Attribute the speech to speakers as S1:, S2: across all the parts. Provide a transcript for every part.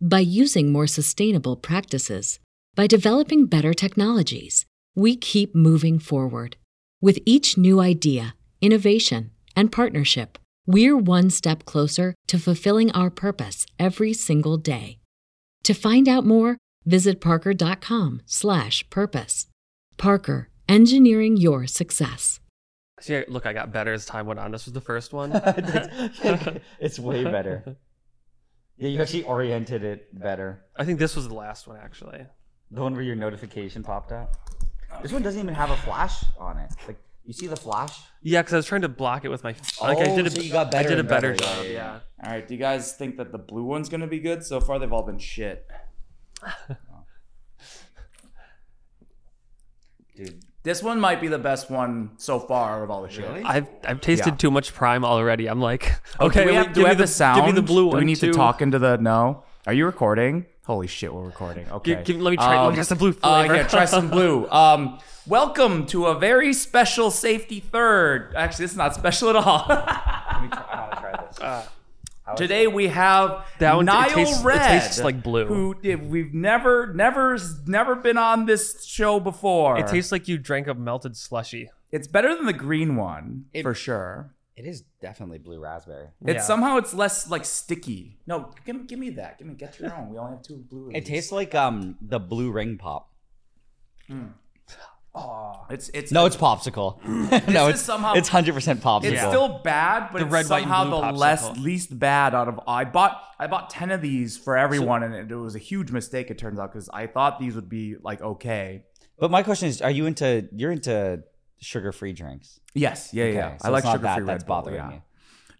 S1: by using more sustainable practices, by developing better technologies. We keep moving forward. With each new idea, innovation, and partnership, we're one step closer to fulfilling our purpose every single day. To find out more, visit parker.com/purpose. Parker, engineering your success.
S2: See, look, I got better as time went on. This was the first one.
S3: That's- it's way better. Yeah, you actually oriented it better.
S2: I think this was the last one, actually.
S3: The one where your notification popped up. This one doesn't even have a flash on it. Like you see the flash?
S2: Yeah, because I was trying to block it with my. Like, I
S3: Oh,
S2: did a,
S3: so you got
S2: I
S3: better
S2: did a
S3: and
S2: better,
S3: better. Yeah,
S2: job.
S3: yeah,
S2: Yeah,
S3: yeah.
S4: All right, do you guys think that the blue one's gonna be good? So far, they've all been shit.
S3: Dude.
S4: This one might be the best one so far of all the shit.
S3: Really?
S2: I've I've tasted
S4: Yeah.
S2: too much prime already. I'm like,
S4: Oh,
S2: okay,
S4: do we
S2: wait,
S4: have, do
S2: give
S4: we
S2: me
S4: have
S2: the
S4: the sound?
S2: Give me the blue
S4: Do
S2: one.
S4: we need
S2: too.
S4: to talk into the no? Are you recording? Holy shit, we're recording. Okay,
S2: give- let me try-
S3: Um,
S2: let me try some blue
S4: uh,
S2: flavor.
S4: yeah, try some blue. Um, welcome to a very special safety third. Actually, it's not special at all.
S3: Let me try, I want to try this.
S2: Uh.
S4: Today we have
S2: That one- it
S4: Niall
S2: tastes- it
S4: Red,
S2: tastes like blue.
S4: Who did- we've never, never, never been on this show before.
S2: It tastes like you drank a melted slushy.
S4: It's better than the green one
S3: It-
S4: for sure.
S3: It is definitely blue raspberry.
S4: It's
S2: Yeah.
S4: somehow it's less like sticky. No, give, give me that. Give me get your own. We only have two blue. of
S3: It
S4: these.
S3: tastes like um the blue ring pop.
S4: It's it's
S3: No, it's popsicle. no,
S4: is
S3: it's
S4: somehow-
S3: it's hundred percent popsicle.
S4: It's still bad, but
S2: The
S4: it's
S2: red, white, and
S4: somehow
S2: blue
S4: the
S2: popsicle.
S4: less least bad out of I bought I bought ten of these for everyone, and it, it was a huge mistake. It turns out because I thought these would be like okay.
S3: But my question is, are you into you're into sugar free drinks?
S4: Yes, yeah,
S3: Okay,
S4: yeah.
S3: so
S4: I
S3: it's
S4: like
S3: not
S4: sugar free
S3: that that's
S4: Red Bull,
S3: bothering
S4: yeah.
S3: you.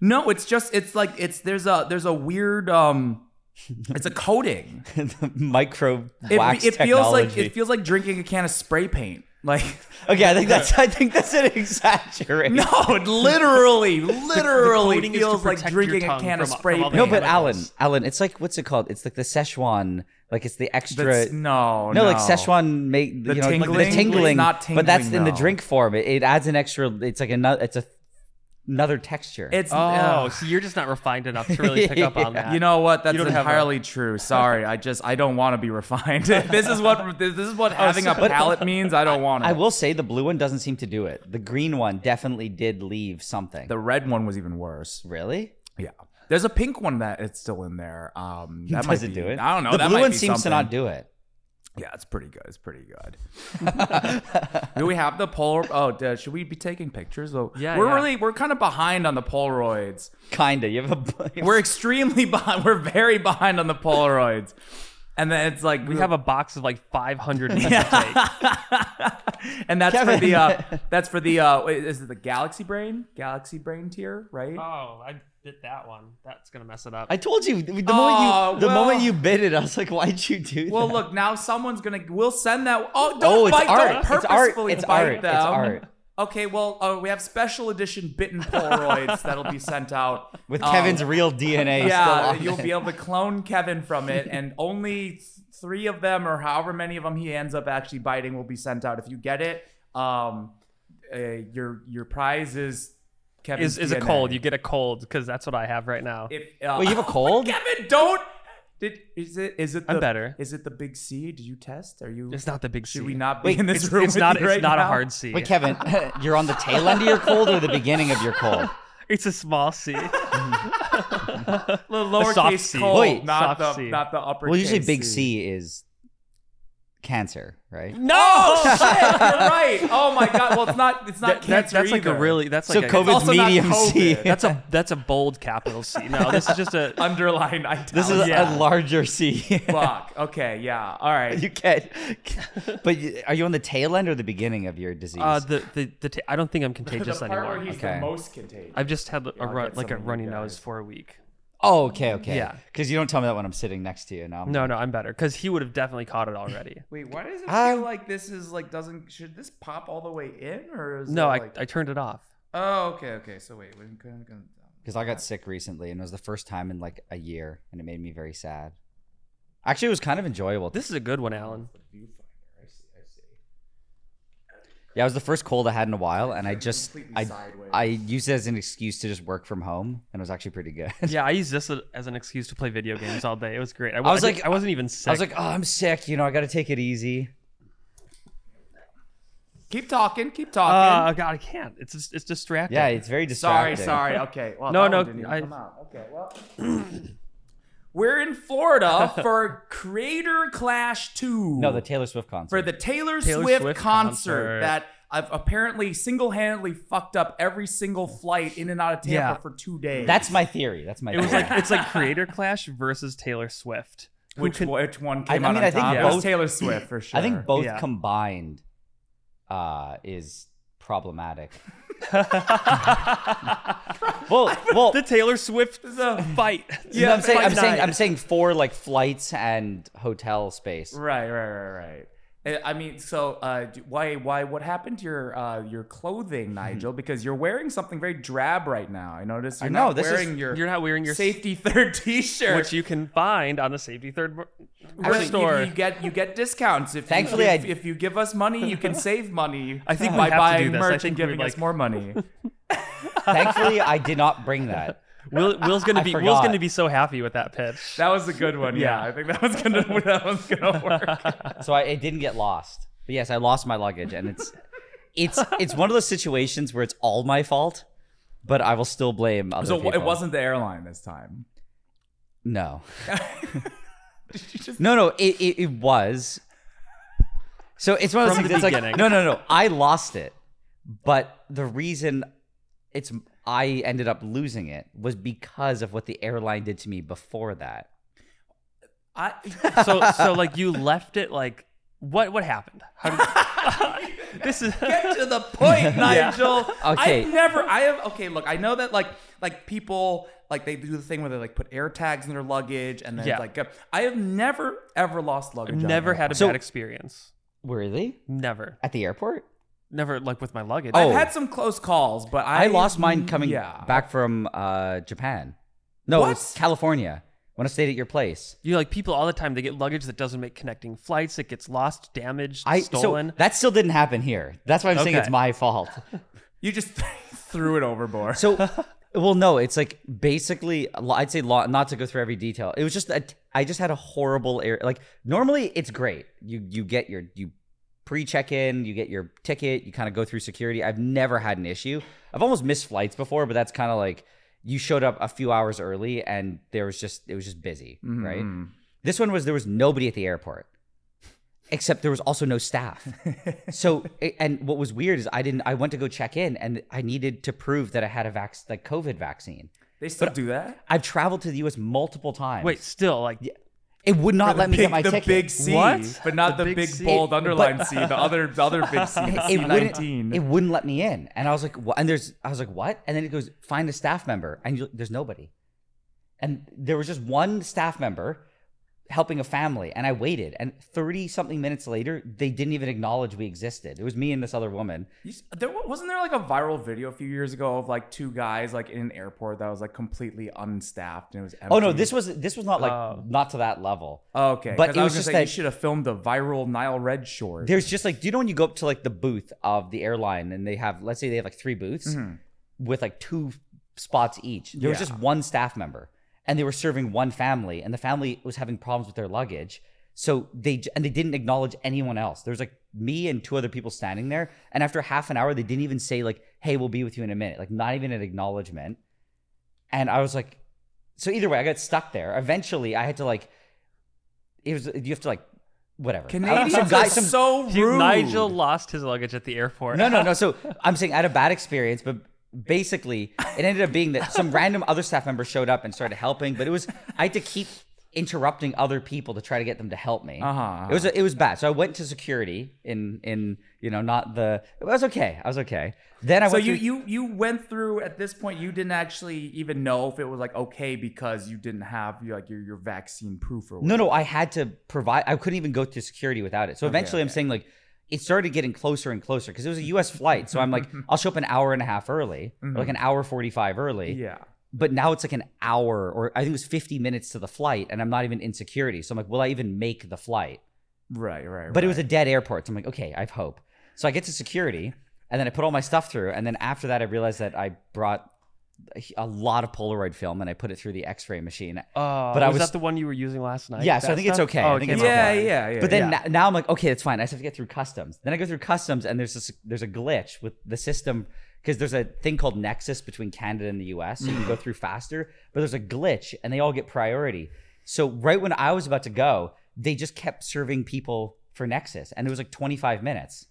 S4: No, it's just it's like it's there's a there's a weird um, it's a coating.
S3: the micro
S4: It,
S3: wax
S4: it feels
S3: technology.
S4: like it feels like drinking a can of spray paint. Like
S3: okay, I think that's I think that's an exaggeration.
S4: no, it literally, literally
S2: coating is to
S4: feels like
S2: protect your
S4: drinking a
S2: tongue
S4: can of
S2: from-
S4: spray
S2: from all
S4: paint.
S2: the
S3: No, but
S2: Yeah.
S3: Alan, Alan, it's like what's it called? It's like the Szechuan, like it's the extra.
S4: That's- no,
S3: no, like Szechuan make
S4: The
S3: you know,
S4: tingling?
S3: the tingling,
S4: It's not
S3: but that's
S4: tingling,
S3: in the
S4: though.
S3: drink form. It, it adds an extra. It's like another. It's a another texture.
S4: It's
S2: Oh,
S4: ugh.
S2: so you're just not refined enough to really pick up on that.
S4: You know what? That's
S2: don't have
S4: entirely true. Sorry, I just I don't want to be refined. this is what this is
S2: Oh,
S4: what having a
S3: so- but-
S4: palate means. I don't want it.
S3: I will say the blue one doesn't seem to do it. The green one definitely did leave something.
S4: The red one was even worse.
S3: really?
S4: Yeah. There's a pink one that it's still in there. Um, that might
S3: Does it
S4: be-
S3: do it?
S4: I don't know.
S3: The
S4: that
S3: blue
S4: might
S3: one
S4: be
S3: seems to
S4: something.
S3: not do it.
S4: Yeah, it's pretty good. It's pretty good. do we have the Polaroid? Oh, duh, should we be taking pictures? Oh,
S2: Yeah,
S4: We're
S2: yeah.
S4: really we're kind of behind on the Polaroids.
S3: Kinda. You have a. you have
S4: We're extremely behind. We're very behind on the Polaroids. And then it's like
S2: we have a box of like 500 to take.
S4: and that's
S3: Kevin.
S4: for the uh, that's for the uh, wait, is it the Galaxy Brain? Galaxy Brain tier, right?
S2: Oh, I did that one. That's gonna mess it up.
S3: I told you the moment
S4: Oh,
S3: you the
S4: well-
S3: moment you bid it, I was like, why'd you do
S4: well,
S3: that?
S4: look now someone's gonna we'll send that. Oh, don't
S3: oh, it's
S4: bite!
S3: art.
S4: Don't
S3: It's art.
S4: purposefully
S3: It's
S4: bite
S3: art.
S4: them.
S3: It's art.
S4: Okay, well, uh, we have special edition bitten Polaroids that'll be sent out
S3: With
S4: Um,
S3: Kevin's real DNA. still
S4: Yeah,
S3: on
S4: you'll
S3: it.
S4: be able to clone Kevin from it, and only th- three of them, or however many of them he ends up actually biting, will be sent out. If you get it, um, uh, your your prize is Kevin.
S2: is is a cold? You get a cold because that's what I have right now.
S4: If uh,
S3: Wait, you have a cold?
S4: Kevin, don't Did is it is it the
S2: I'm better.
S4: Is it the big C? Did you test? Are you?
S2: It's not the big C.
S4: Should we not be
S5: Wait,
S4: in this
S2: It's,
S4: room?
S2: it's
S4: with
S2: not.
S4: you
S2: It's
S4: right
S2: not a
S4: now?
S2: hard C.
S3: Wait, Kevin, you're on the tail end of your cold or the beginning of your cold?
S2: It's a small C.
S4: The lowercase
S2: soft C.
S4: cold,
S3: Wait,
S4: not
S2: soft
S4: the
S2: C.
S4: not the upper.
S3: Well, usually big C is cancer, right?
S4: Mm, No Oh, shit, you're right. Oh my god. Well, it's not. It's not
S2: That- that-
S4: cancer
S2: that's like a
S4: either.
S2: really. That's
S3: So
S2: like a,
S3: COVID's
S4: also not
S3: medium C.
S4: COVID.
S2: That's a that's a bold capital C. No, this is just a.
S4: underlined. Italic.
S3: This is a
S4: yeah.
S3: larger C.
S4: fuck. Okay, yeah. All right.
S3: you can't. But you- are you on the tail end or the beginning of your disease?
S2: Uh, the, the the ta- I don't think I'm
S4: the
S2: contagious
S4: part where
S2: anymore.
S4: he's
S3: Okay.
S4: the most contagious.
S2: I've just had a
S4: I'll
S2: run,
S4: get
S2: like a
S4: some of you
S2: runny
S4: guys.
S2: nose for a week.
S3: oh, okay, okay.
S2: Yeah.
S3: Because you don't tell me that when I'm sitting next to you. Now I'm
S2: No, no, I'm better because he would have definitely caught it already.
S4: Wait, why does it feel
S3: I-
S4: like this is like doesn't should this pop all the way in or is
S2: No,
S4: it
S2: I,
S4: like
S2: I turned it off.
S4: oh okay okay so wait we're gonna, gonna
S3: Because I got sick recently and it was the first time in like a year and it made me very sad. Actually, it was kind of enjoyable.
S2: This is a good one, Alan.
S3: Yeah, it was the first cold I had in a while, and I just I, I used it as an excuse to just work from home, and it was actually pretty good.
S2: Yeah, I used this as an excuse to play video games all day. It was great. I,
S3: was
S2: didn't-
S3: like-
S2: I wasn't even sick.
S3: I was like, oh, I'm sick, you know, I got to take it easy.
S4: keep talking keep
S2: oh
S4: talking.
S2: god, I can't. It's just, it's distracting.
S3: Yeah, it's very
S4: sorry
S3: distracting.
S4: sorry okay well
S2: No,
S4: Oh, that one
S2: no,
S4: didn't even
S2: I-
S4: come out okay well. We're in Florida for Creator Clash 2.
S3: No, the Taylor Swift concert.
S4: for the Taylor,
S2: Taylor
S4: Swift,
S2: Swift
S4: concert,
S2: concert.
S4: that I've apparently single-handedly fucked up every single flight in and out of Tampa
S2: Yeah.
S4: for two days.
S3: That's my theory. That's my.
S2: It was
S3: theory.
S2: like it's like Creator Clash versus Taylor Swift.
S4: which,
S2: Who can-
S4: which one
S3: I-
S4: came
S3: I
S4: out
S3: mean,
S4: on
S3: I think
S4: top? It
S3: both-
S4: was Taylor Swift for sure.
S3: I think both
S2: Yeah.
S3: combined uh, is problematic. well, well,
S2: the Taylor Swift fight.
S3: you know what I'm saying,
S2: fight
S3: I'm saying,
S2: night.
S3: I'm saying for like flights and hotel space.
S4: Right, right, right, right. I I mean, so uh, d- why, why, what happened to your uh, your
S3: Hmm.
S4: clothing, Nigel? Because you're wearing something very drab right now. I notice you're
S3: I know,
S4: not
S3: this is-
S4: wearing your
S2: you're not wearing your
S4: safety third T-shirt,
S2: which you can find on the safety third Bor-
S4: Right, you-
S2: store.
S4: You, get you get discounts. If
S3: Thankfully,
S4: you,
S3: I-
S4: if, if you give us money, you can save money.
S2: I think we
S4: by
S2: have to do
S4: buying
S2: this. I
S4: merch
S2: think
S4: and
S2: we,
S4: giving us
S2: like-
S4: more money.
S3: Thankfully, I did not bring that.
S2: Will, Will's gonna
S3: I
S2: be Will's
S3: forgot.
S2: gonna be so happy with that pitch.
S4: That was a good one. Yeah, I think that was gonna that was gonna work.
S3: so I, it didn't get lost. But yes, I lost my luggage, and it's it's it's one of those situations where it's all my fault, but I will still blame other
S4: So
S3: people.
S4: it wasn't the airline this time.
S3: No. no, no, it, it it was. So it's one of those
S2: From
S3: things.
S2: the
S3: It's like
S2: beginning.
S3: no, no, no. I lost it, but the reason it's I ended up losing it was because of what the airline did to me before that.
S4: I,
S2: so so like you left it like what what happened? How did, this is
S4: get to the point, Nigel.
S3: Okay.
S4: I've never. I have. Okay, look. I know that like like people like they do the thing where they like put air tags in their luggage and then
S2: Yeah.
S4: like go- I have never ever lost luggage.
S2: I've
S4: on
S2: never
S4: an
S2: had a
S3: So-
S2: bad experience.
S3: Really?
S2: Never.
S3: At the airport?
S2: Never like with my luggage.
S3: Oh.
S4: I've had some close calls, but I,
S3: I lost mine coming
S4: yeah.
S3: back from uh, Japan. No, it was
S4: What?
S3: California when I stayed at your place.
S2: You like people all the time. They get luggage that doesn't make connecting flights. It gets lost, damaged,
S3: I
S2: stolen.
S3: so that still didn't happen here. That's why I'm saying
S2: Okay.
S3: it's my fault.
S4: You just threw it overboard.
S3: So, well, no, it's like basically I'd say law, not to go through every detail. It was just that I just had a horrible air. Like normally it's great. You you get your you pre-check in, you get your ticket, you kind of go through security. I've never had an issue. I've almost missed flights before, but that's kind of like you showed up a few hours early and there was just it was just busy, right? This one was there was nobody at the airport, except there was also no staff. so, a- and what was weird is I didn't. I went to go check in, and I needed to prove that I had a vac, like COVID vaccine.
S4: They still do that.
S3: I've traveled to the U.S. multiple times.
S2: Wait, still like
S3: it would not
S4: The
S3: let me
S4: big-
S3: get my
S4: the
S3: ticket.
S4: big C,
S2: What?
S4: but not the,
S2: The
S4: big,
S2: big C.
S4: bold
S3: It-
S4: underline
S3: but-
S4: C. The other, the other big C, the
S3: it
S4: C nineteen.
S3: wouldn't. It wouldn't let me in, and I was like, "What?" And there's, I was like, "What?" And then it goes, "Find a staff member," and you, there's nobody. And there was just one staff member helping a family, and I waited, and thirty something minutes later, they didn't even acknowledge we existed. It was me and this other woman.
S4: there wa- wasn't there like a viral video a few years ago of like two guys like in an airport that was like completely unstaffed and it was empty.
S3: Oh no, this was this was not like
S2: Oh.
S3: not to that level.
S4: Oh, okay,
S3: but
S4: but
S3: it
S4: I
S3: was
S4: was,
S3: just
S4: just say,
S3: that-
S4: you should have filmed a viral Nile Red short.
S3: There's just like, do you know when you go up to like the booth of the airline and they have, let's say they have like three booths with like two spots each. There was
S4: Mm-hmm. Yeah.
S3: just one staff member. and they were serving one family, and the family was having problems with their luggage. So they j- and they didn't acknowledge anyone else. There was like me and two other people standing there, and after half an hour, they didn't even say like, "Hey, we'll be with you in a minute." Like not even an acknowledgement. And I was like, so either way, I got stuck there. Eventually, I had to like, it was you have to like, whatever.
S4: Canadians
S3: some guy,
S4: are
S3: some
S4: so
S2: He-
S4: rude.
S2: Nigel lost his luggage at the airport.
S3: no, no, no. So I'm saying I had a bad experience, but basically it ended up being that some random other staff member showed up and started helping, but it was I had to keep interrupting other people to try to get them to help me.
S4: Uh-huh.
S3: It was it was bad. So I went to security in in you know not the I was okay. I was okay. Then I
S4: So
S3: went
S4: you,
S3: through-
S4: you you went through at this point you didn't actually even know if it was like okay because you didn't have you like your, your vaccine proof or
S3: No,
S4: whatever.
S3: no, I had to provide. I couldn't even go to security without it. So eventually, I'm saying like it started getting closer and closer because it was a U.S. flight. So I'm like, I'll show up an hour and a half early, or like an hour forty-five early.
S4: Mm-hmm. yeah
S3: But now it's like an hour, or I think it was fifty minutes to the flight, and I'm not even in security. So I'm like, will I even make the flight?
S4: right right
S3: But it
S4: right.
S3: was a dead airport. So I'm like, okay, I have hope. So I get to security, and then I put all my stuff through, and then after that, I realized that I brought a- a lot of Polaroid film, and I put it through the X-ray machine.
S2: Uh,
S3: But I
S2: was,
S3: was-
S2: that the one you were using last night?
S3: Yeah, so I
S2: That
S3: think it's
S2: stuff?
S3: okay. I
S2: Oh,
S3: think
S2: okay.
S3: it's
S4: yeah,
S3: okay.
S4: yeah yeah
S3: But then
S4: yeah.
S3: n- now I'm like, okay, that's fine. I just have to get through customs. Then I go through customs, and there's this there's a glitch with the system because there's a thing called nexus between Canada and the U.S. So you can go through faster, but there's a glitch, and they all get priority. So right when I was about to go, they just kept serving people for nexus, and it was like 25 minutes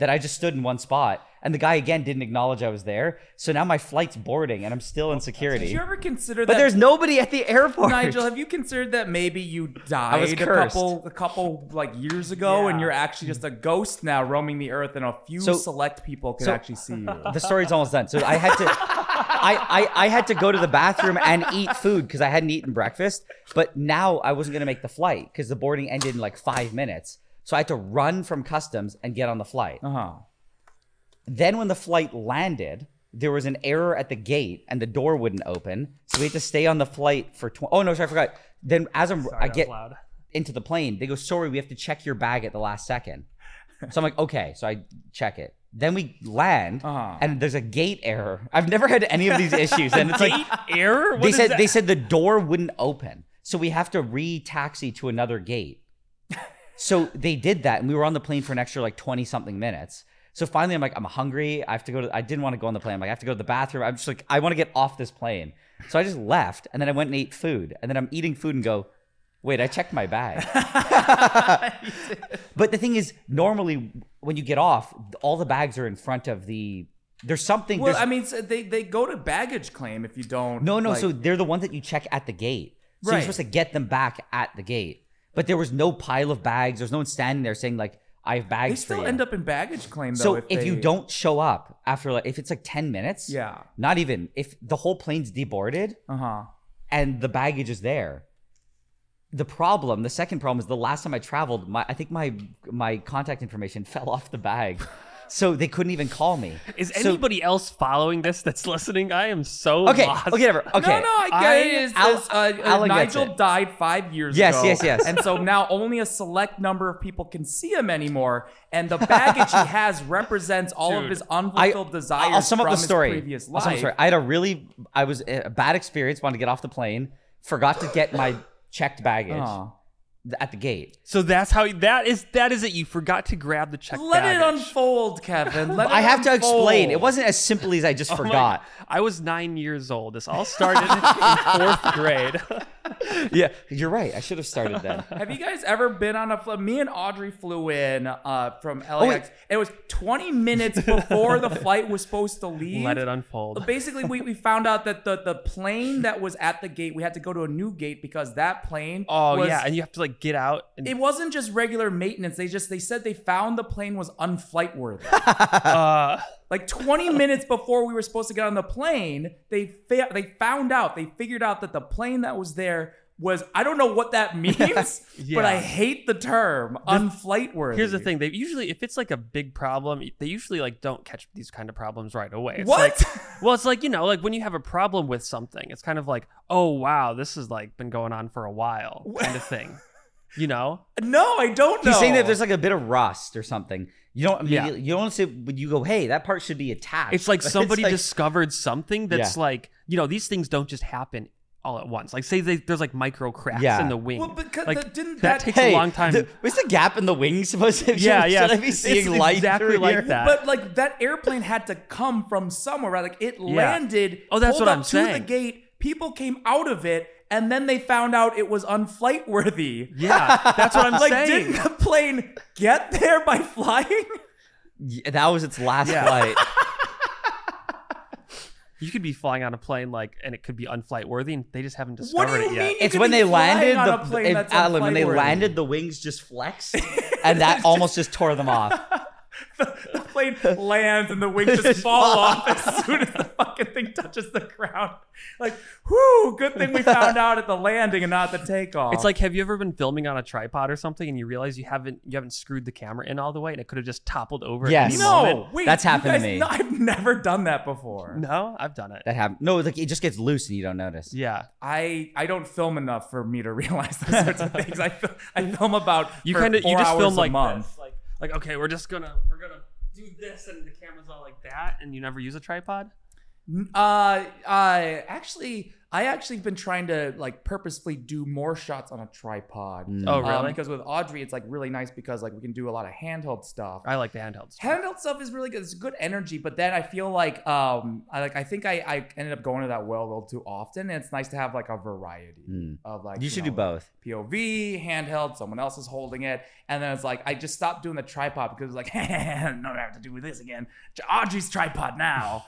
S3: that I just stood in one spot, and the guy again didn't acknowledge I was there. So now my flight's boarding, and I'm still
S4: Oh,
S3: in
S4: did
S3: security.
S4: you ever consider
S3: But
S4: that
S3: there's nobody at the airport.
S4: Nigel, have you considered that maybe you died
S3: was
S4: a
S3: cursed.
S4: couple a couple like years ago and
S2: Yeah.
S4: you're actually just a ghost now roaming the earth and a few
S3: So-
S4: select people can
S3: so-
S4: actually see you.
S3: the story's almost done. So I had to, I, I, I had to go to the bathroom and eat food because I hadn't eaten breakfast. But now I wasn't gonna make the flight because the boarding ended in like five minutes. So I had to run from customs and get on the flight.
S4: Uh-huh.
S3: Then when the flight landed, there was an error at the gate and the door wouldn't open. So we had to stay on the flight for twenty. Oh no, sorry, I forgot. Then as I'm,
S2: Sorry,
S3: I
S2: that was
S3: get
S2: loud.
S3: into the plane. They go, sorry, we have to check your bag at the last second. So I'm like, okay. So I check it. Then we land,
S4: Uh-huh.
S3: and there's a gate error. I've never had any of these issues, and it's like
S2: error. What
S3: they
S2: is
S3: said
S2: that?
S3: they said the door wouldn't open, so we have to re-taxi to another gate. so they did that, and we were on the plane for an extra like twenty something minutes. So finally, I'm like, I'm hungry. I have to go to. I didn't want to go on the plane. I'm like, I have to go to the bathroom. I'm just like, I want to get off this plane. So I just left, and then I went and ate food, and then I'm eating food and go, wait, I checked my bag. But the thing is, normally when you get off, all the bags are in front of the. There's something.
S4: Well,
S3: there's-
S4: I mean so they they go to baggage claim if you don't
S3: no, no.
S4: like-
S3: so they're the ones that you check at the gate. So
S4: Right.
S3: you're supposed to get them back at the gate. But there was no pile of bags. There's no one standing there saying like, "I have bags
S4: they
S3: for
S4: still
S3: you."
S4: end up in baggage claim though
S3: so
S4: if,
S3: if, you
S4: they-
S3: don't show up after like if it's like ten minutes,
S4: Yeah.
S3: not even if the whole plane's deboarded
S4: Uh-huh.
S3: and the baggage is there. The problem, the second problem is the last time I traveled, my I think my my contact information fell off the bag. So they couldn't even call me.
S2: Is
S3: So-
S2: anybody else following this that's listening? I am so
S3: Okay,
S2: lost.
S3: okay, whatever. Okay.
S4: No, no, I get
S3: I-
S4: it. It's
S3: Al-
S4: just, uh, uh,
S3: Alan gets
S4: Nigel
S3: it.
S4: died five years
S3: Yes,
S4: ago.
S3: yes, yes.
S4: And so now only a select number of people can see him anymore. And the baggage he has represents all of
S2: Dude,
S4: his
S3: I,
S4: unfulfilled desires
S3: I'll sum up
S4: from
S3: the story.
S4: his previous
S3: I'll
S4: life.
S3: sum up the story. I had a really, I was eh, a bad experience. Wanted to get off the plane, forgot to get my checked baggage
S4: Aw.
S3: th- at the gate.
S2: So that's how that is. That is it. You forgot to grab the check.
S4: Let it
S2: baggage.
S4: unfold, Kevin. Let
S3: I
S4: it
S3: have to explain.
S4: unfold.
S3: It wasn't as simply as I just
S2: Oh my
S3: forgot.
S2: God. I was nine years old. This all started in fourth grade.
S3: Yeah, you're right. I should have started then.
S4: Have you guys ever been on a flight? Me and Audrey flew in uh, from
S3: wait.
S4: LAX. it was 20 minutes before the flight was supposed to leave.
S2: Let it unfold.
S4: basically we, we found out that the, the plane that was at the gate we had to go to a new gate because that plane
S2: Oh
S4: was,
S2: yeah, and you have to like get out. And,
S4: it wasn't just regular maintenance they just they said they found the plane was unflight worthy
S2: uh,
S4: like 20 minutes before we were supposed to get on the plane they fa- they found out they figured out that the plane that was there was I don't know what that means,
S2: Yeah.
S4: but I hate the term unflight worthy.
S2: here's the thing: they usually, if it's like a big problem, they usually like don't catch these kind of problems right away. It's
S4: What?
S2: like- well, it's like you know, like when you have a problem with something, it's kind of like, oh wow, this has like been going on for a while, kind of thing. You know?
S4: no, I don't know.
S3: He's saying that if there's like a bit of rust or something, you don't
S2: Yeah.
S3: immediately, you don't say when you go, hey, that part should be attached.
S2: It's like
S3: But
S2: somebody
S3: like-
S2: discovered something that's
S3: Yeah.
S2: like, you know, these things don't just happen all at once. Like say they, there's like micro cracks
S3: Yeah.
S2: in the wing.
S4: Well, because
S2: like,
S4: the- didn't
S2: that,
S4: that-
S2: takes
S3: Hey,
S2: a long time?
S3: The, was the gap in the wing supposed to?
S2: yeah,
S3: should,
S2: yeah.
S3: Should I be
S2: it's
S3: seeing light
S2: exactly
S3: through
S2: like
S3: here?
S2: that.
S4: But like that airplane had to come from somewhere, right? Like it landed.
S2: Oh, that's
S4: pulled
S2: what
S4: up
S2: I'm
S4: to The
S2: saying.
S4: gate. People came out of it, and then they found out it was unflight worthy.
S2: yeah, that's what I'm
S4: like,
S2: saying.
S4: didn't the plane get there by flying?
S3: Yeah, that was its last flight.
S2: You could be flying on a plane like, and it could be unflight worthy, and they just haven't
S4: What
S2: discovered
S4: do you mean?
S2: it yet.
S4: you
S3: It's
S4: could
S3: when
S4: be
S3: they
S4: flying
S3: landed
S4: on
S3: the,
S4: a plane
S3: the-
S4: that's
S3: Alan, when they
S4: unflight-worthy?
S3: landed, the wings just flexed, and that almost just tore them off.
S4: the plane lands and the wings just fall off as soon as the fucking thing touches the ground. Like, whoo! Good thing we found out at the landing and not the takeoff.
S2: It's like, have you ever been filming on a tripod or something, and you realize you haven't you haven't screwed the camera in all the way, and it could have just toppled over?
S3: Yes.
S2: At any
S4: no,
S2: moment?
S4: wait,
S3: That's
S4: you
S3: happened to
S4: guys-
S3: me.
S4: No, I've never done that before.
S2: no, I've done it.
S3: That happened. No, like it just gets loose and you don't notice.
S2: yeah,
S4: I I don't film enough for me to realize those sorts of things. I fil- I film about
S2: you
S4: for
S2: kind of you
S4: four
S2: just
S4: hours
S2: film
S4: a
S2: like
S4: month.
S2: this, like like okay, we're just gonna we're gonna do this, and the camera's all like that, and you never use a tripod.
S4: Uh, uh, actually, I actually been trying to like purposefully do more shots on a tripod.
S3: Mm.
S2: Oh,
S4: Um,
S2: really?
S4: because with Audrey, it's like really nice because like we can do a lot of handheld stuff.
S2: I like the handhelds.
S4: handheld stuff is really good. It's good energy, but then I feel like um I like I think I I ended up going to that well a little too often, and it's nice to have like a variety
S3: Mm.
S4: of like
S3: You should
S4: know,
S3: do both.
S4: POV, handheld, someone else is holding it. And then it's like, I just stopped doing the tripod because it's like, I don't have to do this again. Audrey's tripod now.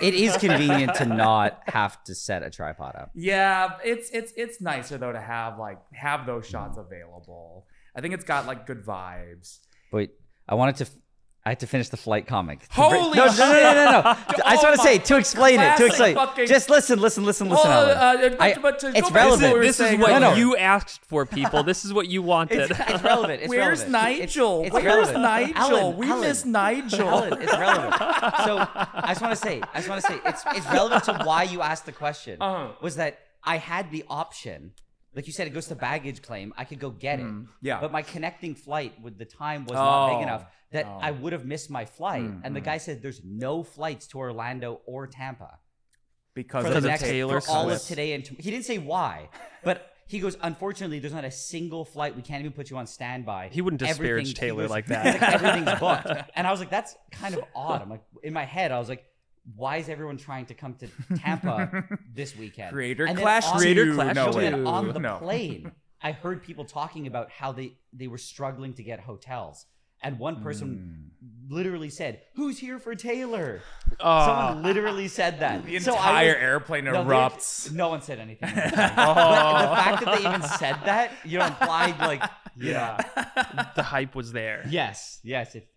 S3: It is convenient to not have to set a tripod up.
S4: yeah, it's it's it's nicer though to have like have those shots available. I think it's got like good vibes.
S3: But I wanted to. F- I had to finish the flight comic. To bri-
S4: Holy
S3: no, no, no, no, no, no,
S4: shit.
S3: I just
S4: Oh
S3: want to
S4: my
S3: say to explain it. To
S4: classic
S3: explain.
S4: fucking-
S3: Just listen, listen, listen, listen.
S4: Oh,
S3: Alan.
S4: uh, but-
S3: I-
S4: but to go back
S3: it's
S4: to
S3: relevant.
S4: what we
S2: this
S4: were
S2: is
S4: saying
S2: what
S3: earlier.
S2: you asked for, people. This is what you wanted.
S3: It's, it's relevant. It's
S4: Where's
S3: relevant.
S4: Nigel?
S3: It's, it's
S4: Where's
S3: relevant.
S4: Nigel?
S3: Alan,
S4: we
S3: Alan,
S4: miss Nigel.
S3: Alan, it's relevant. So I just want to say, I just want to say, it's it's relevant to why you asked the question.
S4: Uh-huh.
S3: Was that I had the option, like you said, it goes to baggage claim. I could go get it.
S4: Mm-hmm. yeah.
S3: But my connecting flight with the time was not
S4: Oh, Mm-hmm.
S3: big enough that
S4: no.
S3: I would have missed my flight. And the guy said, "There's no flights to Orlando or Tampa."
S4: because
S3: for
S2: of
S3: the
S2: the
S3: next
S2: Taylor
S3: for all of
S2: Swift.
S3: today and tom- he didn't say why, but he goes. Unfortunately, there's not a single flight. We can't even put you on standby.
S2: He wouldn't disparage
S3: Everything's- he
S2: Taylor
S3: goes,
S2: like
S3: he's
S2: that.
S3: Everything's booked, and I was like, that's kind of odd. I'm like, in my head, I was like, why is everyone trying to come to Tampa this weekend?
S4: Creator
S3: And then
S4: Clash
S3: on-
S4: Creator
S2: two, Clash no
S3: and then
S4: way.
S3: on the
S4: No.
S3: plane, I heard people talking about how they they were struggling to get hotels, and one person.
S2: Hmm.
S3: Literally said, "Who's here for Taylor?"
S2: Oh.
S3: Someone literally said that.
S4: The
S3: So I
S4: entire
S3: was-
S4: airplane
S3: no, they-
S4: erupts.
S3: No, one said anything. at the time. But the fact that they even said that, you know, implied like, yeah,
S2: the hype was there.
S3: yes, yes. It,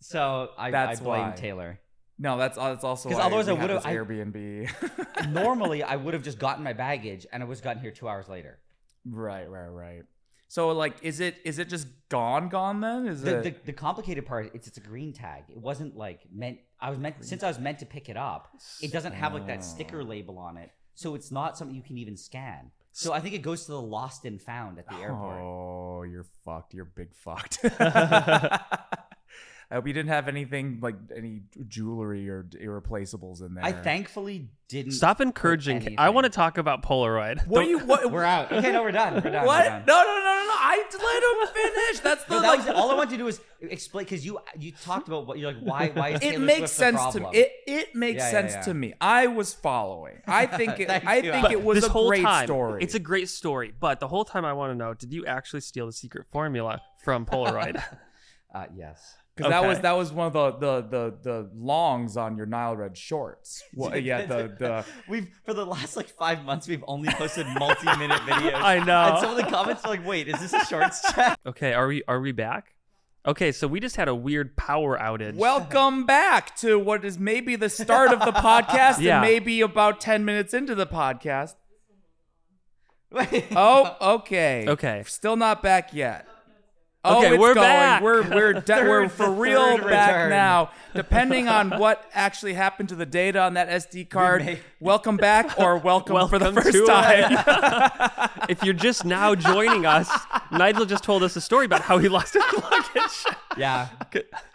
S3: so I,
S4: That's
S3: I blame
S4: why.
S3: Taylor.
S4: No, that's that's also
S3: 'Cause
S4: why
S3: otherwise
S4: we
S3: I
S4: have
S3: would've-
S4: this
S3: I-
S4: Airbnb.
S3: Normally, I would have just gotten my baggage and I was gotten here two hours later.
S4: Right, right, right. So like is it is it just gone gone then? Is
S3: The,
S4: it
S3: the, the complicated part it's it's a green tag. It wasn't like meant. I was meant since I was meant to pick it up. It doesn't have like that sticker
S4: Oh.
S3: label on it, so it's not something you can even scan. So I think it goes to the lost and found at the airport.
S4: Oh, you're fucked. You're big fucked. I hope you didn't have anything like any jewelry or irreplaceables in there.
S3: I thankfully didn't
S2: Stop
S3: put
S2: encouraging. I
S3: anything.
S2: want to talk about Polaroid.
S4: What do you what
S3: We're out. Okay, no, we're done. We're done.
S4: What?
S3: We're
S4: No, no, no,
S3: done.
S4: no, no. I let him finish. That's the
S3: No,
S4: like,
S3: that was all I wanted to do was explain because you you talked about what you're like. Why? Why is
S4: it
S3: Taylor Swift
S4: makes
S3: a
S4: sense to me.
S3: problem?
S4: It it makes
S3: Yeah, yeah,
S4: sense
S3: yeah.
S4: to me. I was following. I think it,
S3: Thank
S4: I
S3: you,
S4: think
S3: Alan.
S4: it was
S2: this
S4: a
S2: whole
S4: great
S2: time,
S4: story.
S2: It's a great story, but the whole time I want to know: Did you actually steal the secret formula from Polaroid?
S3: Uh, yes.
S4: Because that was
S2: Okay.
S4: that was one of the the the, the longs on your Nile Red shorts. Well, yeah, the the
S3: We've for the last like five months we've only posted multi-minute videos.
S2: I know.
S3: And some of the comments are like, "Wait, is this a shorts chat?"
S2: okay, are we are we back? Okay, so we just had a weird power outage.
S4: welcome back to what is maybe the start of the podcast
S2: Yeah.
S4: and maybe about ten minutes into the podcast.
S3: Wait.
S4: Oh, okay,
S2: Okay.
S4: still not back yet. Oh,
S2: Okay,
S4: it's
S2: we're
S4: going.
S2: back.
S4: We're we're de- we're
S3: Third-
S4: for
S3: the
S4: real
S3: third
S4: back
S3: return.
S4: now. Depending on what actually happened to the data on that SD card,
S3: may-
S4: welcome back or welcome, for the
S2: Welcome
S4: first
S2: to
S4: time.
S2: if you're just now joining us, Nigel just told us a story about how he lost his luggage.
S3: Yeah.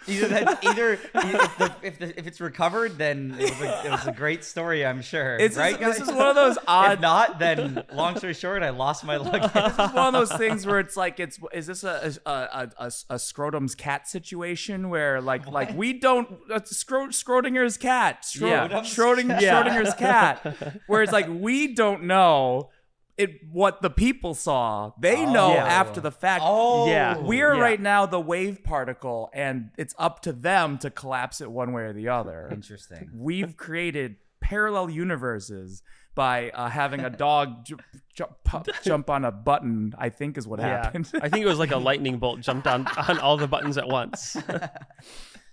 S3: Either that's either e, if, the, if, the, if it's recovered, then it was, a, it was a great story, I'm sure.
S4: It's
S3: right?
S4: just- this
S3: guys?
S4: is one of those
S3: If
S4: odd-
S3: not, then long story short, I lost my luck.
S4: It's one of those things where it's like it's is this a a, a, a, a scrotum's cat situation where like like we don't uh, Scro- Schrodinger's cat Schro-
S3: Yeah.
S4: Schroding-
S3: Yeah.
S4: Schrodinger's cat where it's like we don't know it what the people saw they know
S3: Oh. Yeah.
S4: after the fact
S3: Oh.
S2: Yeah.
S4: we're
S2: Yeah.
S4: right now the wave particle and it's up to them to collapse it one way or the other
S3: Interesting.
S4: we've created parallel universes by uh, having a dog ju- ju- pu- jump on a button. I think is what
S2: Yeah.
S4: happened.
S2: I think it was like a lightning bolt jumped on on all the buttons at once.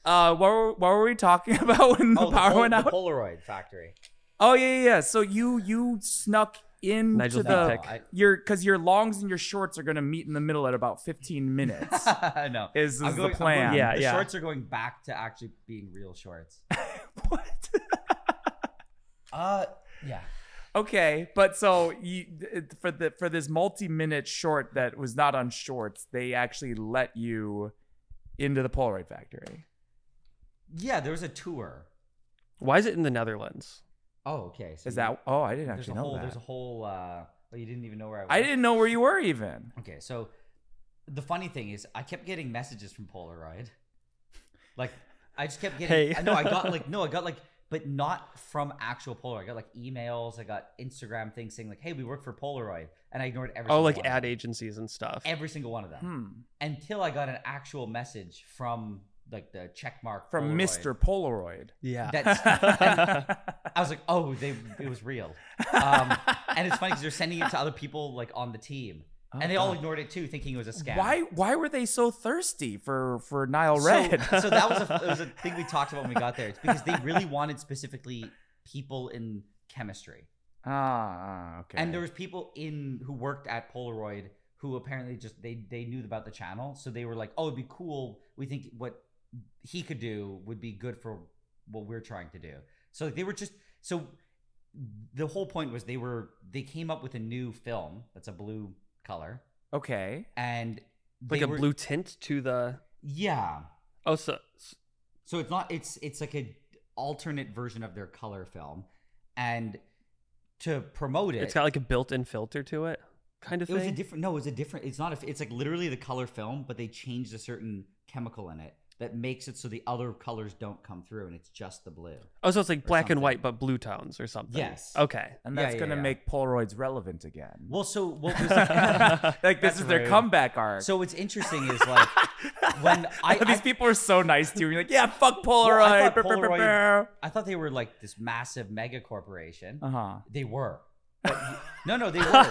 S4: Uh, what were, what were we talking about when the
S3: Oh, the
S4: power
S3: Pol-
S4: went
S3: the
S4: out?
S3: Polaroid factory.
S4: oh yeah, yeah, yeah. So you you snuck into
S2: Nigel
S4: the
S2: Deep Tech.
S3: I-
S4: your because your longs and your shorts are gonna meet in the middle at about fifteen minutes.
S3: no.
S4: Is-
S3: I'm
S4: is the
S3: going- I'm
S4: plan.
S3: going-
S2: Yeah,
S3: the
S2: yeah.
S3: shorts are going back to actually being real shorts.
S4: what?
S3: Uh, yeah.
S4: Okay, but so you it- for the for this multi-minute short that was not on shorts, they actually let you into the Polaroid factory.
S3: Yeah, there was a tour.
S2: Why is it in the Netherlands?
S3: Oh, okay. So
S4: Is that? Oh, I didn't
S3: there's
S4: actually
S3: a
S4: know
S3: whole
S4: that.
S3: there's a whole uh well, you didn't even know where I was.
S4: I didn't know where you were even.
S3: Okay, so the funny thing is, I kept getting messages from Polaroid. Like, I just kept getting.
S2: Hey.
S3: I know I got like no, I got like, but not from actual Polaroid. I got like emails. I got Instagram things saying like, "Hey, we work for Polaroid," and I ignored every.
S2: Oh,
S3: single
S2: like
S3: one of
S2: ad
S3: them.
S2: agencies and stuff.
S3: Every single one of them
S4: Hmm.
S3: until I got an actual message from like the checkmark
S4: From
S3: Polaroid.
S4: Mr. Polaroid.
S2: Yeah.
S3: That's, and I was like, oh, they it was real. Um, and it's funny because they're sending it to other people like on the team, and they all ignored it too, thinking it was a scam.
S4: Why? Why were they so thirsty for for Nile
S3: So-
S4: Red?
S3: So, that was a, it was a thing we talked about when we got there. It's because they really wanted specifically people in chemistry,
S4: ah, okay.
S3: and there was people in who worked at Polaroid who apparently just they they knew about the channel, so they were like, oh, it'd be cool. We think what he could do would be good for what we're trying to do. So like, they were just so the whole point was they were they came up with a new film that's a blue color
S4: okay.
S3: and
S2: like
S3: they
S2: a
S3: were-
S2: blue tint to the.
S3: yeah
S2: Oh, so
S3: So it's not it's it's like a alternate version of their color film, and to promote it,
S2: it's got like a built-in filter to it, kind of
S3: it
S2: thing.
S3: was a different. No, it was a different. It's not. A, it's like literally the color film, but they changed a certain chemical in it that makes it so the other colors don't come through, and it's just the blue.
S2: oh, so it's like
S3: or
S2: black and
S3: something.
S2: white, but blue tones or something.
S3: Yes.
S2: Okay.
S4: And
S3: Yeah,
S4: that's
S3: yeah,
S4: gonna
S3: yeah.
S4: make Polaroids relevant again.
S3: Well, so what was
S4: like this
S3: that's
S4: is their
S3: rude.
S4: comeback arc.
S3: so what's interesting is like when I,
S4: these
S3: I
S4: people are so nice to you. You're like, yeah, fuck
S3: well, I
S4: Polaroid.
S3: thought Polaroid- I thought they were like this massive mega corporation.
S4: Uh huh.
S3: They were. But- no, no, they were.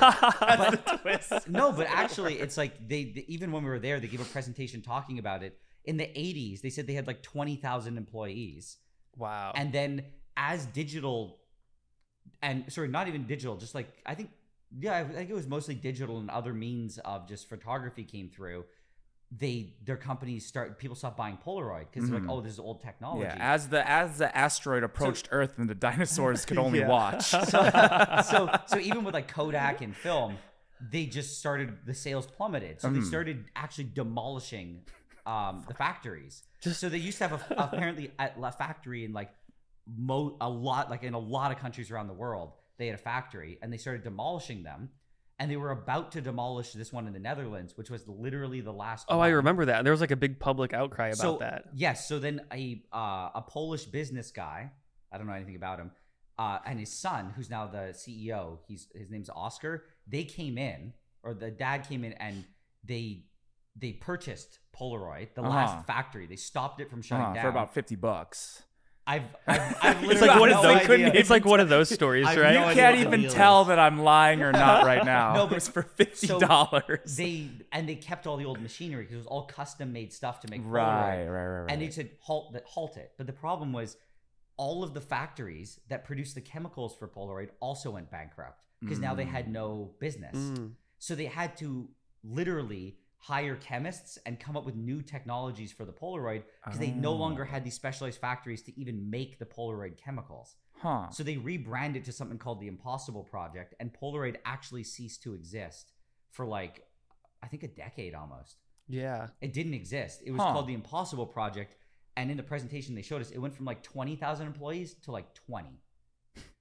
S3: But- No, but actually, it's like they, they- even when we were there, they gave a presentation talking about it. In the 80s, they said they had like 20,000 employees.
S2: Wow.
S4: Oh.
S3: And then as digital, and sorry, not even digital, just like I think, yeah, I think it was mostly digital and other means of just photography came through. They, their companies start, people stopped buying Polaroid because they're
S4: Mhm.
S3: like, oh, this is old technology.
S4: Yeah. As the as the asteroid approached Earth and the dinosaurs could only
S2: Yeah.
S4: watch. Uh-huh.
S3: so, so so even with like Kodak and film, they just started the sales plummeted. So they
S2: Mm.
S3: started actually demolishing um, the factories. so they used to have a, apparently at a factory in like mo- a lot like in a lot of countries around the world they had a factory and they started demolishing them. And they were about to demolish this one in the Netherlands, which was literally the last.
S2: oh, I
S3: one.
S2: remember that. There was like a big public outcry about
S3: so,
S2: that.
S3: Yes. So then a uh, a Polish business guy, I don't know anything about him, uh, and his son, who's now the CEO, he's his name's Oscar. They came in, or the dad came in, and they they purchased Polaroid, the
S4: Uh-huh.
S3: last factory. They stopped it from shutting
S4: Uh-huh,
S3: down.
S4: for about fifty bucks.
S3: I've, I've, I've
S2: It's
S3: literally
S2: like one
S3: no
S2: of those.
S3: idea.
S2: It's like one of those stories,
S3: I-
S2: right?
S3: no,
S4: You
S3: I
S4: can't
S3: know what the
S4: even
S3: deal
S4: tell
S3: is.
S4: that I'm lying or not right now.
S3: No, but-
S4: it's for fifty
S3: so
S4: dollars.
S3: They and they kept all the old machinery because it was all custom made stuff to make Polaroid.
S4: Right, right, right, right.
S3: and they said halt that halt it. But the problem was all of the factories that produced the chemicals for Polaroid also went bankrupt because now they had no business.
S2: Mm.
S3: So they had to literally hire chemists and come up with new technologies for the Polaroid because they no
S4: Oh.
S3: longer had these specialized factories to even make the Polaroid chemicals.
S4: huh?
S3: So they rebranded to something called the Impossible Project, and Polaroid actually ceased to exist for like I think a decade almost.
S2: Yeah.
S3: It didn't exist. It was
S4: Huh.
S3: called the Impossible Project. And in the presentation they showed us, it went from like 20,000 employees to like 20.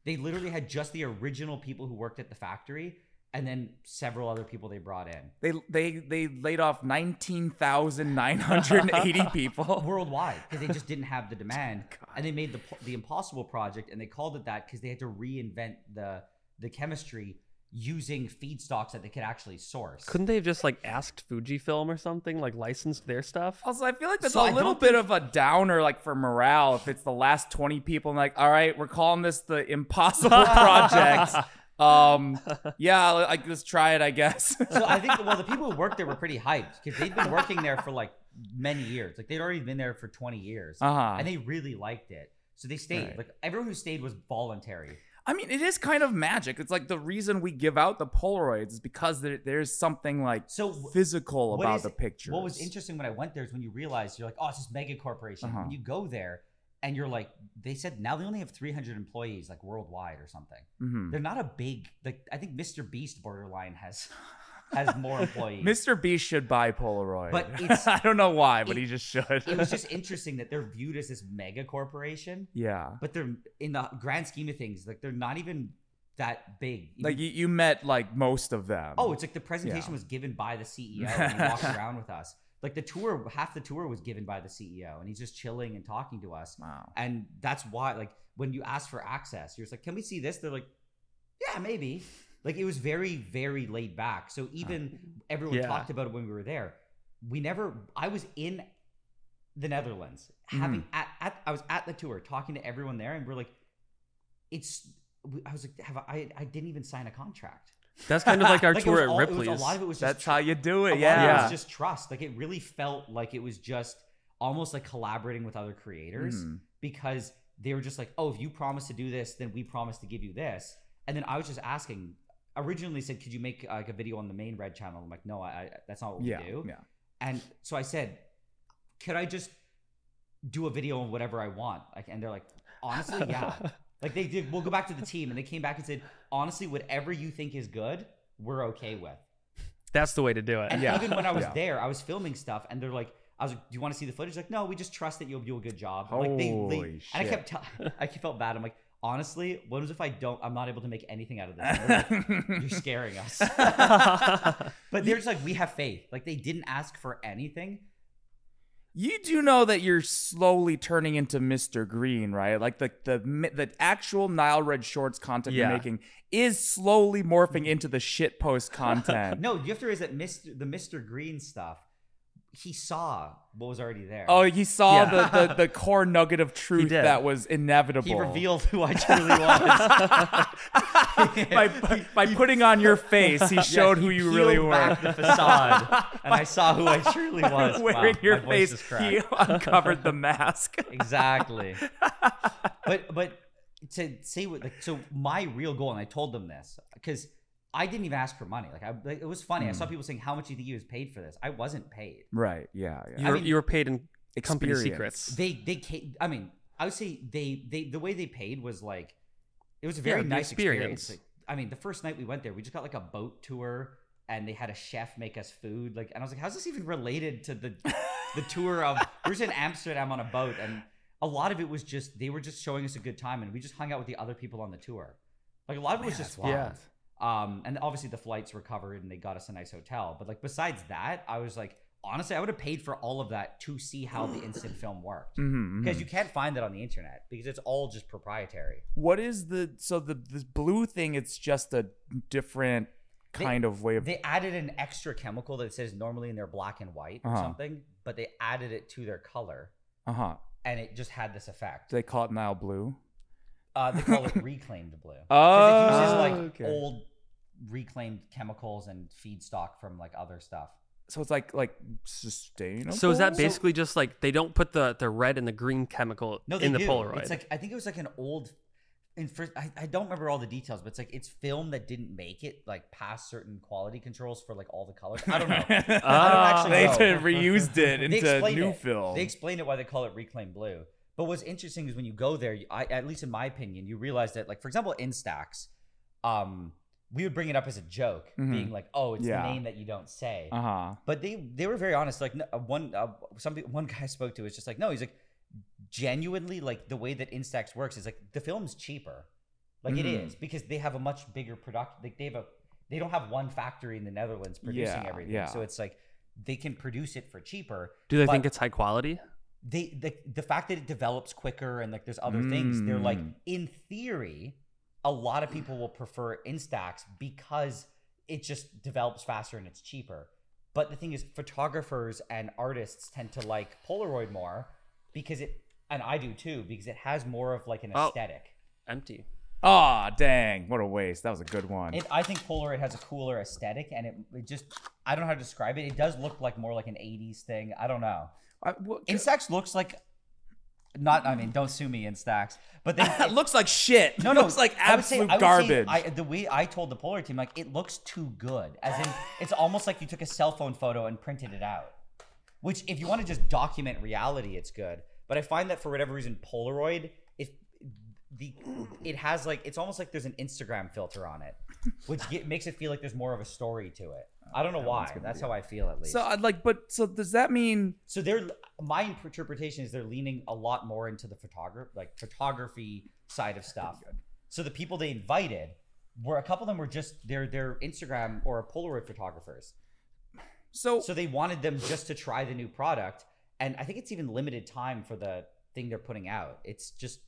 S3: They literally had just the original people who worked at the factory and then several other people they brought in
S4: They they they laid off nineteen thousand nine hundred eighty people.
S3: worldwide because they just didn't have the demand. and they made the, po- the Impossible Project and they called it that because they had to reinvent the, the chemistry using feedstocks that they could actually source.
S2: Couldn't they have just like asked Fujifilm or something, like licensed their stuff?
S3: Oh.
S4: Also, I feel like that's
S3: So
S4: a
S3: I
S4: little
S3: don't
S4: bit of a downer, like for morale, if it's the last twenty people and like, all right, we're calling this the Impossible Project. Um, yeah, like let's try it, I guess.
S3: so I think well, the people who worked there were pretty hyped because they'd been working there for like many years. Like they'd already been there for twenty years,
S4: Uh-huh.
S3: and they really liked it. So they stayed.
S4: Right.
S3: Like everyone who stayed was voluntary.
S4: I mean, it is kind of magic. It's like the reason we give out the Polaroids is because there, there's something like
S3: So wh-
S4: physical
S3: What
S4: about
S3: is-
S4: the pictures.
S3: What was interesting when I went there is when you realize you're like, oh, it's this mega corporation.
S4: Uh-huh.
S3: When you go there and you're like, they said now they only have three hundred employees, like worldwide or something.
S4: Mhm.
S3: They're not a big like. I think Mr. Beast borderline has has more employees.
S4: Mr. Beast should buy Polaroid.
S3: But it's-
S4: I don't know why, but
S3: it-
S4: he just should.
S3: it was just interesting that they're viewed as this mega corporation.
S4: yeah.
S3: but they're in the grand scheme of things, like they're not even that big.
S4: Like
S3: Even-
S4: you, you met like most of them.
S3: oh, it's like the presentation
S4: Yeah.
S3: was given by the CEO and he walked around with us. Like the tour, half the tour was given by the CEO, and he's just chilling and talking to us.
S4: wow.
S3: And that's why, like, when you ask for access, you're just like, "Can we see this?" They're like, "Yeah, maybe." Like it was very, very laid back. So even everyone
S2: Yeah.
S3: talked about it when we were there. We never. I was in the Netherlands, having
S2: Mm.
S3: at, at I was at the tour talking to everyone there, and we're like, "It's." I was like, "Have I? I didn't even sign a contract."
S2: That's kind of like our
S3: Like, it was
S2: tour at
S3: all- it was-
S2: Ripley's.
S3: A lot of it was just
S4: That's how you do
S3: a
S4: it.
S3: lot of it
S4: Yeah.
S3: was just trust. Like it really felt like it was just almost like collaborating with other
S2: Mm.
S3: creators
S4: Mhm.
S3: because they were just like, oh, if you promise to do this, then we promise to give you this. And then I was just asking. Originally said, could you make uh, like a video on the main Red channel? I'm like, no, I, I that's not what
S4: yeah.
S3: we do.
S4: Yeah.
S3: And so I said, could I just do a video on whatever I want? Like, and they're like, honestly, yeah. like they did. We'll go back to the team, and they came back and said, honestly, whatever you think is good, we're okay with.
S2: That's the way to do it.
S3: And
S4: Yeah.
S3: even when I was
S4: Yeah.
S3: there, I was filming stuff, and they're like, "I was like, do you want to see the footage?" Like, no, we just trust that you'll do a good job. And, like, they,
S4: Holy
S3: they and I
S4: shit.
S3: kept, tell I felt bad. I'm like, honestly, what if I don't? I'm not able to make anything out of this. And they're like, You're scaring us. but they're just like, we have faith. Like they didn't ask for anything.
S4: You do know that you're slowly turning into Mr. Green, right? Like the the mi- the actual Nile Red Shorts content
S2: Yeah.
S4: you're making is slowly morphing into the shitpost content.
S3: No, you have to realize that Mr. the Mr. Green stuff. He saw what was already there.
S4: Oh, he saw
S2: Yeah.
S4: the, the the core nugget of truth
S2: did.
S4: that was inevitable.
S3: he revealed who I truly was.
S4: by by putting on your face, he showed who
S3: he
S4: you really
S3: peeled
S4: were.
S3: Back the facade, and I saw who I truly was. Wow,
S4: Wearing your
S3: my voice
S4: face,
S3: is
S4: he
S3: cracked.
S4: uncovered the mask.
S3: exactly. but but to say what like so my real goal, and I told them this because I didn't even ask for money. Like I, like, it was funny. I
S4: Hmm.
S3: saw people saying, "How much do you think you was paid for this?" I wasn't paid.
S4: Right? Yeah.
S2: you, were,
S3: mean,
S2: you were paid in company
S4: experience.
S2: secrets.
S3: They they ca- I mean, I would say they they the way they paid was like it was a very
S2: Yeah, the
S3: nice experience.
S2: experience.
S3: Like, I mean, the first night we went there, we just got like a boat tour and they had a chef make us food. Like and I was like, how's this even related to the the tour of we were just in Amsterdam on a boat and a lot of it was just they were just showing us a good time and we just hung out with the other people on the tour. Like a lot of it was just fun.
S2: wild.
S3: Um, and obviously the flights were covered and they got us a nice hotel. But like besides that, I was like, honestly, I would have paid for all of that to see how the instant film worked.
S4: Mhm,
S3: Because you can't find that on the internet because it's all just proprietary.
S4: What is the so the this blue thing? It's just a different kind of way of
S3: They added an extra chemical that says normally in their black and white or
S4: Uh-huh.
S3: something, but they added it to their color
S4: uh huh.
S3: and it just had this effect.
S4: Do they call it Nile blue?
S3: Uh, they call it reclaimed blue.
S4: Oh,
S3: Because it uses like
S4: okay.
S3: old reclaimed chemicals and feedstock from like other stuff.
S4: So it's like like sustainable.
S2: So is that basically just like they don't put the, the red and the green chemical
S3: No, they
S2: in the
S3: do.
S2: Polaroid?
S3: It's like I think it was like an old. In first, I, I don't remember all the details, but it's like it's film that didn't make it like past certain quality controls for like all the colors. I don't know. I don't actually
S4: they
S3: know.
S4: did- reused it
S3: They
S4: into
S3: explain
S4: new
S3: it.
S4: film.
S3: They explain it why they call it reclaimed blue. But what's interesting is when you go there, you- I, at least in my opinion, you realize that like for example, Instax, um, we would bring it up as a joke, being like, "Oh, it's
S4: Mm-hmm. Yeah.
S3: the name that you don't say."
S4: Uh huh.
S3: But they they were very honest. Like no, uh, one uh, some peop- one guy I spoke to was just like, "No," he's like, genuinely like the way that Instax works is like the film's cheaper. Like it
S4: Mhm.
S2: Mm.
S3: is because they have a much bigger production. Like they have a they don't have one factory in the Netherlands producing
S4: Yeah,
S3: everything,
S4: yeah.
S3: so it's like they can produce it for cheaper.
S2: Do they
S3: But-
S2: think it's high quality?
S3: they the, the fact that it develops quicker and like there's other things they're like in theory a lot of people will prefer instax because it just develops faster and it's cheaper but the thing is photographers and artists tend to like polaroid more because it and i do too because it has more of like an
S2: Oh.
S3: aesthetic
S2: Empty.
S4: Ah, dang! What a waste. That was a good one.
S3: it, i think polaroid has a cooler aesthetic and it, it just i don't know how to describe it it does look like more like an 80s thing i don't know
S4: I- well,
S3: instax looks like not i mean don't sue me instax but they
S4: it looks like shit.
S3: No, no,
S4: looks like
S3: I would say-
S4: absolute
S3: I would say
S4: garbage.
S3: I, the way I told the Polar team, like it looks too good, as in it's almost like you took a cell phone photo and printed it out. Which, if you want to just document reality, it's good. But I find that for whatever reason, Polaroid, if the it has like it's almost like there's an Instagram filter on it, which get, makes it feel like there's more of a story to it.
S4: Oh,
S3: I don't know why. That's how I feel at least.
S4: so I'd like, but so does that mean?
S3: So they're my interpretation is they're leaning a lot more into the photography, like photography side of stuff. So the people they invited were a couple of them were just they're they're Instagram or Polaroid photographers.
S4: So,
S3: So they wanted them just to try the new product, and I think it's even limited time for the thing they're putting out. It's just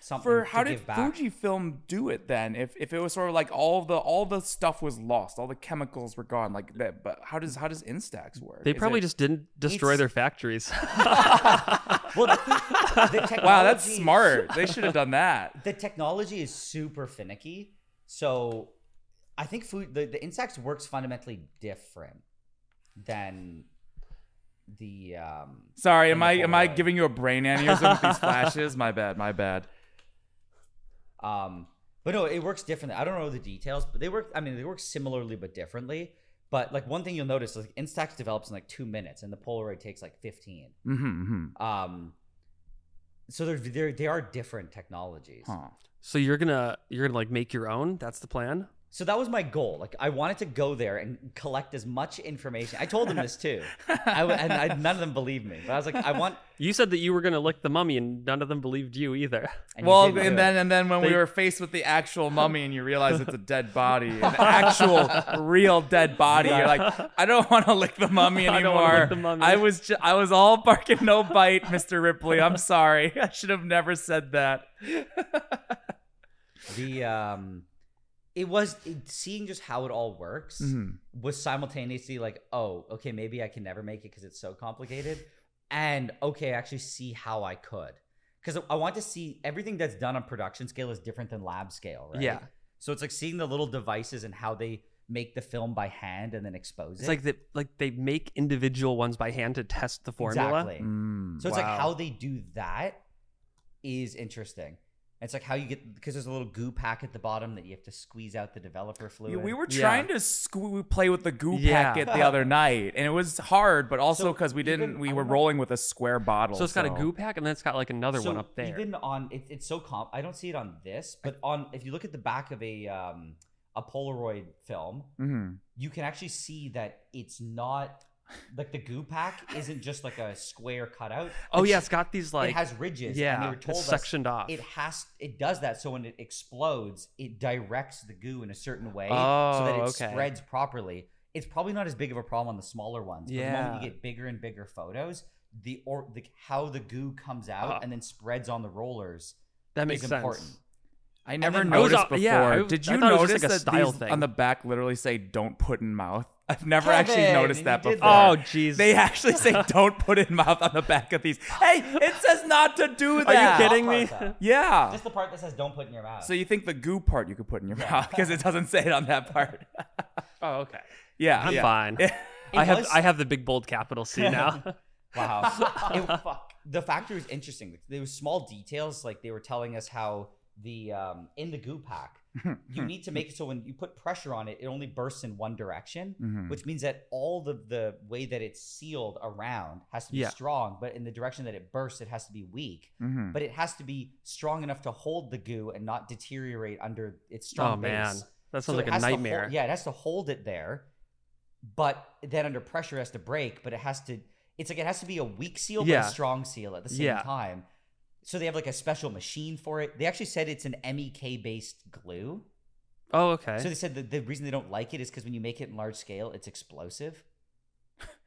S3: something
S4: for
S3: to
S4: how did
S3: give back.
S4: Fujifilm do it then? If if it was sort of like all the all the stuff was lost, all the chemicals were gone, like that. But how does how does Instax work?
S2: They
S4: Is
S2: probably
S4: it-
S2: just didn't destroy
S3: It's-
S2: their factories.
S3: Well, the, the
S4: wow, that's
S3: technology-
S4: smart. they should have done that.
S3: the technology is super finicky. So I think food the, the insects works fundamentally different than the um
S4: Sorry, am
S2: Oh,
S3: the
S4: I am I
S3: Polaroid.
S4: giving you a brain aneurysm with these flashes? My bad, my bad.
S3: um but no, it works differently. I don't know the details, but they work I mean they work similarly but differently. But like one thing you'll notice is like Instax develops in like two minutes and the Polaroid takes like fifteen.
S4: Mm-hmm,
S3: Um so they're, they're they are different technologies.
S4: Huh.
S2: so you're gonna you're gonna like make your own. That's the plan.
S3: So that was my goal. Like I wanted to go there and collect as much information. I told them this too, I w and I, none of them believed me. But I was like, I want.
S2: You said that you were gonna lick the mummy, and none of them believed you either.
S3: And you
S4: Well,
S3: didn't do
S4: and then and then when we
S2: They-
S4: were faced with the actual mummy, and you realize it's a dead body, an actual real dead body, you're like, I don't want to lick the mummy
S2: I don't wanna
S4: anymore.
S2: lick the mummy."
S4: I was ju- I was all bark and no bite, Mister Ripley. I'm sorry, I should have never said that.
S3: it. the um, it was it, seeing just how it all works
S4: Mm-hmm.
S3: was simultaneously like, oh, okay, maybe I can never make it because it's so complicated, and okay, I actually see how I could because I want to see everything that's done on production scale is different than lab scale, right?
S2: Yeah.
S3: So it's like seeing the little devices and how they make the film by hand and then expose
S2: It's
S3: it.
S2: like that like they make individual ones by hand to test the formula.
S3: Exactly. So it's
S2: Wow.
S3: like how they do that is interesting. It's like how you get because there's a little goo pack at the bottom that you have to squeeze out the developer fluid.
S4: We were
S2: Yeah.
S4: trying to sque- play with the goo
S2: Yeah.
S4: packet the other night, and it was hard, but also
S3: So
S4: because we didn't,
S3: even-
S4: we
S3: I
S4: were
S3: remember-
S4: rolling with a square bottle.
S2: So it's got a goo pack, and then it's got like another one
S3: So
S2: up there.
S3: Even on it, it's so comp. I don't see it on this, but on if you look at the back of a um, a Polaroid film,
S4: hmm
S3: you can actually see that it's not like the goo pack isn't just like a square cutout.
S2: oh
S3: It's-
S2: yeah, it's got these like
S3: it has ridges. and
S2: yeah,
S3: they were
S2: it's
S3: told us
S2: sectioned off.
S3: It has. It does that. So when it explodes, it directs the goo in a certain way, so that
S2: Oh,
S3: it
S2: okay.
S3: spreads properly. It's probably not as big of a problem on the smaller ones. But the moment
S2: Yeah.
S3: you get bigger and bigger photos, the or the how the goo comes out
S2: Ah.
S3: and then spreads on the rollers
S2: that makes
S3: is
S2: sense.
S3: important.
S4: I never
S2: I was
S4: noticed
S2: all-
S4: before.
S2: yeah, I-
S4: Did
S2: I
S4: you
S2: thought it was just
S4: notice
S2: like a
S4: that
S2: style
S4: these
S2: thing.
S4: on the back literally say "Don't put in mouth"? I've never actually
S3: Kevin,
S4: noticed
S3: you
S4: that
S3: did
S4: before.
S2: Oh jeez.
S4: They actually say "Don't put in mouth" on the back of these. Hey, it says not to do
S2: Are
S4: that.
S2: you kidding
S3: I'll
S2: me?
S3: part that.
S4: Yeah.
S3: Just the part that says "Don't put in your mouth."
S4: So you think the goo part you could put in your mouth because it doesn't say it on that part?
S2: Oh okay.
S4: Yeah,
S2: I'm
S4: yeah.
S2: fine. I have
S3: was-
S2: I have the big bold capital C now.
S3: Wow. It- The factory was interesting. There was small details, like they were telling us how the um, in the goo pack, you need to make it so when you put pressure on it, it only bursts in one direction,
S4: Mhm.
S3: which means that all the the way that it's sealed around has to be
S2: Yeah.
S3: strong, but in the direction that it bursts, it has to be weak.
S4: Mhm.
S3: But it has to be strong enough to hold the goo and not deteriorate under its strong
S2: Oh,
S3: base.
S2: man. That sounds
S3: So it
S2: like a
S3: has to
S2: nightmare.
S3: hold- yeah, it has to hold it there, but then under pressure it has to break. But it has to. It's like it has to be a weak seal but
S2: Yeah.
S3: a strong seal at the same
S2: Yeah.
S3: time. So they have like a special machine for it. They actually said it's an MEK based glue.
S2: Oh, okay.
S3: So they said that the reason they don't like it is because when you make it in large scale, it's explosive.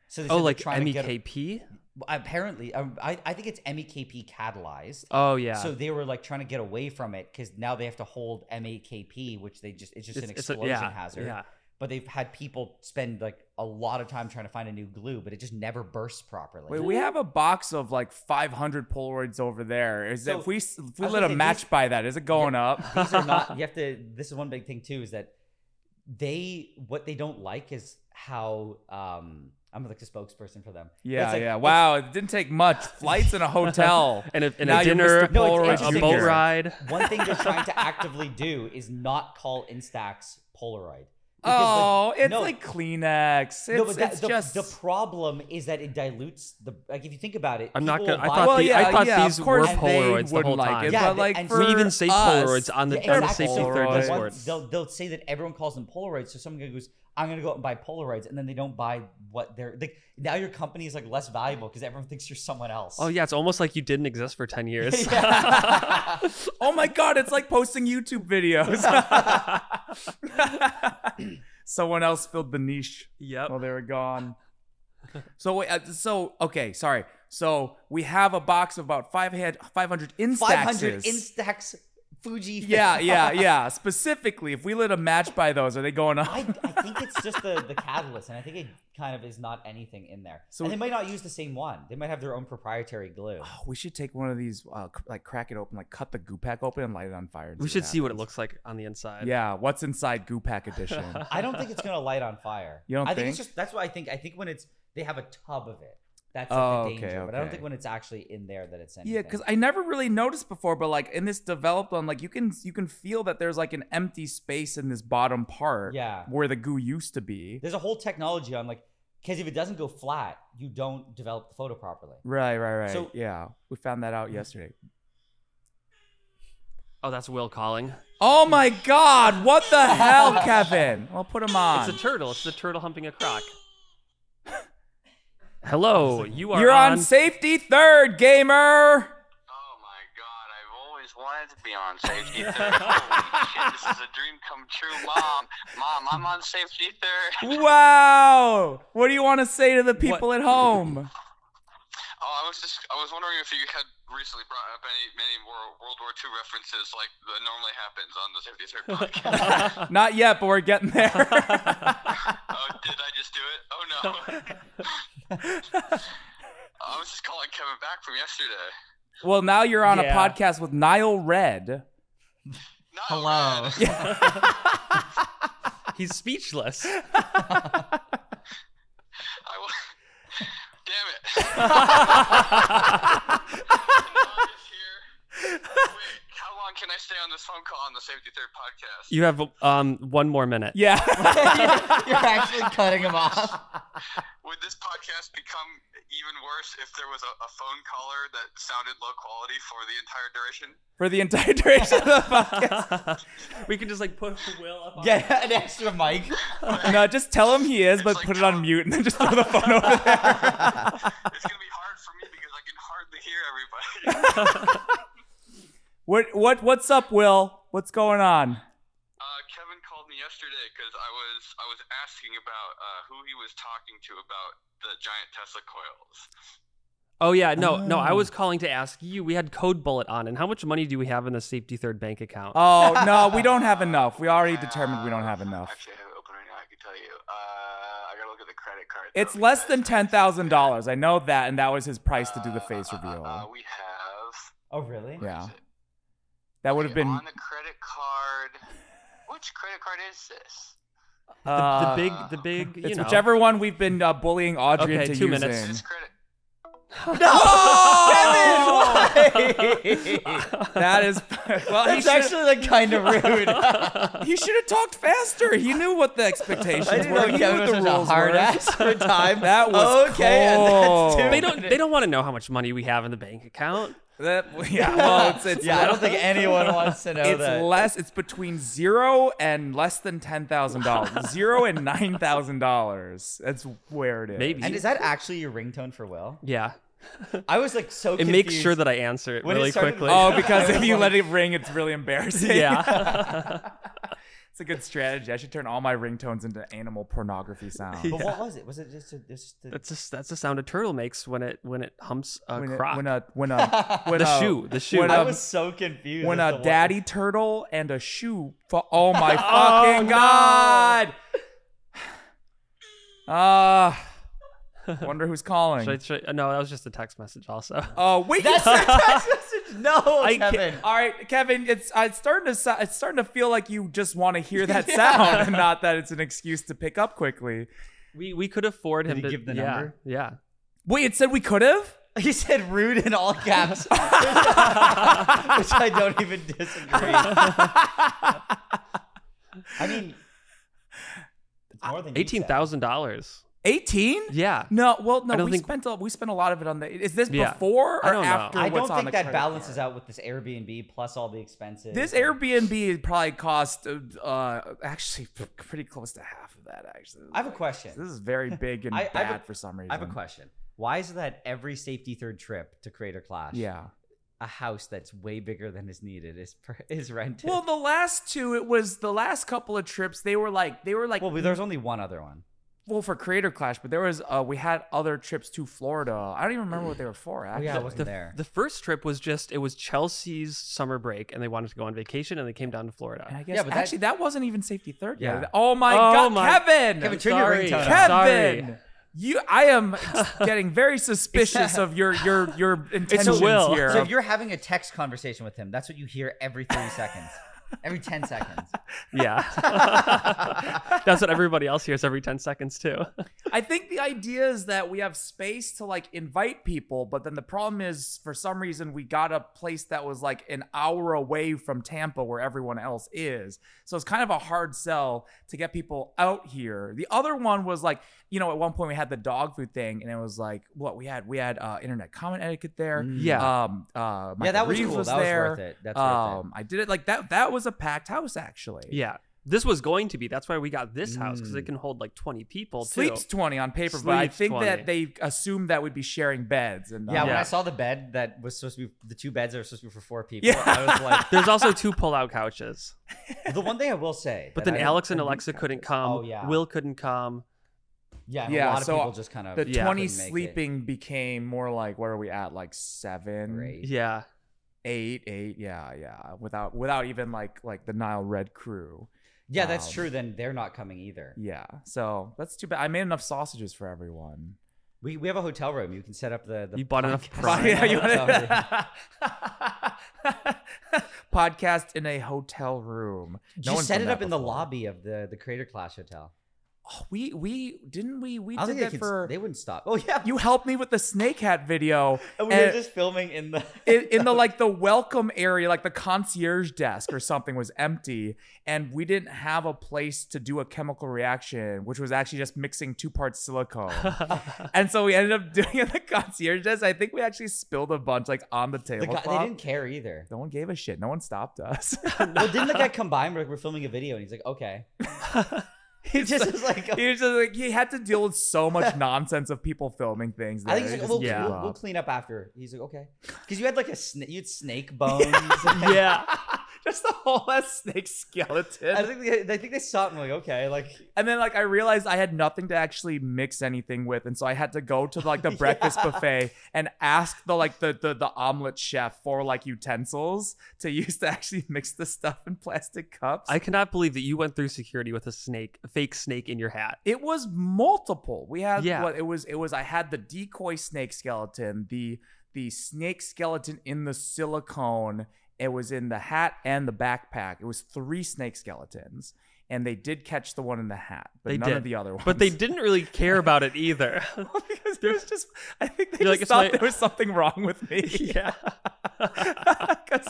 S3: So they said
S2: oh,
S3: they're
S2: like
S3: trying to get a-
S2: MEKP.
S3: apparently, um, I, I think it's MEKP catalyzed.
S2: Oh yeah.
S3: So they were like trying to get away from it because now they have to hold MEKP, which they just it's just an
S2: a-
S3: explosion
S2: yeah,
S3: hazard.
S2: Yeah.
S3: But they've had people spend like a lot of time trying to find a new glue, but it just never bursts properly.
S4: Wait, we have a box of like 500 Polaroids over there. Is
S3: So,
S4: if we s- if
S3: I
S4: we
S3: was
S4: lit
S3: gonna
S4: a
S3: say,
S4: match
S3: these-
S4: by that, is it going up?
S3: These are not. You have to. This is one big thing too. Is that they what they don't like is how um I'm like the spokesperson for them. But
S4: Yeah,
S3: it's like,
S4: yeah.
S3: it's-
S4: Wow, it didn't take much. Flights and a hotel.
S2: And a, and
S4: Now
S2: a
S4: you're
S2: dinner,
S4: Mr.
S3: No, it's
S4: Polaroid
S2: a
S3: interesting.
S2: boat
S4: Junior.
S2: ride.
S3: One thing they're trying to actively do is not call Instax Polaroid. Because
S4: Oh,
S3: the-
S4: it's
S3: no,
S4: like Kleenex. It's,
S3: no, but that,
S4: it's
S3: the,
S4: just
S3: the problem is that it dilutes the. Like if you think about it,
S2: I'm not
S3: people
S2: gonna. I
S3: buy-
S2: thought,
S4: Well,
S2: the, I
S4: yeah,
S2: thought
S4: yeah, of
S2: these were
S4: course they
S2: Polaroids the
S4: wouldn't
S2: whole
S4: like
S2: time.
S4: it,
S3: Yeah,
S4: but like
S3: and
S4: for
S3: we
S2: even say
S4: us-
S2: Polaroids on the-
S3: Yeah,
S2: on the
S3: exactly.
S2: safety third
S4: Polaroids.
S3: One-
S2: Discord.
S3: They'll, they'll say that everyone calls them Polaroids, so someone goes, "I'm gonna go out and buy Polaroids," and then they don't buy what they're like. Now your company is like less valuable because everyone thinks you're someone else.
S2: Oh yeah, it's almost like you didn't exist for ten years.
S4: Oh my god, it's like posting YouTube videos. Someone else filled the niche.
S2: Yep.
S4: Well, they were gone. So wait, uh, so okay, sorry. So we have a box of about five head, five hundred instaxes.
S3: Five hundred Instax Fuji.
S4: yeah, yeah, yeah. Specifically, if we lit a match by those, are they going up?
S3: I, I think it's just the, the catalyst, and I think it kind of is not anything in there.
S4: So-
S3: So and they might not use the same one. They might have their own proprietary glue.
S4: Oh, we should take one of these, uh, cr- like crack it open, like cut the goo pack open and light it on fire. and
S2: we should see what it
S4: happens.
S2: looks like on the inside.
S4: Yeah, what's inside goo pack edition?
S3: I don't think it's gonna light on fire.
S4: You don't
S3: I think, it's
S4: think?
S3: just that's what I think. I think when it's they have a tub of it. That's like
S4: Oh,
S3: the
S4: okay,
S3: danger. But I don't
S4: okay.
S3: think when it's actually in there that it's anything.
S4: yeah, because I never really noticed before, but like in this developed one, like you can you can feel that there's like an empty space in this bottom part,
S3: Yeah.
S4: where the goo used to be.
S3: there's a whole technology on like because if it doesn't go flat, you don't develop the photo properly.
S4: Right, right, right.
S3: So-
S4: yeah, we found that
S2: Mhm.
S4: out yesterday.
S2: Oh, that's Will calling.
S4: Oh my God! What the hell, Kevin? Well, put him on.
S2: It's a turtle. It's the turtle humping a croc. Hello, you are
S4: You're on safety third, gamer.
S6: Oh my god, I've always wanted to be on safety third. Holy shit, this is a dream come true, mom. Mom, I'm on safety third.
S4: Wow! What do you want to say to the people at home?
S6: Oh, I was just I was wondering if you had recently brought up any many more World War II references like that normally happens on the safety third podcast.
S4: Not yet, but we're getting there.
S6: oh, did I just do it? Oh no. I was just calling Kevin back from yesterday.
S4: well, now you're on
S3: Yeah.
S4: a podcast with Niall Red.
S6: Not
S3: Hello.
S6: Red.
S2: He's speechless.
S6: I wa- Damn it. Now it's here. Wait, how long can I stay on this phone call on the Safety Third podcast?
S2: You have um one more minute.
S4: Yeah.
S3: You're actually cutting them off.
S6: Would this podcast become even worse if there was a, a phone caller that sounded low quality for the entire duration?
S4: For the entire duration of the
S2: we can just like put Will up. On
S3: Get an extra mic.
S4: podcast. No, just tell him he is, but
S6: like
S4: put it
S6: tell-
S4: on mute and then just throw the phone over there.
S6: It's gonna be hard for me because I can hardly hear everybody.
S4: What what what's up, Will? What's going on?
S6: Uh, Kevin called me yesterday because I was I was asking about uh, who he was talking to about the giant Tesla coils.
S2: Oh yeah, no, no. I was calling to ask you. We had Code Bullet on, and how much money do we have in the safety third bank account?
S4: Oh no, we don't have enough. We already determined we don't have enough.
S6: Uh, Actually, I have it open right now. I can tell you. Uh, I gotta look at the credit card.
S4: It's
S6: though,
S4: less than
S6: because-
S4: ten thousand dollars. I know that, and that was his price to do the face
S6: Uh, uh,
S4: reveal.
S6: Uh, we have.
S3: Oh really?
S4: Yeah, that would have been
S6: on the credit card. Which credit card is this?
S2: the,
S4: uh,
S2: the big, the big. You
S4: It's
S2: know.
S4: whichever one we've been uh, bullying Audrey
S2: Okay,
S4: into
S2: two
S4: using.
S2: minutes.
S6: This credit.
S4: Oh! That is well.
S3: That's
S4: he should-
S3: actually like kind of rude.
S4: he should have talked faster. He knew what the expectations
S3: I didn't
S4: were.
S3: know
S4: He
S3: Kevin
S4: knew
S3: was
S4: what
S3: such
S4: the
S3: a
S4: rules
S3: hard
S4: were.
S3: ass for time.
S4: That was
S3: okay. and that's
S4: cold.
S3: two
S2: They don't. They don't want to know how much money we have in the bank account.
S4: That, yeah, well, it's, it's
S3: yeah, I don't think anyone wants to know
S4: it's
S3: that.
S4: less. It's between zero and less than ten thousand dollars. zero and nine thousand dollars. That's where it is.
S2: Maybe.
S3: and is that actually your ringtone for Will?
S2: yeah.
S3: I was like so.
S2: It makes sure that I answer it
S3: When it
S2: really
S3: started-
S2: quickly.
S4: Oh, because if you let it ring, it's really embarrassing.
S2: yeah.
S4: it's a good strategy. I should turn all my ringtones into animal pornography sounds.
S3: But what was it? Was it just a, just a,
S2: that's just that's the sound a turtle makes when it when it humps a
S4: When,
S2: croc.
S4: a, when a when a when
S2: the
S4: a-
S2: shoe, the shoe.
S4: when
S3: I
S4: a-
S3: was so confused.
S4: when
S3: as
S4: a
S3: to what-
S4: daddy turtle and a shoe. Fo- oh my fucking god! Ah, wonder who's calling.
S2: Should I- should I- no, that was just a text message. Also,
S4: Oh wait, that's
S3: No,
S2: I can't-
S3: Kevin.
S4: all right, Kevin. It's uh, it's starting to so- it's starting to feel like you just want to hear that sound, and not that it's an excuse to pick up quickly.
S2: we we could afford
S3: Did
S2: him
S3: he
S2: to
S3: give the
S2: yeah,
S3: number?
S2: Yeah,
S4: Wait, it said we could have.
S3: He said rude in all caps, which I don't even disagree. I mean, it's more than you
S2: eighteen
S3: said.
S2: thousand dollars.
S4: Eighteen?
S2: Yeah.
S4: No, well,
S2: I
S4: no.
S2: don't
S4: We
S2: think-
S4: spent a, we spent a lot of it on the. Is this
S2: Yeah.
S4: before or
S2: I don't know.
S4: after?
S3: I don't
S4: what's on
S3: think
S4: the
S3: that
S4: credit
S3: balances
S4: card?
S3: out with this Airbnb plus all the expenses.
S4: This Airbnb probably cost uh, uh, actually p- pretty close to half of that. Actually,
S3: I have a question.
S4: This is very big and
S3: I- I
S4: bad
S3: have a-
S4: for some reason.
S3: I have a question. Why is it that every safety third trip to Crater Clash,
S4: Yeah.
S3: a house that's way bigger than is needed is per- is rented?
S4: Well, the last two, it was the last couple of trips. They were like they were like
S3: Well, there's only one other one.
S4: well for creator clash but there was uh we had other trips to florida i don't even remember what they were for
S3: Oh,
S4: actually
S3: yeah, I wasn't
S2: The,
S3: there.
S2: the first trip was just it was Chelsea's summer break and they wanted to go on vacation and they came down to
S4: and i
S2: Florida.
S4: guess
S3: Yeah, but that-
S4: actually that, wasn't even safety third yeah
S3: Yeah.
S4: oh my
S2: Oh
S4: god
S2: my-
S4: kevin
S3: Kevin,
S4: kevin,
S3: turn your
S2: Sorry.
S3: ringtone
S2: Kev-
S3: off.
S2: Sorry.
S4: you i am getting very suspicious of your your your intentions
S2: Will.
S4: here
S3: So if you're having a text conversation with him, that's what you hear every 30 seconds, every 10 seconds.
S2: yeah, that's what everybody else hears every ten seconds too.
S4: I think the idea is that we have space to like invite people, but then the problem is for some reason we got a place that was like an hour away from Tampa where everyone else is. So it's kind of a hard sell to get people out here. The other one was like, you know, at one point we had the dog food thing and it was like what we had we had uh internet comment etiquette there.
S2: Yeah.
S4: Um uh
S3: Mm. yeah,
S4: Michael
S3: that was
S4: Reeves
S3: cool.
S4: Was
S3: that was
S4: there.
S3: worth it. That's worth
S4: um I did it like that that was a packed house actually.
S2: Yeah, this was going to be. That's why we got this house because it can hold like twenty people.
S4: Mm. Sleeps
S2: too.
S4: 20 on paper, but I
S2: Sleeps
S4: think
S2: 20.
S4: that they assumed that we'd be sharing beds. And uh,
S3: it. Yeah, when
S2: Yeah.
S3: I saw the bed that was supposed to be the two beds that were supposed to be for four people,
S4: Yeah.
S3: I was like,
S2: There's also two pull-out couches.
S3: the one thing I will say.
S2: But
S3: that
S2: then
S3: I-
S2: Alex and Alexa couldn't come.
S3: Oh, yeah.
S2: Will couldn't come.
S3: Yeah, and
S4: Yeah,
S3: a lot of
S4: so
S3: people just kind of.
S4: the
S2: Yeah.
S4: 20
S3: couldn't make it.
S4: sleeping became more like where are we at? Like seven,
S3: Great.
S2: Yeah.
S4: eight, eight. Yeah, yeah. Without without even like like the Nile Red crew.
S3: Yeah, that's
S4: Um,
S3: true. Then they're not coming either.
S4: Yeah. So that's too bad. I made enough sausages for everyone.
S3: We, we have a hotel room. You can set up the. the
S2: You bought enough
S3: podcast.
S2: Prime.
S4: Yeah, you
S3: Hotel
S4: wanna- Podcast in a hotel room.
S3: room.
S4: No
S3: Just
S4: one's
S3: set
S4: done
S3: it
S4: that
S3: up in the
S4: before.
S3: lobby of the the Crater Clash Hotel.
S4: Oh, we we didn't we we
S3: I don't think
S4: did
S3: they
S4: that
S3: can.
S4: for
S3: They wouldn't stop. Oh yeah,
S4: you helped me with the snake hat video.
S3: And we were
S4: and-
S3: just filming in the.
S4: in, in the like the welcome area, like the concierge desk or something was empty, and we didn't have a place to do a chemical reaction, which was actually just mixing two parts silicone. and so we ended up doing it at the concierge desk. I think we actually spilled a bunch like on the
S3: the guy,
S4: tablecloth.
S3: they didn't care either.
S4: no one gave a shit. No one stopped us.
S3: well, didn't the guy come by and we're, like, we're filming a video and he's like, okay. he just is like,
S4: he was just like he had to deal with so much nonsense of people filming things.
S3: I think
S4: there.
S3: he's
S4: It
S3: like, we'll,
S4: just
S2: Yeah.
S4: blew
S3: we'll, we'll
S4: up.
S3: clean up after. He's like, okay. Because you had like a snake, you had snake bones.
S2: Yeah.
S4: just the whole ass snake skeleton.
S3: I think they, I think they saw it and were like, okay, like
S4: And then like I realized I had nothing to actually mix anything with, and so I had to go to like the breakfast buffet and ask the like the, the the omelet chef for like utensils to use to actually mix the stuff in plastic cups.
S2: I cannot believe that you went through security with a snake, a fake snake in your hat.
S4: it was multiple. We had
S2: Yeah.
S4: what it was. It was I had the decoy snake skeleton, the the snake skeleton in the silicone. It was in the hat and the backpack. It was three snake skeletons, and they did catch the one in the hat, but
S2: They
S4: none
S2: did.
S4: of the other ones.
S2: But they didn't really care about it either.
S4: because there was just I think they
S2: You're like, "It's
S4: just thought
S2: my-
S4: there was something wrong with me.
S2: yeah.
S4: because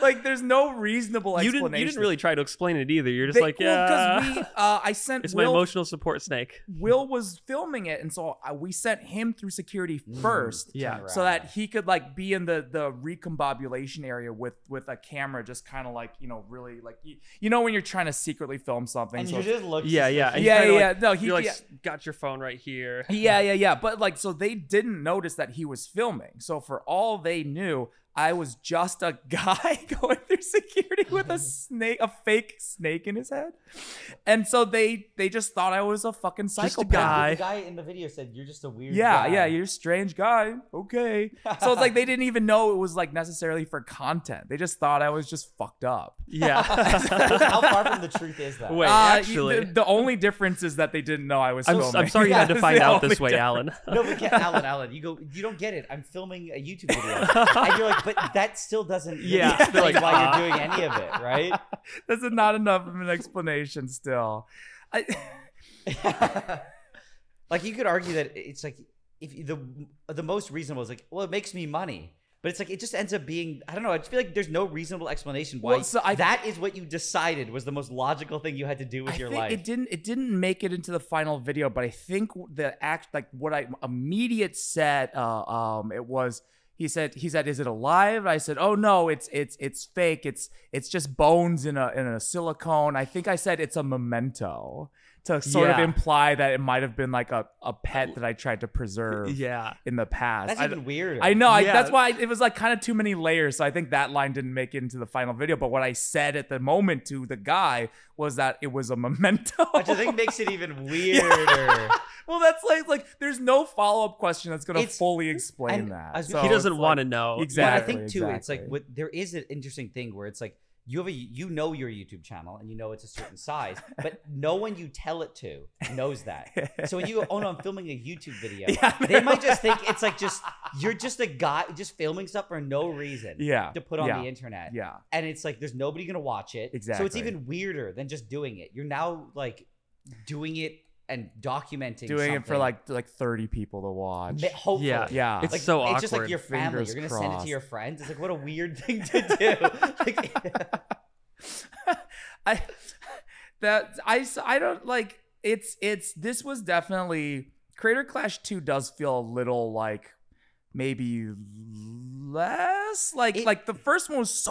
S4: like there's no reasonable
S2: you
S4: explanation.
S2: didn't. You didn't really try to explain it either. You're just
S4: They-
S2: like,
S4: well,
S2: yeah.
S4: we, uh, I sent
S2: it's my
S4: Will
S2: emotional support snake.
S4: Will was filming it, and so I, we sent him through security first,
S2: Mm-hmm. yeah.
S4: so that he could like be in the the recombobulation area with with a camera, just kind of like you know really like you, you know when you're trying to secretly film something.
S3: And
S4: so
S3: you just look.
S2: Yeah, yeah, and you
S4: Yeah,
S2: kinda,
S4: yeah,
S2: like-
S4: no, he-
S2: you're like
S4: yeah.
S2: s- got your phone right here.
S4: yeah, yeah, yeah. But like, so they didn't notice that he was filming. So for all they knew, I was just a guy going through security with a snake, a fake snake in his head. And so they they just thought I was a fucking
S2: Just a
S4: psychopath.
S3: The
S2: guy.
S3: guy in the video said, "You're just a weird."
S4: Yeah,
S3: guy."
S4: yeah, you're a strange guy. Okay. So it's like they didn't even know it was like necessarily for content. They just thought I was just fucked up.
S2: Yeah.
S3: How far from the truth is that?
S2: Wait,
S4: Uh,
S2: actually,
S4: the, the only difference is that they didn't know I was
S2: I'm,
S4: filming.
S2: I'm sorry you had
S4: That's
S2: to find
S4: the
S2: out this
S4: only
S2: way,
S4: difference.
S2: Alan.
S3: No, but get, Alan, Alan, you go. You don't get it. I'm filming a YouTube video, and you're like, but that still doesn't. really
S2: Yeah, they're
S3: explain
S2: like,
S3: why
S2: "Ah."
S3: you're doing any of it, right?
S4: This is not enough of an explanation still. I,
S3: like you could argue that it's like if you- the the most reasonable is like, well, it makes me money. But it's like it just ends up being I don't know. I just feel like there's no reasonable explanation why
S4: Well, so I-
S3: that is what you decided was the most logical thing you had to do with
S4: I
S3: your
S4: think
S3: life.
S4: It didn't. It didn't make it into the final video, but I think the act, like what I immediate said, uh, um, it was. He said, "He said, is it alive?" I said, "Oh no, it's it's it's fake. It's it's just bones in a in a silicone." I think I said it's a memento to sort
S2: Yeah.
S4: of imply that it might have been like a, a pet that I tried to preserve
S2: Yeah.
S4: in the past.
S3: That's
S4: I-
S3: even weirder.
S4: I know. I,
S2: Yeah.
S4: that's why it was like kind of too many layers. So I think that line didn't make it into the final video. But what I said at the moment to the guy was that it was a memento.
S3: Which I think makes it even weirder.
S4: well, that's like like there's no follow up question that's gonna
S3: It's-
S4: fully explain
S3: and
S4: that.
S3: I was-
S4: So
S2: he doesn't
S4: it's
S2: want
S4: like-
S2: to know.
S4: Exactly.
S3: But I think too, it's like
S4: exactly.
S3: what there is an interesting thing where it's like you have a you know your YouTube channel and you know it's a certain size, but no one you tell it to knows that. So when you go, oh no, I'm filming a YouTube video,
S4: Yeah,
S3: they might just think it's like just you're just a guy just filming stuff for no reason.
S4: Yeah,
S3: To put on
S4: yeah,
S3: the internet.
S4: Yeah.
S3: And it's like there's nobody gonna watch it. So it's
S4: Exactly.
S3: even weirder than just doing it. You're now like doing it and documenting
S4: Doing it for
S3: something.
S4: like like 30 people to watch.
S3: Ma- Hopefully.
S2: Yeah.
S4: Yeah.
S2: It's
S3: Like,
S2: so awkward.
S3: It's just like your family.
S4: Fingers
S3: You're gonna send it
S4: crossed.
S3: to your friends. It's like what a weird thing to do. like,
S4: I that I s- I don't like it's it's this was definitely Creator Clash 2 does feel a little like maybe less like
S3: It-
S4: like the first one was so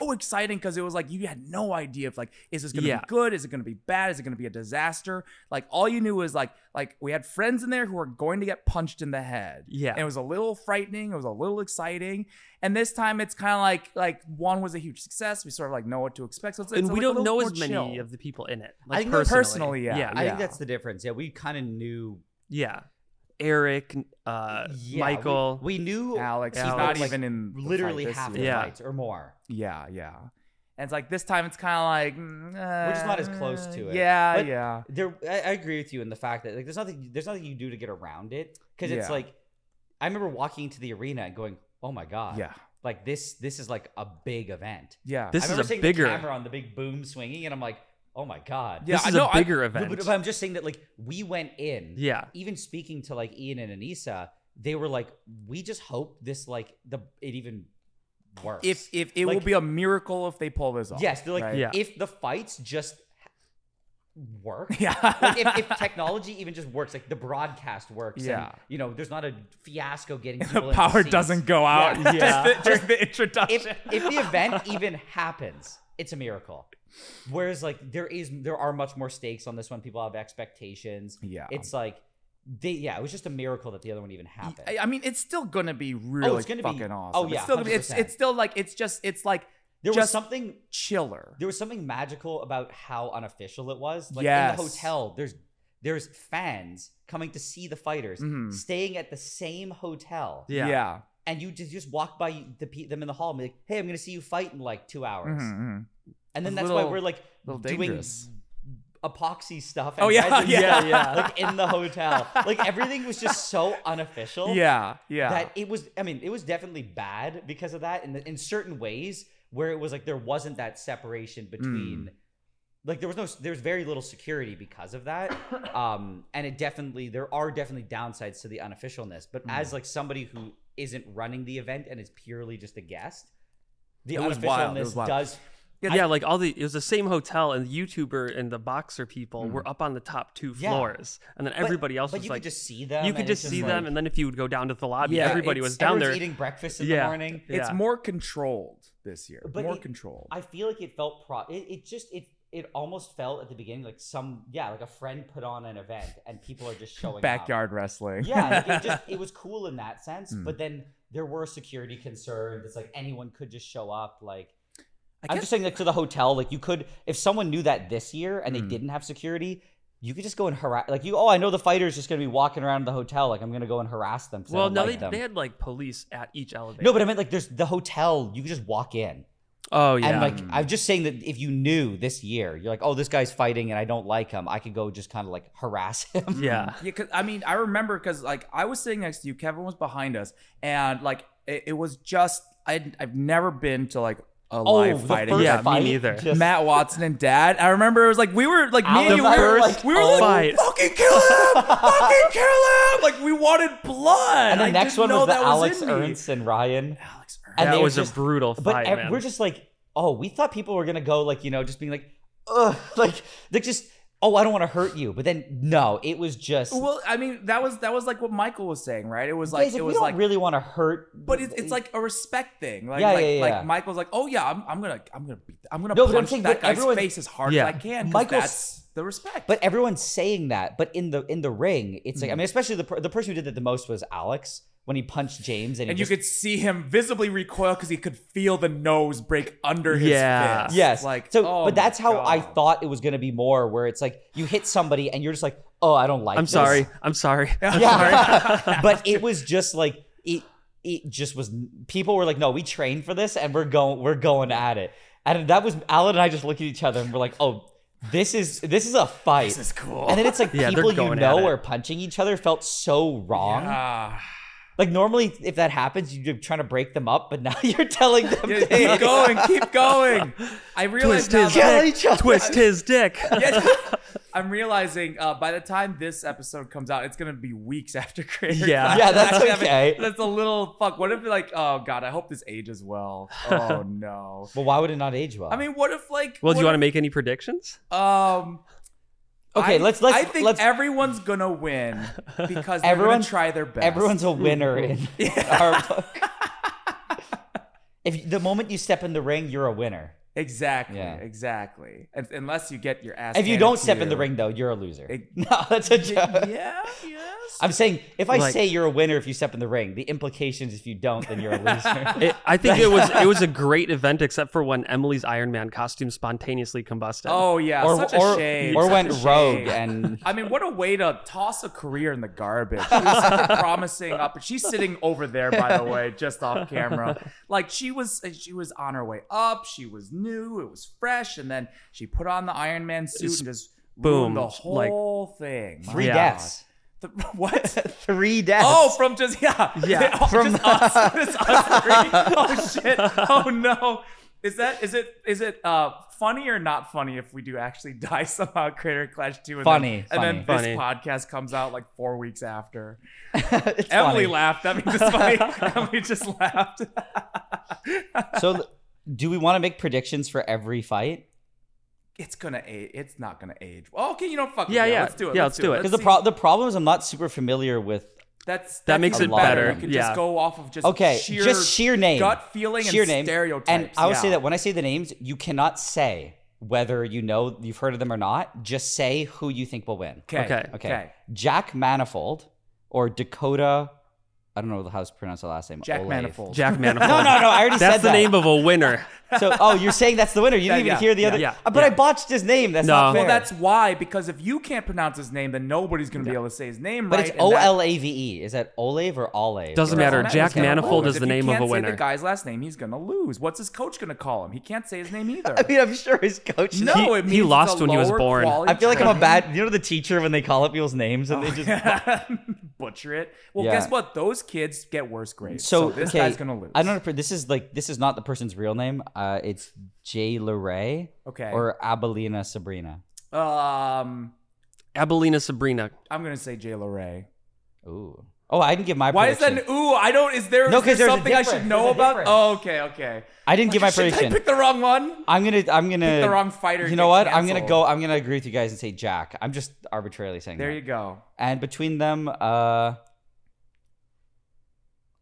S4: so exciting because it was like you had no idea if like is this gonna
S2: Yeah.
S4: be good is it gonna be bad is it gonna be a disaster like all you knew was like like we had friends in there who were going to get punched in the head
S2: Yeah.
S4: and it was a little frightening it was a little exciting and this time it's kind of like like one was a huge success we sort of like know what to expect so it's,
S2: and
S4: it's
S2: we
S4: like a
S2: don't
S4: little
S2: know
S4: more
S2: as many
S4: chill.
S2: of the people in it.
S3: I
S2: Like
S3: think
S2: personally.
S4: personally, yeah,
S2: yeah,
S3: I think
S4: Yeah.
S3: that's the difference. Yeah, we kind of knew.
S2: yeah. Eric, uh,
S3: Yeah, we-
S2: Michael.
S3: We, knew
S4: Alex, he's
S3: people,
S4: not
S3: like,
S4: even in the fight
S3: literally
S4: this
S3: half
S4: year.
S3: the
S2: Yeah.
S3: fights or more.
S4: Yeah, yeah. And it's like this time it's kind of like mm,
S3: We're just not as
S4: uh,
S3: close to it.
S4: Yeah,
S3: But
S4: yeah.
S3: There, I, I agree with you in the fact that like there's nothing there's nothing you do to get around it because it's
S4: Yeah.
S3: like I remember walking into the arena and going, oh my god,
S4: Yeah.
S3: like this this is like a big event.
S4: Yeah.
S2: This
S3: I
S2: is
S3: remember
S2: a
S3: seeing
S2: bigger-
S3: the camera on the big boom swinging, and I'm like, oh my god,
S4: Yeah,
S2: this
S4: I
S2: is
S4: know,
S2: a
S4: I-
S2: bigger
S3: No,
S2: event.
S3: but, but I'm just saying that like we went in.
S2: Yeah.
S3: Even speaking to like Ian and Anissa, they were like, we just hope this like the it even works.
S4: if if it will
S3: Like-
S4: be a miracle if they pull this off.
S3: yes, they're like
S4: right?
S2: Yeah.
S3: if the fights just work.
S4: Yeah.
S3: like if, if technology even just works, like the broadcast works.
S4: Yeah.
S3: And, you know, there's not a fiasco getting
S4: the
S3: people in
S4: power
S3: seats.
S4: doesn't go out.
S3: Yeah.
S4: just, the, just the introduction.
S3: if if the event even happens, it's a miracle. Whereas like there is there are much more stakes on this one. People have expectations.
S4: Yeah.
S3: It's like they yeah, it was just a miracle that the other one even happened.
S4: I, I mean, it's still gonna be really
S3: gonna be-
S4: fucking
S3: oh,
S4: awesome.
S3: yeah,
S4: it's still gonna be. It's
S3: 100%.
S4: it's still like it's just it's like
S3: there was
S4: just
S3: something
S4: chiller.
S3: there was something magical about how unofficial it was. Like
S4: Yes.
S3: in the hotel, there's there's fans coming to see the fighters
S4: Mhm.
S3: staying at the same hotel.
S2: yeah.
S4: yeah.
S3: and you just just walk by the pe- them in the hall and be like, "Hey, I'm gonna see you fight in like two hours,"
S4: Mhm, mhm.
S3: and then
S4: It's
S3: that's
S4: a
S3: why
S4: little-
S3: we're like
S4: little
S3: doing
S4: dangerous.
S3: epoxy stuff.
S4: Oh, yeah,
S3: resin
S4: yeah,
S3: stuff,
S4: yeah.
S3: like in the hotel, like everything was just so unofficial.
S4: Yeah, yeah.
S3: that it was. I mean, it was definitely bad because of that, in the, in certain ways where it was like there wasn't that separation between.
S2: Mm.
S3: Like there was no, there was very little security because of that, um, and it definitely there are definitely downsides to the unofficialness. But
S2: Mm.
S3: as like somebody who isn't running the event and is purely just a guest, the
S4: It was wild, it was
S3: unofficialness
S4: wild.
S3: does
S2: Yeah, yeah, like all the it was the same hotel, and the YouTuber and the boxer people were up on the top two
S3: Hmm. Yeah.
S2: floors, and then
S3: But-
S2: everybody else
S3: but
S2: was
S3: you
S2: like
S3: could just see them.
S2: You could
S3: and it's
S2: just see
S3: like-
S2: them, and then if you would go down to the lobby,
S4: Yeah,
S2: everybody
S3: it's-
S2: was down there.
S3: everyone's eating breakfast in the
S2: Yeah.
S3: morning.
S4: It's
S2: Yeah.
S4: more controlled this year.
S3: But
S4: more
S3: it-
S4: controlled.
S3: I feel like it felt pro. It, it just it it almost felt at the beginning like some yeah like a friend put on an event and people are just showing up.
S4: Backyard wrestling.
S3: Yeah, like it just it was cool in that sense, but then there were security concerns. It's like anyone could just show up. Like I am just saying, like to the hotel, like you could if someone knew that this year and they didn't have security. You could just go and harass, like you. Oh, I know the fighter's just gonna be walking around the hotel. Like I'm gonna go and harass them. 'cause I
S2: well,
S3: don't
S2: no,
S3: like
S2: they,
S3: them.
S2: they had like police at each elevator.
S3: No, but I meant like there's the hotel. You could just walk in.
S2: oh yeah,
S3: And like I'm just saying that if you knew this year, you're like, oh, this guy's fighting and I don't like him. I could go just kind of like harass him.
S2: yeah,
S4: Yeah, cause I mean, I remember because like I was sitting next to you, Kevin was behind us, and like it, it was just I I've never been to like a
S3: Oh,
S4: live
S3: the
S4: fighting.
S3: first
S4: yeah,
S2: me
S3: fight
S2: neither.
S3: just-
S4: Matt Watson and Dad. I remember it was like we were like me
S3: Out
S4: and you
S3: of
S4: we were
S3: first
S4: like, we were like
S2: fight.
S4: fucking kill him, fucking kill him. Like we wanted blood.
S3: And the
S4: I
S3: next
S4: didn't
S3: one
S4: know
S3: was the
S4: that
S3: Alex
S4: was in me.
S3: Ernst and Ryan.
S4: Alex Ernst.
S3: And
S2: that
S3: they were
S2: was
S3: just-
S2: a brutal
S3: But
S2: fight,
S3: ev-
S2: man.
S3: we're just like, oh, we thought people were gonna go like, you know, just being like, ugh, like like just, oh, I don't want to hurt you. But then no, it was just
S4: Well, I mean, that was that was like what Michael was saying, right? It was
S3: guys,
S4: like
S3: if
S4: it
S3: we
S4: was
S3: don't
S4: like
S3: really want to hurt.
S4: But it's, it's like a respect thing. Like,
S3: Yeah,
S4: like,
S3: yeah, yeah,
S4: like
S3: yeah.
S4: Michael's like, oh yeah, I'm, I'm gonna I'm gonna beat I'm gonna
S3: No, but I'm
S4: punch
S3: saying
S4: that
S3: that
S4: guy's
S3: everyone-
S4: face as hard
S2: Yeah.
S4: as I can. 'cause
S3: Michael's-
S4: that's the respect.
S3: But everyone's saying that. But in the in the ring, it's
S4: Hmm.
S3: like I mean, especially the per- the person who did that the most was Alex when he punched James and, he
S4: and you
S3: just
S4: could see him visibly recoil because he could feel the nose break under his
S2: Yeah.
S4: fist.
S3: Yes.
S4: Like
S3: so,
S4: oh
S3: but that's
S4: my
S3: how I
S4: God.
S3: thought it was going to be more, where it's like you hit somebody and you're just like, oh, I don't like.
S2: I'm
S3: this."
S2: sorry, I'm sorry. I'm
S3: Yeah.
S2: sorry.
S3: but it was just like it. It just was. People were like, no, we trained for this, and we're going, we're going at it. And that was Alan and I just look at each other and we're like, oh, this is this is a fight.
S4: This is cool.
S3: And then it's like
S2: Yeah, they're
S3: people you
S2: going at
S3: know
S2: it.
S3: are punching each other felt so wrong.
S4: Ah.
S3: Like normally, if that happens, you're trying to break them up, but now you're telling them
S4: Yeah,
S3: to
S4: keep going, keep going. I
S2: twist
S4: realized now
S2: his
S4: that,
S3: Kill
S2: dick.
S3: each other.
S2: Twist his dick.
S4: Yes. I'm realizing uh, by the time this episode comes out, it's gonna be weeks after Creator.
S2: Yeah.
S4: Con.
S3: Yeah, that's
S4: Actually, I mean,
S3: okay.
S4: that's a little fuck. What if like, oh god, I hope this ages well. Oh no.
S3: Well, why would it not age well?
S4: I mean, what if like?
S2: Well, do you
S4: what
S2: want to make any predictions?
S4: if- Um.
S3: Okay,
S4: I-
S3: let's- let's-
S4: I think
S3: let's-
S4: everyone's gonna win because they're
S3: Everyone-
S4: gonna try their best.
S3: Everyone's a winner in our book. If the moment you step in the ring, you're a winner.
S4: exactly,
S3: Yeah.
S4: exactly. And, unless you get your ass.
S3: If you
S4: handed
S3: don't
S4: to
S3: step in
S4: you.
S3: the ring, though, you're a loser.
S4: It-
S3: no, that's a joke.
S4: yeah. Yes.
S3: I'm saying if I
S2: Like-
S3: say you're a winner if you step in the ring, the implications if you don't, then you're a loser.
S2: It, I think it was it was a great event, except for when Emily's Iron Man costume spontaneously combusted.
S4: Oh yeah,
S3: or
S4: such a
S3: or,
S4: shame.
S3: or
S4: such a
S3: went rogue
S4: shame.
S3: and
S4: I mean, what a way to toss a career in the garbage. She was such a promising up. She's sitting over there, by the way, just off camera. Like she was, she was on her way up. She was new. It was fresh, and then she put on the Iron Man suit and just
S2: boom,
S4: boom the
S2: like-
S4: whole thing. My
S3: three
S2: Yeah.
S3: deaths.
S4: God. The- what?
S3: Three deaths.
S4: Oh, from just yeah,
S2: Yeah,
S4: from just us, just us three. Oh shit! Oh no! Is that is it is it uh funny or not funny if we do actually die somehow? Crater Clash two. And
S3: Funny,
S4: Then, and
S2: funny.
S4: then this podcast comes out like four weeks after.
S3: It's
S4: Emily
S3: funny.
S4: laughed. That means it's funny. Emily just laughed.
S3: So, do we want to make predictions for every fight?
S4: it's gonna age. It's not gonna age. Well, okay, you know, fuck. it.
S2: Yeah, yeah.
S4: Let's do it.
S2: Yeah,
S4: let's,
S2: let's do it.
S4: Let's
S3: Because the
S4: see.
S3: pro- the problem is I'm not super familiar with.
S4: that's,
S2: That
S4: that's
S2: makes
S4: even
S3: it better,
S4: You can
S2: yeah.
S4: just go off of just
S3: Okay,
S4: sheer
S3: just sheer name,
S4: gut feeling,
S3: sheer
S4: and
S3: name,
S4: stereotypes.
S3: And I will
S4: yeah.
S3: say that when I say the names, you cannot say whether you know you've heard of them or not. Just say who you think will win.
S4: Okay.
S2: Okay.
S3: Okay. Jack Manifold or Dakota I don't know how to pronounce the last name.
S4: Jack
S3: Olav.
S4: Manifold.
S2: Jack Manifold.
S3: No, no, no. I already
S2: That's
S3: said
S2: the
S3: that.
S2: name of a winner.
S3: So, oh, you're saying that's the winner. You didn't
S4: Yeah,
S3: even
S4: yeah,
S3: hear the
S4: yeah,
S3: other.
S2: yeah,
S3: Uh, but
S2: yeah.
S3: I botched his name. That's
S2: No.
S3: not fair.
S4: Well, that's why, because if you can't pronounce his name, then nobody's going to be able to say his name
S3: But
S4: right.
S3: it's
S4: and
S3: O
S4: that-
S3: L A V E. Is that Olave or Olave?
S2: Doesn't
S3: Or-
S2: matter.
S4: Doesn't
S2: Jack
S4: He's gonna
S2: Manifold
S4: lose.
S2: is
S4: If
S2: the
S4: he
S2: name of
S4: can't
S2: a
S4: say
S2: winner.
S4: The guy's last name, he's gonna lose. What's his coach gonna call him? He can't say his name either.
S3: I mean, I'm sure his coach.
S4: no,
S2: He-
S4: it
S2: he
S4: means it's
S2: lost
S4: a
S2: when he was
S4: lower
S2: born.
S4: quality
S3: I feel like I'm a
S4: training.
S3: bad. You know the teacher when they call up people's names
S4: Oh,
S3: and they just.
S4: butcher it. Well,
S3: Yeah.
S4: guess what? Those kids get worse grades.
S3: So,
S4: So, this
S3: okay,
S4: guy's gonna lose.
S3: I don't know. This is like this is not the person's real name. Uh, it's Jay Leray.
S4: Okay.
S3: Or Abelina Sabrina.
S4: Um,
S2: Abelina Sabrina.
S4: I'm gonna say Jay Ray.
S3: Ooh. Oh, I didn't give my.
S4: Why is that?
S3: prediction.
S4: An, ooh, I don't. Is there,
S3: No,
S4: is there
S3: 'cause there's a
S4: something I should
S3: difference.
S4: know
S3: There's a
S4: about?
S3: difference.
S4: Oh, okay, okay.
S3: I didn't give my
S4: Shit, did
S3: prediction.
S4: I pick the wrong one?
S3: I'm gonna. I'm gonna
S4: Pick the wrong fighter and
S3: You know
S4: get
S3: what? I'm gonna
S4: canceled.
S3: go. I'm gonna agree with you guys and say Jack. I'm just arbitrarily saying.
S4: There
S3: that.
S4: you go.
S3: And between them, uh,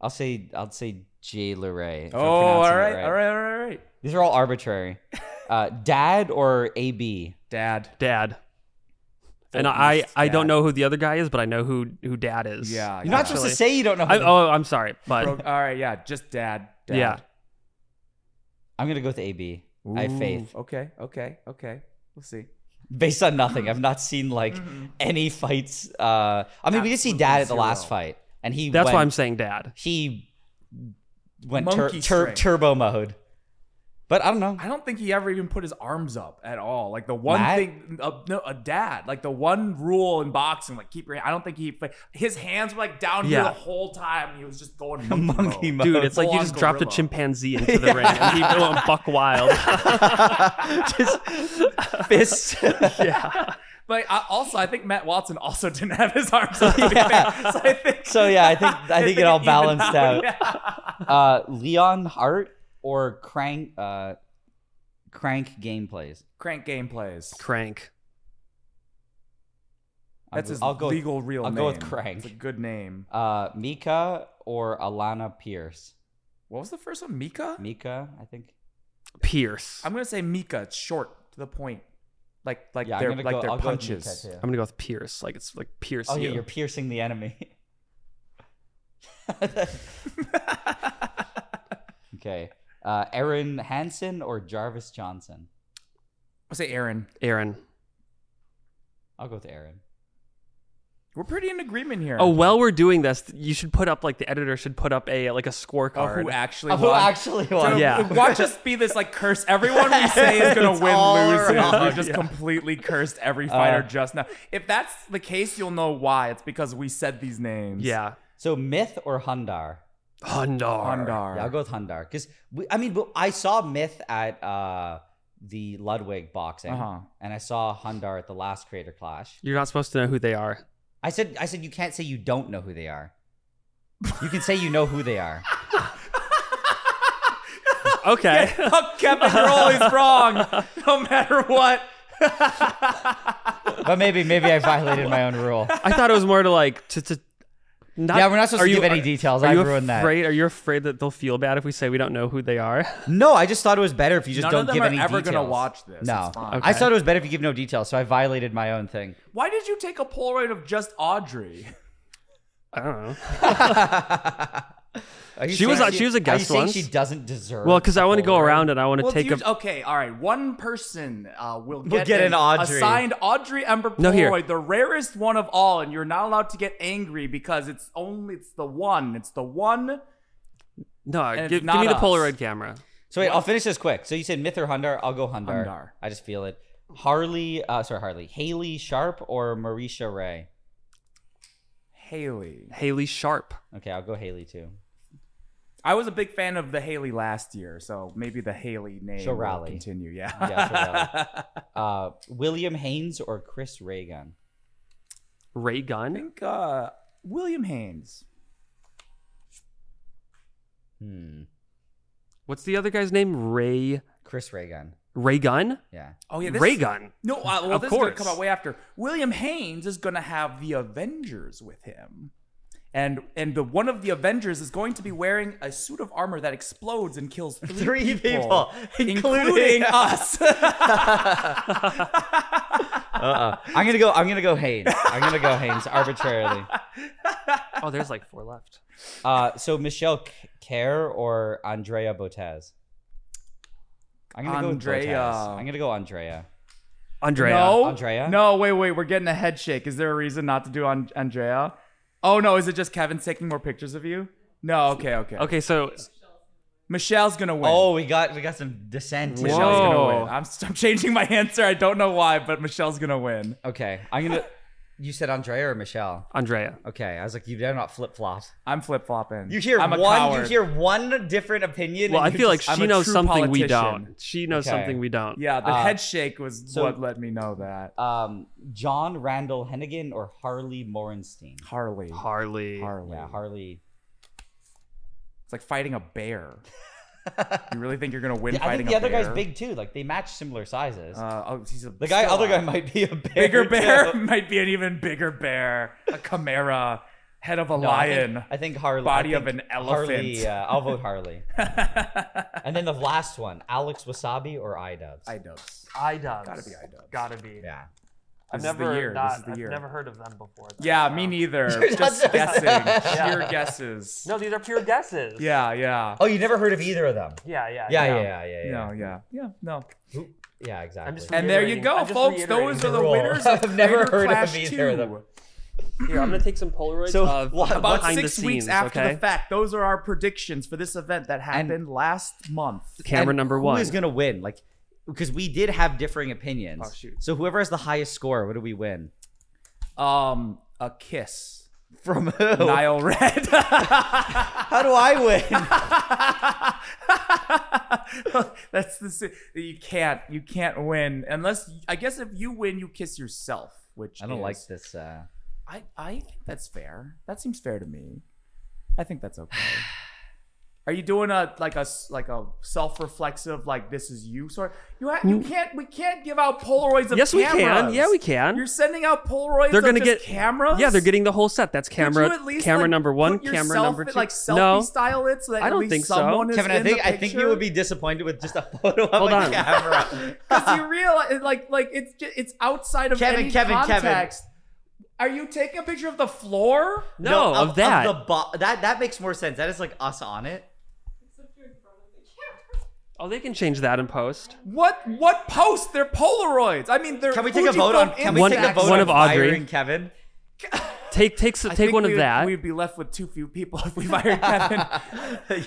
S3: I'll say I'll say Jay Leray. if I'm
S4: Oh, all
S3: pronouncing it
S4: right, all right, all right, all right.
S3: These are all arbitrary. Uh, dad or AB?
S4: Dad.
S2: Dad. And
S3: Fulton's
S2: I, I
S3: dad.
S2: don't know who the other guy is, but I know who who dad is.
S4: Yeah.
S3: You're not
S4: yeah.
S3: supposed to
S2: Actually.
S3: say you don't know. Who
S2: I,
S3: the-
S2: oh, I'm sorry, but
S4: Bro- all right, yeah, just dad. dad.
S2: yeah,
S3: I'm gonna go with AB. I have faith
S4: Okay, okay, okay. We'll see.
S3: based on nothing. I've not seen like
S2: Mm-hmm.
S3: any fights. Uh, I mean, we did see
S4: Absolutely
S3: Dad at the last
S4: zero.
S3: fight, and he
S2: that's
S3: went,
S2: why I'm saying dad.
S3: he went tur-
S4: Monkey
S3: tur-
S4: strength.
S3: turbo mode. But I don't know.
S4: I don't think he ever even put his arms up at all. Like the one
S3: Matt?
S4: thing, uh, no, a dad. Like the one rule in boxing, like keep your. I don't think he. but His hands were like down here
S2: Yeah.
S4: the whole time. He was just going monkey,
S3: Monkey
S4: mode.
S3: mode.
S2: Dude, it's like you
S4: Full-on
S2: just dropped a
S4: gorilla.
S2: chimpanzee into the ring and he went buck wild.
S3: just fists.
S2: yeah.
S4: But I, also, I think Matt Watson also didn't have his arms up.
S3: Yeah.
S4: So I think.
S3: so yeah, I think I think it all
S4: evened
S3: balanced out.
S4: Yeah.
S3: Uh, Leon Hart or Crank uh, Crank gameplays.
S4: Crank gameplays.
S2: Crank.
S3: I'll
S4: That's
S3: go-
S4: his
S3: I'll go with-
S4: legal real
S3: I'll
S4: name.
S3: go with Crank.
S4: It's a good name.
S3: Uh, Mika or Alana Pierce.
S4: What was the first one? Mika.
S3: Mika, I think.
S2: Pierce.
S4: I'm gonna say Mika. It's short to the point. Like like
S3: Yeah, I'm
S4: their
S3: gonna
S4: like
S3: go,
S4: their
S3: I'll go with Mika,
S4: punches.
S3: too.
S2: I'm gonna go with Pierce. Like it's like Pierce
S3: Oh
S2: you.
S3: yeah, you're piercing the enemy. okay. Uh, Aaron Hansen or Jarvis Johnson?
S4: I'll say Aaron.
S2: Aaron.
S3: I'll go with Aaron.
S4: We're pretty in agreement here.
S2: Oh, while we're doing this, you should put up like the editor should put up a like a
S4: Oh,
S2: scorecard.
S4: who actually?
S3: Who
S4: won.
S3: actually won?
S4: Dude,
S2: Yeah.
S4: Watch us be this like curse. Everyone we say is gonna
S3: It's
S4: win
S3: all
S4: loses. We
S3: wrong. Uh,
S4: just
S2: Yeah.
S4: completely cursed every fighter just now. If that's the case, you'll know why. It's because we said these names.
S2: Yeah.
S3: So Myth or Hundar?
S2: Hundar.
S4: Ondar.
S3: Yeah, I'll go with Hundar because I mean but I saw Myth at uh, the Ludwig boxing,
S4: Uh-huh.
S3: and I saw Hundar at the last Creator Clash.
S2: You're not supposed to know who they are.
S3: I said I said you can't say you don't know who they are. You can say you know who they are.
S2: Okay.
S4: Fuck Oh, Kevin, you're always wrong, no matter what.
S3: But maybe maybe I violated my own rule.
S2: I thought it was more to like to. to not,
S3: Yeah, we're not supposed
S2: are
S3: to
S2: you-
S3: give any
S2: are-
S3: details.
S2: Are
S3: I
S2: you
S3: ruined that.
S2: afraid, Are you afraid that they'll feel bad if we say we don't know who they are?
S3: No, I just thought it was better if you just
S4: None
S3: don't
S4: of them
S3: give
S4: are
S3: any
S4: ever
S3: details.
S4: gonna watch this.
S3: No,
S4: It's fine.
S3: I thought it was better if you give no details. So I violated my own thing.
S4: Why did you take a Polaroid of just Audrey?
S2: I don't know.
S3: Are you
S2: She was
S3: saying
S2: a- she was a
S3: are you
S2: guest
S3: saying
S2: once.
S3: She doesn't deserve.
S2: Well, because I want to go
S3: Polaroid?
S2: around and I want to
S4: Well,
S2: take
S4: you, oh,
S2: a.
S4: okay, all right. One person uh, will get,
S3: get an Audrey.
S4: assigned Audrey Ember Polaroid,
S2: No, here.
S4: the rarest one of all, and you're not allowed to get angry because it's only it's the one. It's the one.
S2: No,
S4: it's
S2: give, give
S4: not
S2: me the
S4: us.
S2: Polaroid camera.
S3: So wait, I'll finish this quick. So you said Myth or Hundar? I'll go Hundar.
S4: Hundar.
S3: I just feel it. Harley, uh, sorry, Harley, Haley Sharp or Marisha Ray?
S4: Haley.
S2: Haley Sharp.
S3: Okay, I'll go Haley too.
S4: I was a big fan of the Haley last year, so maybe the Haley name
S3: She'll
S4: will
S3: rally.
S4: continue. Yeah.
S3: Yeah, Uh, William Haynes or Chris Reagan?
S2: Ray
S4: I
S2: Gunn.
S4: think uh, William Haynes.
S3: Hmm.
S2: What's the other guy's name? Ray.
S3: Chris Reagan.
S2: Ray Gunn.
S3: Yeah.
S4: Oh yeah, this
S2: Ray Gunn.
S4: No, uh, well,
S2: Of
S4: this is going to
S2: course.
S4: come out way after. William Haynes is going to have the Avengers with him, and and the one of the Avengers is going to be wearing a suit of armor that explodes and kills three,
S3: Three people, including-
S4: including us.
S3: Uh-uh. I'm gonna go. I'm gonna go Haynes. I'm gonna go Haynes arbitrarily.
S2: Oh, there's like four left.
S3: Uh, so Michelle K- Kerr or Andrea Bottez? I'm gonna go
S4: Andrea.
S3: with Bottez. I'm gonna go Andrea.
S2: Andrea.
S4: No,
S3: Andrea?
S4: No, wait, wait. We're getting a head shake. Is there a reason not to do on Andrea? Oh no, is it just Kevin's taking more pictures of you? No, okay, okay.
S2: Okay, so
S4: Michelle's gonna win.
S3: Oh, we got we got some dissent.
S4: Michelle's
S3: Michelle's gonna-
S4: gonna
S2: Whoa.
S4: win. I'm, I'm changing my answer. I don't know why, but Michelle's gonna win.
S3: Okay, I'm gonna. You said Andrea or Michelle?
S2: Andrea.
S3: Okay, I was like, you better not flip flop.
S4: I'm flip flopping.
S3: You hear
S4: I'm a
S3: one,
S4: Coward.
S3: you hear one different opinion.
S2: Well, I
S3: and you
S2: feel like
S3: just-
S2: she
S4: I'm a
S2: knows
S4: true
S2: something we
S4: politician.
S2: don't. She knows
S3: Okay.
S2: something we don't.
S4: Yeah, the
S3: Uh,
S4: head shake was
S3: so-
S4: what let me know that
S3: um, John Randall Hennigan or Harley Morenstein.
S4: Harley.
S2: Harley.
S4: Harley.
S3: Yeah, Harley.
S4: It's like fighting a bear. you really think you're gonna win?
S3: Yeah, I
S4: fighting
S3: think the
S4: a
S3: other guy's
S4: bear?
S3: big too. Like they match similar sizes.
S4: Uh, oh, he's a,
S3: the guy,
S4: still
S3: other guy,
S4: alive.
S3: might be a bear
S4: bigger
S3: too.
S4: bear might be an even bigger bear, a chimera, head of a
S3: No, I think-
S4: lion.
S3: I think Harley.
S4: Body
S3: I
S4: of
S3: think
S4: an elephant.
S3: Harley, uh, I'll vote Harley. and then the last one, Alex Wasabi or iDubbbz.
S4: Idubs.
S2: I dubs.
S4: Gotta be iDubbbz.
S2: Gotta be.
S3: yeah.
S2: I've
S4: This is the
S2: never
S4: year, this
S2: not-
S4: is the
S2: I've
S4: year.
S2: never heard of them before. though.
S4: Yeah, me
S2: Um,
S4: neither.
S3: You're
S4: Just
S3: not-
S4: guessing,
S3: Yeah.
S4: sheer guesses.
S2: No, these are pure guesses.
S4: Yeah, yeah,
S3: Oh, you never heard of either of them?
S2: Yeah, yeah.
S3: Yeah, yeah, yeah, yeah, yeah.
S4: no, yeah, yeah, no.
S3: Who- yeah, exactly.
S2: just
S4: And there you
S2: Reiterating-
S4: go,
S2: I'm just
S4: folks. Those
S2: reiterating
S4: are the
S3: the rule.
S4: winners. of
S3: I've never
S4: Creator
S3: heard of
S4: Clash
S3: either of
S4: 2.
S3: them.
S2: Here, I'm gonna take some Polaroids
S3: So,
S2: of
S3: what-
S4: About
S2: behind
S4: six
S2: the
S4: weeks
S2: scenes,
S4: after
S2: okay?
S4: the fact, those are our predictions for this event that happened last month.
S2: Camera
S3: And
S2: number
S3: Who
S2: one.
S3: is gonna win? Like, because we did have differing opinions.
S4: Oh, shoot.
S3: So whoever has the highest score, what do we win?
S4: Um, a kiss,
S3: From who?
S4: Nile Red.
S3: How do I win?
S4: That's the si- you can't you can't win unless I guess if you win you kiss yourself, which
S3: I don't
S4: is-
S3: like this. Uh,
S4: I I think that's fair. That seems fair to me. I think that's okay. Are you doing a like a s- like a self reflexive like this is you sort? You ha- you can't we can't give out Polaroids of
S2: Mm. Yes, we can.
S4: cameras.
S2: Yeah, we can.
S4: You're sending out Polaroids.
S2: they're
S4: going
S2: gonna
S4: to
S2: get
S4: cameras.
S2: Yeah, they're getting the whole set. That's
S4: Could
S2: camera.
S4: you at least,
S2: camera
S4: like,
S2: number one.
S4: put
S2: camera
S4: yourself
S2: number
S4: in,
S2: two.
S4: Like selfie
S2: no.
S4: style it so that
S2: I
S4: at
S2: don't
S4: least
S2: think so.
S4: someone is
S3: Kevin, I
S4: in
S3: think
S4: the
S3: I think you
S4: picture.
S3: would be disappointed with just a photo of
S2: Hold
S3: a
S2: on.
S3: camera.
S4: Because you realize, like, like it's ju- it's outside of
S3: Kevin,
S4: any
S3: Kevin, Kevin.
S4: context. Are you taking a picture of the floor?
S2: No, of, that.
S3: the bo- that that makes more sense. That is like us on it.
S2: oh, they can change that in post.
S4: What what post? They're Polaroids. I mean, they're
S3: Can we take a vote on?
S4: Fujifilm
S3: Can we
S2: One-
S3: take a vote
S2: one
S3: on
S2: of Audrey.
S3: firing Kevin?
S2: Take take
S4: I
S2: take
S4: think
S2: one
S4: we
S2: of
S4: would-
S2: that.
S4: We'd be left with too few people if we fired Kevin.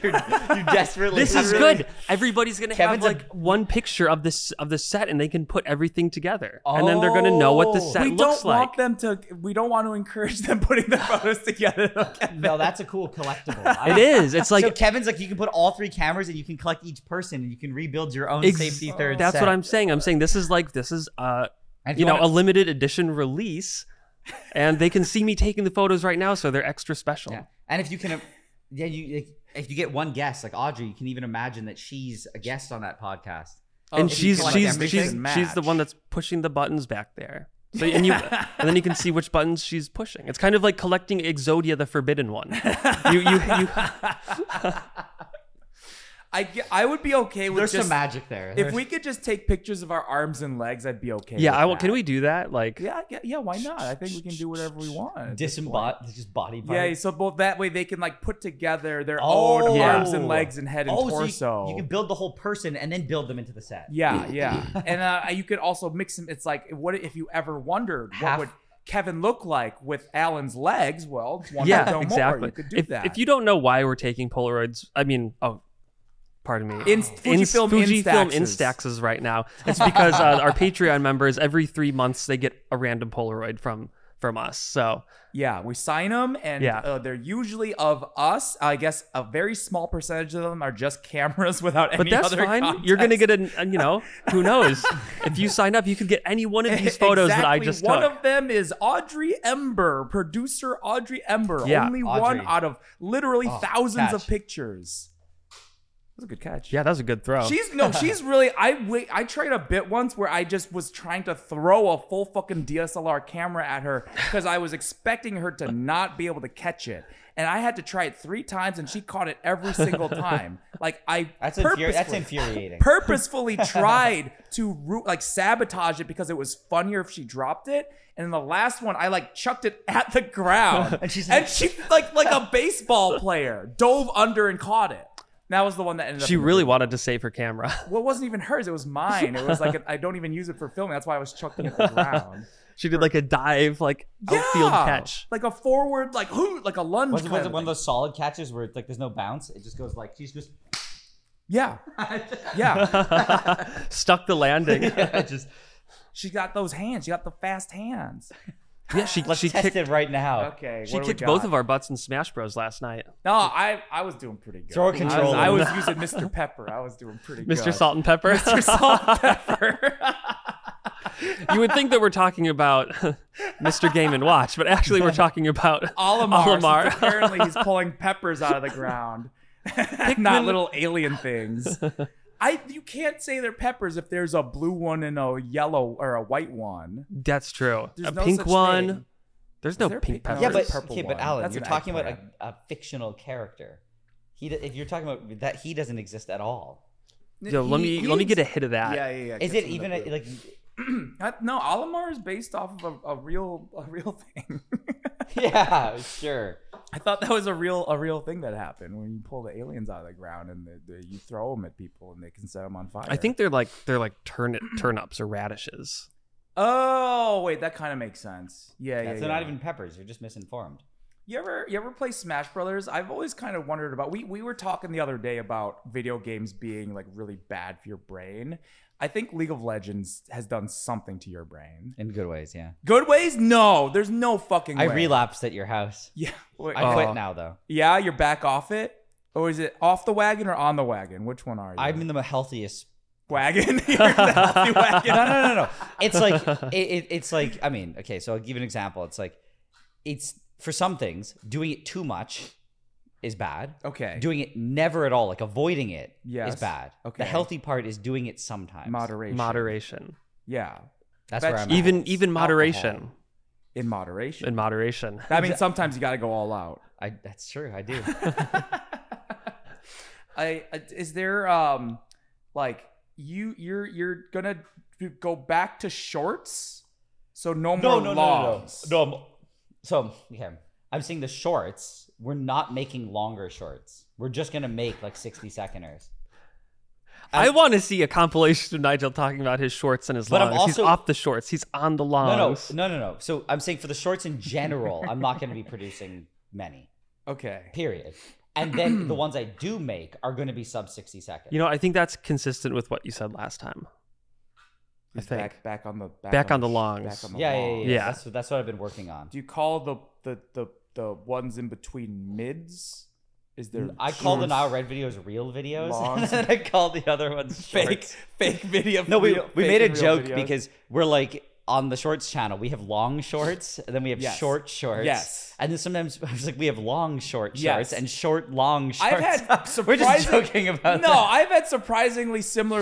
S3: You're, you desperately.
S2: This
S3: have
S2: is
S3: to-
S2: good. Everybody's gonna
S3: Kevin's a-
S2: have like one picture of this of the set, and they can put everything together, and then they're gonna know what the
S3: Oh.
S2: set
S4: we
S2: looks
S4: don't
S2: like.
S4: want them to. We don't want to encourage them putting their photos together.
S3: No, that's a cool collectible.
S2: It is. It's like
S3: so Kevin's like you can put all three cameras and you can collect each person and you can rebuild your own
S2: ex-
S3: safety third.
S2: That's
S3: set.
S2: what I'm saying. I'm saying this is like this is uh
S3: And if
S2: you know
S3: wanna-
S2: a limited edition release, and they can see me taking the photos right now, so they're extra special.
S3: yeah. And if you can, yeah, you like, if you get one guest like Audrey, you can even imagine that she's a guest on that podcast.
S2: and
S3: if you
S2: she's
S3: collect
S2: she's
S3: everything
S2: she's
S4: and
S2: she's the
S4: match.
S2: one that's pushing the buttons back there. So and you and then you can see which buttons she's pushing. It's kind of like collecting Exodia, the Forbidden One. You you you.
S4: I ge- I would be okay with
S3: There's
S4: just
S3: some magic there.
S4: if
S3: There's-
S4: we could just take pictures of our arms and legs. I'd be okay.
S2: Yeah,
S4: with
S2: I will,
S4: that.
S2: can we do that? Like
S4: Yeah, yeah, yeah. Why not? I think we can do whatever we want.
S3: disembod just body parts.
S4: Yeah, so both that way they can like put together their
S3: Oh.
S4: own
S2: Yeah.
S4: arms and legs and head and
S3: oh,
S4: torso.
S3: So you, you can build the whole person and then build them into the set.
S4: yeah, yeah, and uh, you could also mix them. It's like, what if you ever wondered what
S3: Half-
S4: would Kevin look like with Alan's legs? Well, wonder
S2: yeah,
S4: no
S2: exactly.
S4: more. You could do
S2: if,
S4: that.
S2: if you don't know why we're taking Polaroids, I mean, oh, pardon me,
S4: Inst- Fujifilm
S2: Fujifilm
S4: Instaxes.
S2: Instaxes right now. It's because uh, our Patreon members every three months they get a random Polaroid from from us. So
S4: yeah, we sign them, and
S2: Yeah.
S4: uh, they're usually of us. I guess a very small percentage of them are just cameras without
S2: But
S4: any
S2: that's
S4: other
S2: fine. You're gonna
S4: context.
S2: get an, an- you know, who knows? if you sign up, you could get any one of these photos that I
S4: Exactly.
S2: just
S4: one
S2: took.
S4: of them is Audrey Ember, producer Audrey Ember.
S2: Yeah,
S4: Only
S3: Audrey.
S4: one out of literally
S3: Oh,
S4: thousands of
S3: catch.
S4: pictures. was a good catch.
S2: Yeah, that was a good
S3: Oh.
S2: throw.
S4: She's no, she's really. I wait. I tried a bit once where I just was trying to throw a full fucking DSLR camera at her because I was expecting her to not be able to catch it, and I had to try it three times, and she caught it every single time. Like I
S3: That's, infuri- that's
S4: purposefully-
S3: infuriating.
S4: Purposefully tried to ru- like sabotage it because it was funnier if she dropped it. And in the last one, I like chucked it at the ground, and,
S3: she's like-
S4: she like like a baseball player dove under and caught it. And That was the one that ended up.
S2: she
S4: in the
S2: really wanted to save her camera.
S4: well, it wasn't even hers. It was mine. It was like I I don't even use it for filming. That's why I was chucking it at the ground.
S2: she did like a dive, like outfield
S4: Yeah.
S2: catch.
S4: like a forward, like who, like a lunge.
S3: Was it, was
S4: kind
S3: it
S4: of
S3: one of
S4: thing.
S3: those solid catches where it's like there's no bounce? It just goes like she's just
S4: Yeah, yeah.
S2: Stuck the landing.
S3: just
S4: She got those hands. She got the fast hands.
S2: Yeah, she
S3: let's
S2: she
S3: test
S2: kicked,
S3: it right now.
S4: Okay,
S2: she kicked both of our butts in Smash Bros last night.
S4: No, I I was doing pretty good.
S3: Throw a
S4: I was-
S3: controller.
S4: I was, using Mr. Pepper. I was doing pretty good.
S2: Mr. Salt and Pepper.
S4: Mr. Salt and Pepper.
S2: you would think that we're talking about Mr. Game and Watch, but actually we're talking about
S4: Olimar. since
S2: Olimar.
S4: Apparently, he's pulling peppers out of the ground, not little alien things. I you can't say they're peppers if there's a blue one and a yellow or a white one.
S2: That's true.
S4: There's
S2: a
S4: no
S2: pink
S4: such
S2: one.
S4: thing.
S2: There's no
S4: there a
S2: pink
S4: pink- no,
S2: pepper.
S3: Yeah,
S4: There's
S3: but
S4: a purple
S3: okay, but
S4: one.
S3: Alan,
S4: That's
S3: you're
S4: an
S3: talking about a,
S4: eggplant.
S3: a fictional character. He, d- if you're talking about that, he doesn't exist at all.
S2: Yo, let me
S4: He-
S2: let me
S4: he's-
S2: get a hit of that.
S4: Yeah, yeah, yeah.
S3: Is
S4: get
S3: it
S4: some of
S3: even
S4: that
S3: a,
S4: blue.
S3: like?
S4: Uh, no? Olimar is based off of a, a real a real thing.
S3: Yeah, sure.
S4: I thought that was a real a real thing that happened when you pull the aliens out of the ground and the, the, you throw them at people and they can set them on fire.
S2: I think they're like they're like turnip turnips or radishes.
S4: Oh wait, that kind of makes sense. Yeah, yeah.
S3: they're
S4: yeah.
S3: not even peppers. You're just misinformed.
S4: You ever you ever play Smash Brothers? I've always kind of wondered about. We we were talking the other day about video games being like really bad for your brain. I think League of Legends has done something to your brain.
S3: In good ways, yeah.
S4: Good ways? No, there's no fucking.
S3: I
S4: way.
S3: relapsed at your house.
S4: Yeah, wait,
S3: I quit
S4: oh.
S3: now though.
S4: Yeah, you're back off it, or is it off the wagon or on the wagon? Which one are you?
S3: I'm in the healthiest.
S4: wagon. you're in the healthy wagon.
S3: No, no, no, no. It's like it, it, it's like I mean, okay. So I'll give you an example. It's like it's for some things doing it too much is bad.
S4: Okay.
S3: Doing it never at all, like avoiding it, is
S4: Yes.
S3: bad.
S4: Okay.
S3: The healthy part is doing it sometimes.
S4: moderation.
S2: Moderation.
S4: Yeah,
S3: That's
S4: Veg-
S3: where I'm at.
S2: Even even moderation.
S3: Alcohol.
S4: in moderation.
S2: In moderation.
S4: I mean, sometimes you got to go all out.
S3: I, that's true. I do.
S4: I I- is there um like you you're you're gonna do- go back to shorts, so no more longs.
S3: no, no. So okay, I'm seeing the shorts. We're not making longer shorts. We're just gonna make like 60 seconders.
S2: I want to see a compilation of Nigel talking about his shorts and his
S3: But I'm
S2: longs. He's
S3: also-
S2: off the shorts. He's on the
S3: No, no,
S2: longs.
S3: no, no, no. So I'm saying for the shorts in general, I'm not gonna be producing many.
S4: Okay.
S3: Period. And then the ones I do make are gonna be sub 60 seconds.
S2: You know, I think that's consistent with what you said last time.
S4: He's
S2: think.
S4: back back on the back,
S2: Back on the longs.
S4: Back on the
S3: yeah, yeah, yeah,
S4: longs.
S3: yeah,
S2: Yeah.
S3: That's what that's what I've been working on.
S4: Do you call the the the the ones in between mids? Is there
S3: I call the now red videos real videos, and
S4: Longs.
S3: then I call the other ones
S4: fake
S3: shorts.
S4: fake video?
S3: No, we,
S4: real-
S3: we
S4: fake
S3: made a
S4: and real
S3: joke
S4: videos?
S3: because we're like on the shorts channel, we have long shorts, and then we have
S4: Yes.
S3: short shorts.
S4: Yes.
S3: And then sometimes I was like, we have long short shorts
S4: Yes.
S3: and short long shorts.
S4: I've had surprising.
S3: we're just joking about
S4: No,
S3: that.
S4: I've had surprisingly similar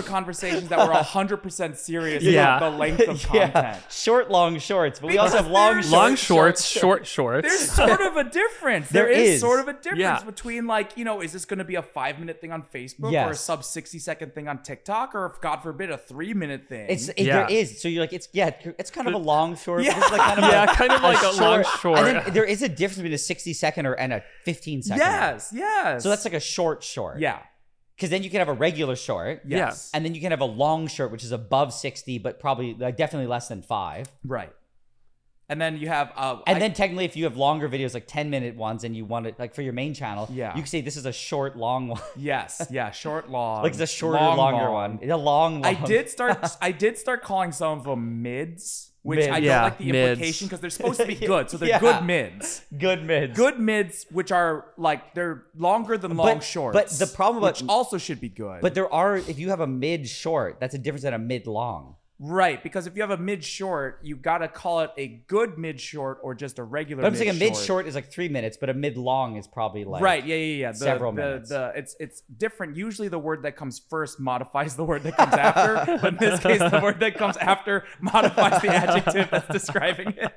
S4: conversations that were hundred percent serious
S2: Yeah.
S4: about the length of
S3: yeah,
S4: content.
S3: short long shorts, but we also have
S4: Because
S3: long
S4: there's-
S3: shorts.
S2: Long shorts, short shorts.
S4: There's sort of a difference.
S3: There
S4: there is,
S3: is.
S4: sort of a difference
S2: Yeah.
S4: between like, you know, is this going to be a 5-minute thing on Facebook or a
S3: Yes.
S4: sub 60-second thing on TikTok or if god forbid a 3-minute thing?
S3: It's it,
S2: Yeah.
S3: there is so you're like it's yeah it's kind of a long short. but it's like kind of
S2: Yeah,
S3: a,
S2: kind of like a long short.
S3: And then there is a difference between a sixty second or and a fifteen second.
S4: yes, yes.
S3: So that's like a short short.
S4: Yeah.
S3: Because then you can have a regular short.
S2: Yeah.
S4: Yes.
S3: And then you can have a long shirt, which is above 60, but probably like, definitely less than five.
S4: Right. And then you have uh
S3: And
S4: I-
S3: then technically, if you have longer videos, like 10 minute ones, and you want it like for your main channel,
S4: Yeah.
S3: you can say this is a short, long one.
S4: yes, yeah, short long.
S3: like it's a shorter,
S4: long,
S3: longer
S4: long.
S3: one. It's a long, long.
S4: I did start. I did start calling some of them mids, which I
S3: Mids.
S4: don't
S2: Yeah,
S4: like the
S2: mids.
S4: implication because they're supposed to be good, so they're
S3: Yeah.
S4: good mids.
S3: good mids.
S4: Good mids, which are like they're longer than long
S3: But-
S4: shorts.
S3: but the problem about-
S4: which also should be good.
S3: But there are, if you have a mid short, that's a difference than a mid long.
S4: Right, because if you have a mid short, you got to call it a good mid short or just a regular.
S3: But I'm saying a mid short is like three minutes, but a mid long is probably like
S4: right, yeah, yeah, yeah. The,
S3: several
S4: the,
S3: minutes.
S4: The, it's it's different. Usually, the word that comes first modifies the word that comes after, but in this case, the word that comes after modifies the adjective that's describing it.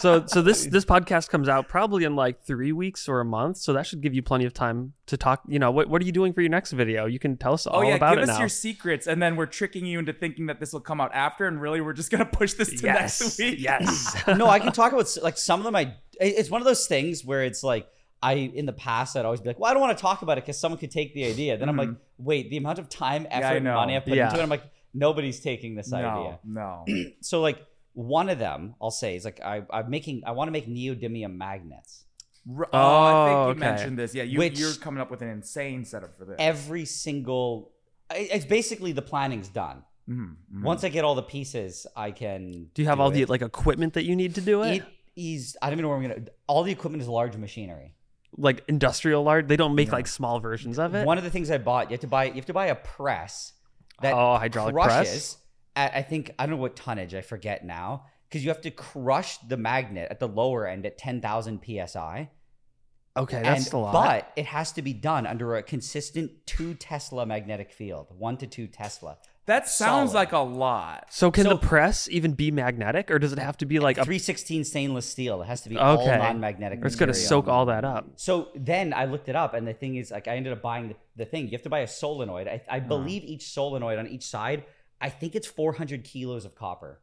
S2: So so this this podcast comes out probably in like three weeks or a month. So that should give you plenty of time to talk. You know, what what are you doing for your next video? You can tell us all
S4: Oh yeah,
S2: about
S4: give
S2: it
S4: us
S2: now.
S4: your secrets, and then we're tricking you into thinking that this will come out after, and really we're just gonna push this to next
S2: yes.
S4: week.
S2: Yes.
S3: no, I can talk about s- like some of them. I it- it's one of those things where it's like I in the past I'd always be like, well, I don't want to talk about it because someone could take the idea. Then I'm like, wait, the amount of time, effort, and
S4: know.
S3: money I put
S2: Yeah.
S3: into it, I'm like, nobody's taking this idea.
S4: No, no.
S3: So like one of them I'll say is like I, I'm making I want to make neodymium magnets.
S4: R- oh, I think
S2: Oh,
S4: you
S2: okay.
S4: mentioned this. Yeah, you,
S3: Which-
S4: you're coming up with an insane setup for this.
S3: Every single i- it's basically the planning's done.
S4: Mhm, mhm.
S3: Once I get all the pieces, I can.
S2: Do you have all the
S3: it.
S2: like equipment that you need to do it?
S3: It is. I don't even know where I'm gonna. All the equipment is large machinery.
S2: Like industrial art? They don't make like small versions of it.
S3: One of the things I bought, you have to buy. You have to buy a press that
S2: Oh, hydraulic press?
S3: crushes at I think I don't know what tonnage. I forget now because you have to crush the magnet at the lower end at ten thousand psi.
S2: okay, that's a lot.
S3: But it has to be done under a consistent two Tesla magnetic field, one to two Tesla.
S4: that sounds
S3: solid.
S4: like a lot.
S2: so can
S3: so-
S2: the press even be magnetic, or does it have to be like a
S3: Three sixteen stainless steel. It has to be all
S2: okay?
S3: non-magnetic.
S2: Or it's gonna
S3: material.
S2: soak all that up.
S3: So then I looked it up, and the thing is, like, I ended up buying the, the thing. You have to buy a solenoid. I,
S2: Uh-huh.
S3: I believe each solenoid on each side, I think it's 400 kilos of copper.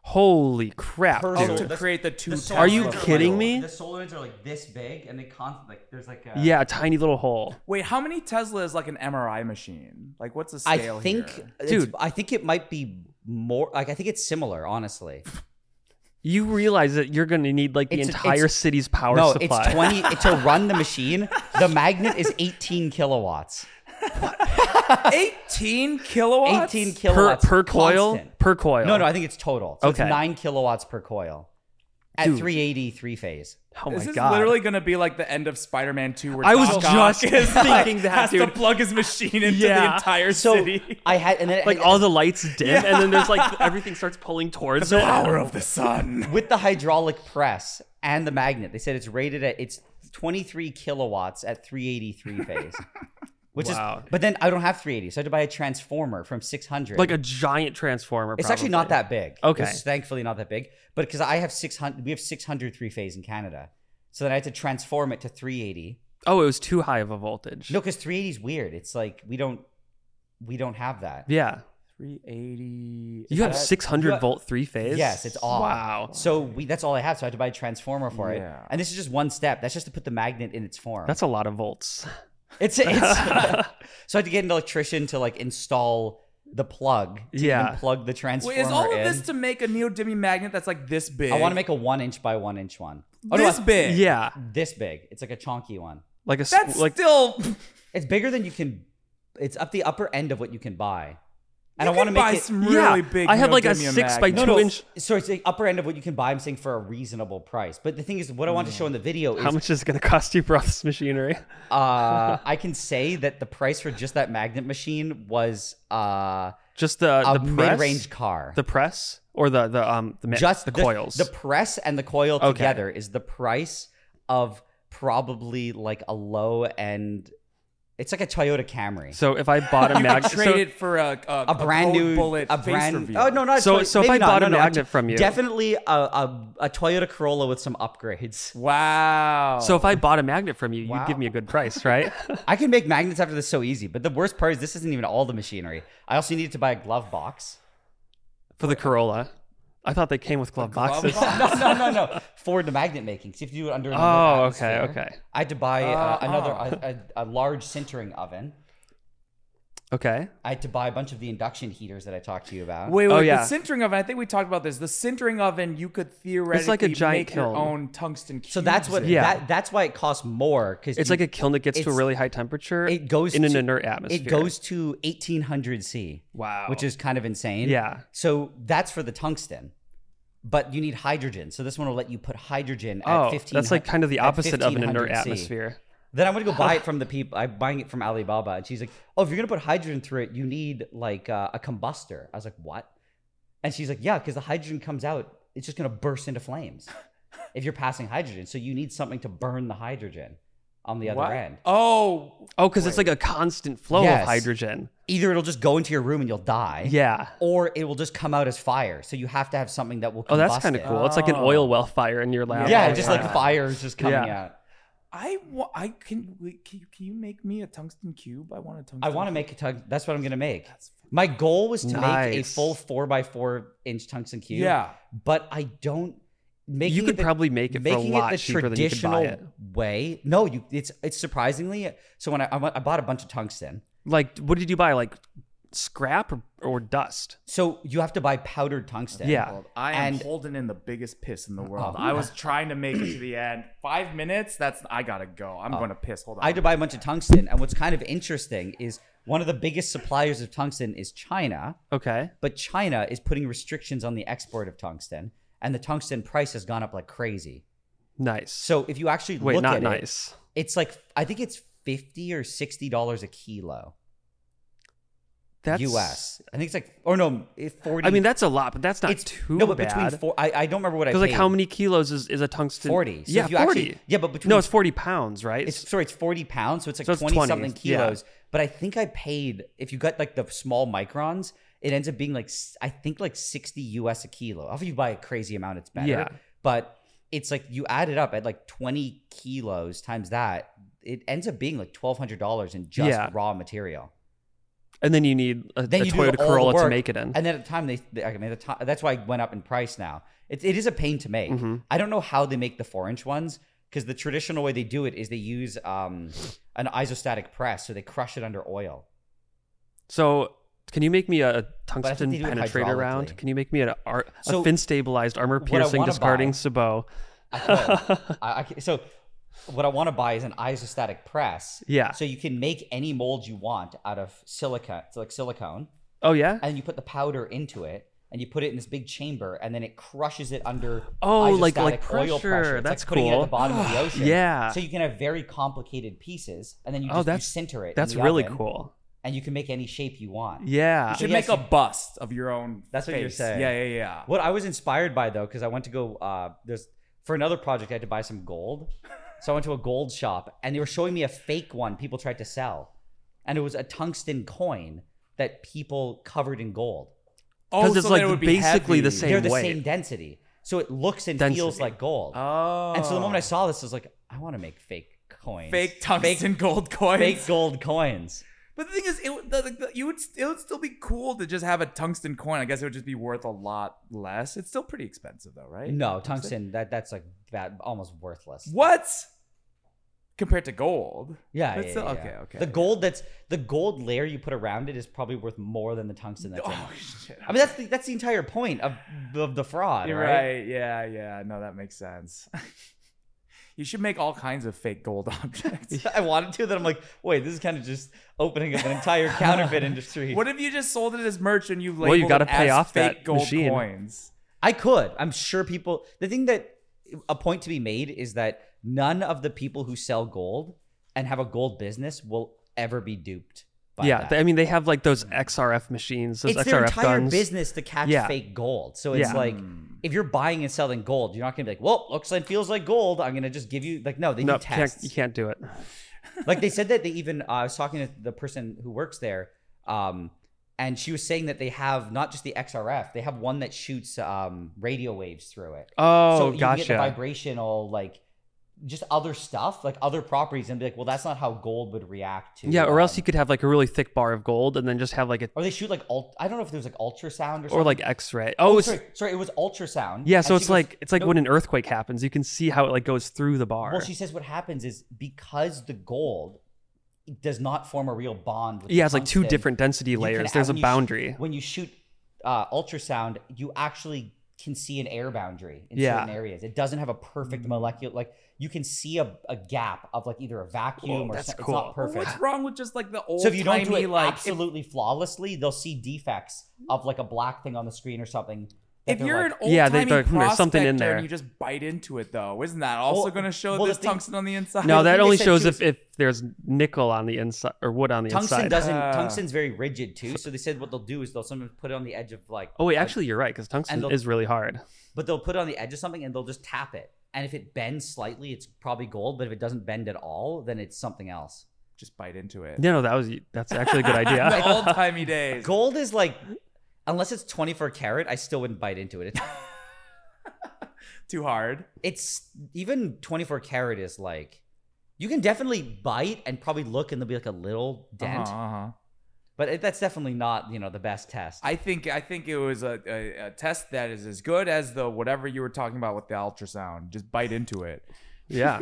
S2: Holy crap,
S3: Per
S4: Oh,
S2: dude!
S4: to
S3: That's-
S4: create the two.
S2: Are you
S4: Tesla.
S2: kidding me?
S3: The solenoids are like this big, and they constantly like there's like a,
S2: Yeah, a tiny little hole.
S4: Wait, how many Tesla is like an MRI machine? Like, what's the
S3: I
S4: scale
S3: think,
S4: here?
S3: dude,
S2: Dude.
S3: I think it might be more. Like I think it's similar, honestly.
S2: You realize that you're gonna need like the
S3: It's-
S2: entire
S3: it's-
S2: city's power
S3: no,
S2: supply.
S3: it's 20 to run the machine. The magnet is 18 kilowatts.
S4: 18 kilowatts.
S3: 18
S2: per
S3: kilowatts
S2: per coil
S3: constant.
S2: per coil.
S3: No, no, I think it's total. So
S2: Okay.
S3: it's nine kilowatts per coil at
S2: Dude.
S3: 380 three phase.
S2: oh my
S4: this is
S2: god!
S4: literally going to be like the end of Spider-Man 2 where
S2: I was
S4: Doc Ock
S2: just
S4: is like,
S2: thinking that,
S4: has to
S2: dude.
S4: plug his machine into the
S2: Yeah.
S4: entire
S3: So
S4: city.
S3: I had and then
S2: like all the lights dim, and then there's like everything starts pulling towards it.
S4: of the sun.
S3: with the hydraulic press and the magnet. They said it's rated at it's 23 kilowatts at 383 phase. Which
S2: Wow.
S3: is but then I don't have 380, so I had to buy a transformer from 600.
S2: Like a giant transformer.
S3: It's actually not that big.
S2: Okay.
S3: It's thankfully not that big. But because I have 600, we have 600 three phase in Canada. So then I had to transform it to 380.
S2: Oh, it was too high of a voltage.
S3: No, because 380 is weird. It's like we don't, we don't have that.
S2: Yeah.
S4: 380.
S2: You have
S3: that-
S2: 600
S3: you have-
S2: volt three phase.
S3: Yes, it's odd.
S2: Wow.
S3: So we, that's all I have. So I had to buy a transformer for
S4: Yeah.
S3: it. And this is just one step. That's just to put the magnet in its form.
S2: That's a lot of volts.
S3: it's, it's so I had to get an electrician to like install the plug. To
S2: Yeah.
S3: Even plug the
S4: Wait,
S3: transformer
S4: is all
S3: in.
S4: of this to make a neodymium magnet that's like this big?
S3: I want to make a one inch by one inch one. Oh, no,
S4: this
S3: I-
S4: big.
S2: Yeah.
S3: This big. It's like a chonky one.
S2: Like a s-
S4: That's
S2: like
S4: still.
S3: It's bigger than you can. It's up the upper end of what you can buy. And
S4: You
S3: I want to
S4: could
S3: make
S4: buy
S3: it.
S4: some
S2: Yeah,
S4: really big.
S2: I have like a
S4: neodymium
S2: six by
S4: magnets.
S2: two inch-
S3: So it's the upper end of what you can buy. I'm saying for a reasonable price. But the thing is, what I want to show in the video is
S2: how much is it going to cost you for all this machinery?
S3: uh, I can say that the price for just that magnet machine was uh,
S2: Just the
S3: a
S2: the press,
S3: mid-range car.
S2: the press or the the um the ma-
S3: just
S2: the coils.
S3: The press and the coil
S2: Okay.
S3: together is the price of probably like a low end. It's like a Toyota Camry.
S2: so if I bought a
S4: You could
S2: mag,
S4: trade
S2: so,
S4: it for a, a,
S3: a brand
S4: Code
S3: new
S4: bullet,
S3: a
S4: face
S3: brand
S4: reveal.
S3: oh no not
S2: So-
S3: Toy-
S2: so if
S3: maybe
S2: I
S3: not,
S2: bought
S3: no,
S2: a
S3: no,
S2: magnet
S3: I'm-
S2: from you-
S3: definitely a, a a Toyota Corolla with some upgrades
S4: Wow.
S2: so if I bought a magnet from you,
S3: Wow.
S2: you'd give me a good price, right?
S3: I can make magnets after this so easy but the worst part is this isn't even all the machinery I also needed to buy a glove box
S2: for the Corolla. I thought they came with glove, boxes.
S3: no no no no for the magnet making so if you do it under another
S2: Oh, okay,
S3: atmosphere.
S2: okay.
S3: I had to buy uh,
S4: Oh.
S3: another a, a, a large sintering oven
S2: Okay.
S3: I had to buy a bunch of the induction heaters that I talked to you about
S4: Wait, wait,
S2: Oh,
S4: the
S2: yeah.
S4: sintering oven. I think we talked about this. The sintering oven, you could theoretically
S2: giant
S4: make your
S2: kiln.
S4: own tungsten.
S3: so that's what
S4: cubes in.
S2: Yeah.
S3: that, that's why it costs more because
S2: It's like a kiln that gets to a
S3: it's-
S2: really high temperature.
S3: it goes
S2: in an
S3: to-
S2: inert atmosphere.
S3: It goes to 1800 C.
S2: Wow.
S3: Which is kind of insane.
S2: Yeah.
S3: So that's for the tungsten. But you need hydrogen. So this one will let you put hydrogen at
S2: Oh,
S3: 15
S2: that's like kind of the
S3: at
S2: opposite of an inert
S3: 1500 C.
S2: atmosphere.
S3: Then I'm gonna go buy it from the people. I'm buying it from Alibaba, and she's like, "Oh, if you're gonna put hydrogen through it, you need like uh, a combustor." I was like, "What?" And she's like, "Yeah, because the hydrogen comes out, it's just gonna burst into flames if you're passing hydrogen. So you need something to burn the hydrogen on the other
S4: What?
S3: end.
S4: Oh,
S2: Oh, because it's like a constant flow
S3: Yes.
S2: of hydrogen.
S3: Either it'll just go into your room and you'll die,
S2: Yeah.
S3: or it will just come out as fire. So you have to have something that will. Combust
S2: Oh, that's kind of
S3: it.
S2: cool. It's like an oil
S3: Oh.
S2: well fire in your lab.
S3: Yeah,
S2: all the
S3: just
S2: time.
S3: like fire is just coming
S2: Yeah.
S3: out.
S4: I wa- I can, wait, can you, can you make me a tungsten cube? I want a tungsten.
S3: I want to
S4: cube.
S3: make a tug. That's what I'm gonna make. My goal was to make a
S2: Nice.
S3: full four by four inch tungsten cube.
S4: Yeah.
S3: but I don't. Making
S2: you
S3: it
S2: could
S3: the-
S2: probably make it for a
S3: making
S2: lot
S3: it the
S2: cheaper than you could
S3: traditional
S2: buy it.
S3: way. No, you. It's it's surprisingly. So when I I, went- I bought a bunch of tungsten,
S2: Like, what did you buy? Like scrap or, or dust?
S3: so you have to buy powdered tungsten.
S2: Yeah.
S4: Well, I am
S3: And-
S4: holding in the biggest piss in the world. I was trying to make it to the end. Five minutes. That's I gotta go. I'm going to piss. Hold on.
S3: I had to buy a bunch of tungsten, and what's kind of interesting is one of the biggest suppliers of tungsten is China,
S2: Okay.
S3: but China is putting restrictions on the export of tungsten, and the tungsten price has gone up like crazy.
S2: Nice.
S3: So if you actually
S2: Wait,
S3: look
S2: not
S3: at it,
S2: nice.
S3: it's like I think it's fifty or sixty dollars a kilo
S2: That's
S3: U.S. I think it's like or no, it's forty.
S2: I mean, that's a lot, but that's not
S3: it's
S2: too
S3: no, but
S2: bad.
S3: between four. I, I don't remember what I
S2: Because
S3: paid.
S2: like, how many kilos is, is a tungsten?
S3: Forty. So
S2: yeah,
S3: if you
S2: forty.
S3: actually- yeah, but between-
S2: no, it's forty pounds, right?
S3: It's sorry, it's forty pounds, so it's like
S2: So it's
S3: twenty,
S2: 20,
S3: something
S2: yeah.
S3: kilos. But I think I paid if you got like the small microns, it ends up being like s- I think like sixty U.S. a kilo. Obviously, you buy a crazy amount, it's better.
S2: Yeah.
S3: But it's like you add it up at like twenty kilos times that, it ends up being like twelve hundred dollars in just
S2: Yeah.
S3: raw material.
S2: and then you need a,
S3: then
S2: a
S3: you
S2: Toyota
S3: do all the
S2: Corolla to
S3: work,
S2: make it in.
S3: And then at the time they, they- I mean, at the time, that's why it went up in price now. It, it is a pain to make.
S2: Mm-hmm.
S3: I don't know how they make the four inch ones because the traditional way they do it is they use um, an isostatic press, so they crush it under oil.
S2: so, can you make me a tungsten
S3: they do it
S2: penetrator round?
S3: hydraulically.
S2: Can you make me an ar-
S3: So,
S2: a fin stabilized armor
S3: what I
S2: piercing
S3: wanna
S2: discarding
S3: buy-
S2: sabot?
S3: I could. I, I c- so what I want to buy is an isostatic press.
S2: Yeah.
S3: So you can make any mold you want out of silica, so like silicone,
S2: Oh yeah.
S3: and you put the powder into it. And you put it in this big chamber, and then it crushes it under
S2: Oh, like-
S3: isostatic
S2: like
S3: oil
S2: pressure.
S3: pressure. It's
S2: That's
S3: like putting it at
S2: cool.
S3: the bottom of the ocean.
S2: Yeah.
S3: So you can have very complicated pieces, and then you
S2: Oh,
S3: just you
S2: that's-
S3: center it. in
S2: That's
S3: the
S2: really
S3: oven,
S2: cool.
S3: And you can make any shape you want.
S2: Yeah.
S4: You should
S3: Uh, Yes,
S4: make a
S3: you-
S4: bust of your own.
S3: That's what you're
S4: face.
S3: saying.
S4: Yeah, yeah, yeah.
S3: What I was inspired by though, because I went to go uh, there's for another project, I had to buy some gold. So I went to a gold shop, and they were showing me a fake one people tried to sell, and it was a tungsten coin that people covered in gold.
S4: Oh,
S2: Because it's
S4: so
S2: like
S4: then it would be
S2: basically the
S4: heavy.
S2: same
S3: They're the
S2: weight.
S3: same density, so it looks and feels
S2: Density.
S3: like gold.
S4: Oh.
S3: And so the moment I saw this, I was like, I want to make fake coins,
S4: fake tungsten gold coins.
S3: fake gold coins.
S4: But the thing is, it would- the, the, the- you would st- it would still be cool to just have a tungsten coin. I guess it would just be worth a lot less. It's still pretty expensive though, right?
S3: No, tungsten. That that's like that almost worthless.
S4: What? Compared to gold.
S3: Yeah,
S4: That's
S3: yeah,
S4: still-
S3: yeah,
S4: okay,
S3: yeah.
S4: okay.
S3: The gold that's the gold layer you put around it is probably worth more than the tungsten that's in
S4: Oh
S3: it.
S4: shit.
S3: I mean, that's the, that's the entire point of of the fraud,
S4: You're
S3: right?
S4: right. Yeah, yeah. No, that makes sense. you should make all kinds of fake gold objects.
S3: I wanted to. Then I'm like, wait, this is kind of just opening up an entire counterfeit industry.
S4: What if you just sold it as merch and you labeled
S2: Well, you
S4: got to
S2: gotta pay off
S4: fake
S2: that
S4: gold
S2: machine.
S4: coins?
S3: I could. I'm sure people. The thing that a point to be made is that none of the people who sell gold and have a gold business will ever be duped. By
S2: yeah.
S3: that.
S2: th- I mean, they have like those XRF machines, those
S3: it's
S2: XRF
S3: their entire
S2: guns.
S3: business to catch
S2: Yeah.
S3: fake gold. So it's
S2: Yeah.
S3: like if you're buying and selling gold, you're not gonna be like, well, looks and feels like gold. I'm gonna just give you like no, they
S2: No,
S3: do
S2: can't,
S3: tests.
S2: you can't do it.
S3: like they said that they even uh, I was talking to the person who works there, um, and she was saying that they have not just the XRF, they have one that shoots um, radio waves through it.
S2: Oh,
S3: so you can get the
S2: gotcha.
S3: vibrational like just other stuff, like other properties, and be like, well, that's not how gold would react to.
S2: Yeah, or else
S3: um,
S2: you could have like a really thick bar of gold and then just have like a
S3: Or they shoot like ult. I don't know if there was like ultrasound or something.
S2: or like X-ray. Oh, it's,
S3: sorry, sorry, it was ultrasound.
S2: yeah. So
S3: and she
S2: it's
S3: goes-
S2: like it's like
S3: no,
S2: when an earthquake happens, you can see how it like goes through the bar.
S3: Well, she says what happens is because the gold does not form a real bond. With the
S2: yeah, it's like two
S3: tungsten,
S2: different density
S3: you can
S2: layers.
S3: act-
S2: There's a
S3: when you sh-
S2: boundary.
S3: when you shoot uh, ultrasound, you actually can see an air boundary in
S2: Yeah. Mm.
S3: certain areas. It doesn't have a perfect molecular like you can see a, a gap of like either a vacuum
S2: Whoa,
S3: or
S2: that's
S3: something.
S2: cool.
S3: It's not
S2: Well,
S3: perfect.
S4: What's wrong with just like the old?
S3: so if you don't do
S4: timey,
S3: it
S4: like if-
S3: absolutely flawlessly, they'll see defects of like a black thing on the screen or something
S4: If you're an old
S2: Yeah,
S4: yeah,
S2: they- they're- hmm,
S4: prospector
S2: there's something in there.
S4: and you just bite into it though, isn't that also
S3: Well-
S4: going to show
S3: well, the
S4: there's
S3: thing-
S4: tungsten on the inside?
S2: No, that
S3: they
S2: only
S3: said
S2: shows
S3: too
S2: if, if there's nickel on the inside or wood on the
S3: tungsten
S2: inside.
S3: doesn't.
S4: Ah.
S3: tungsten's very rigid too. So they said what they'll do is they'll sometimes put it on the edge of like.
S2: Oh wait,
S3: a-
S2: actually, you're right because tungsten
S3: they'll-
S2: is really hard.
S3: but they'll put it on the edge of something and they'll just tap it. And if it bends slightly, it's probably gold. But if it doesn't bend at all, then it's something else.
S4: Just bite into it.
S2: No, no, that was that's actually a good
S4: the old
S2: idea.
S4: timey days.
S3: Gold is like, unless it's 24 karat, I still wouldn't bite into it.
S4: Too hard.
S3: It's even 24 karat is like, you can definitely bite and probably look and there'll be like a little dent,
S4: Uh-huh, uh-huh.
S3: but it, that's definitely not you know the best test.
S4: I think I think it was a, a, a test that is as good as the whatever you were talking about with the ultrasound. Just bite into it.
S2: yeah,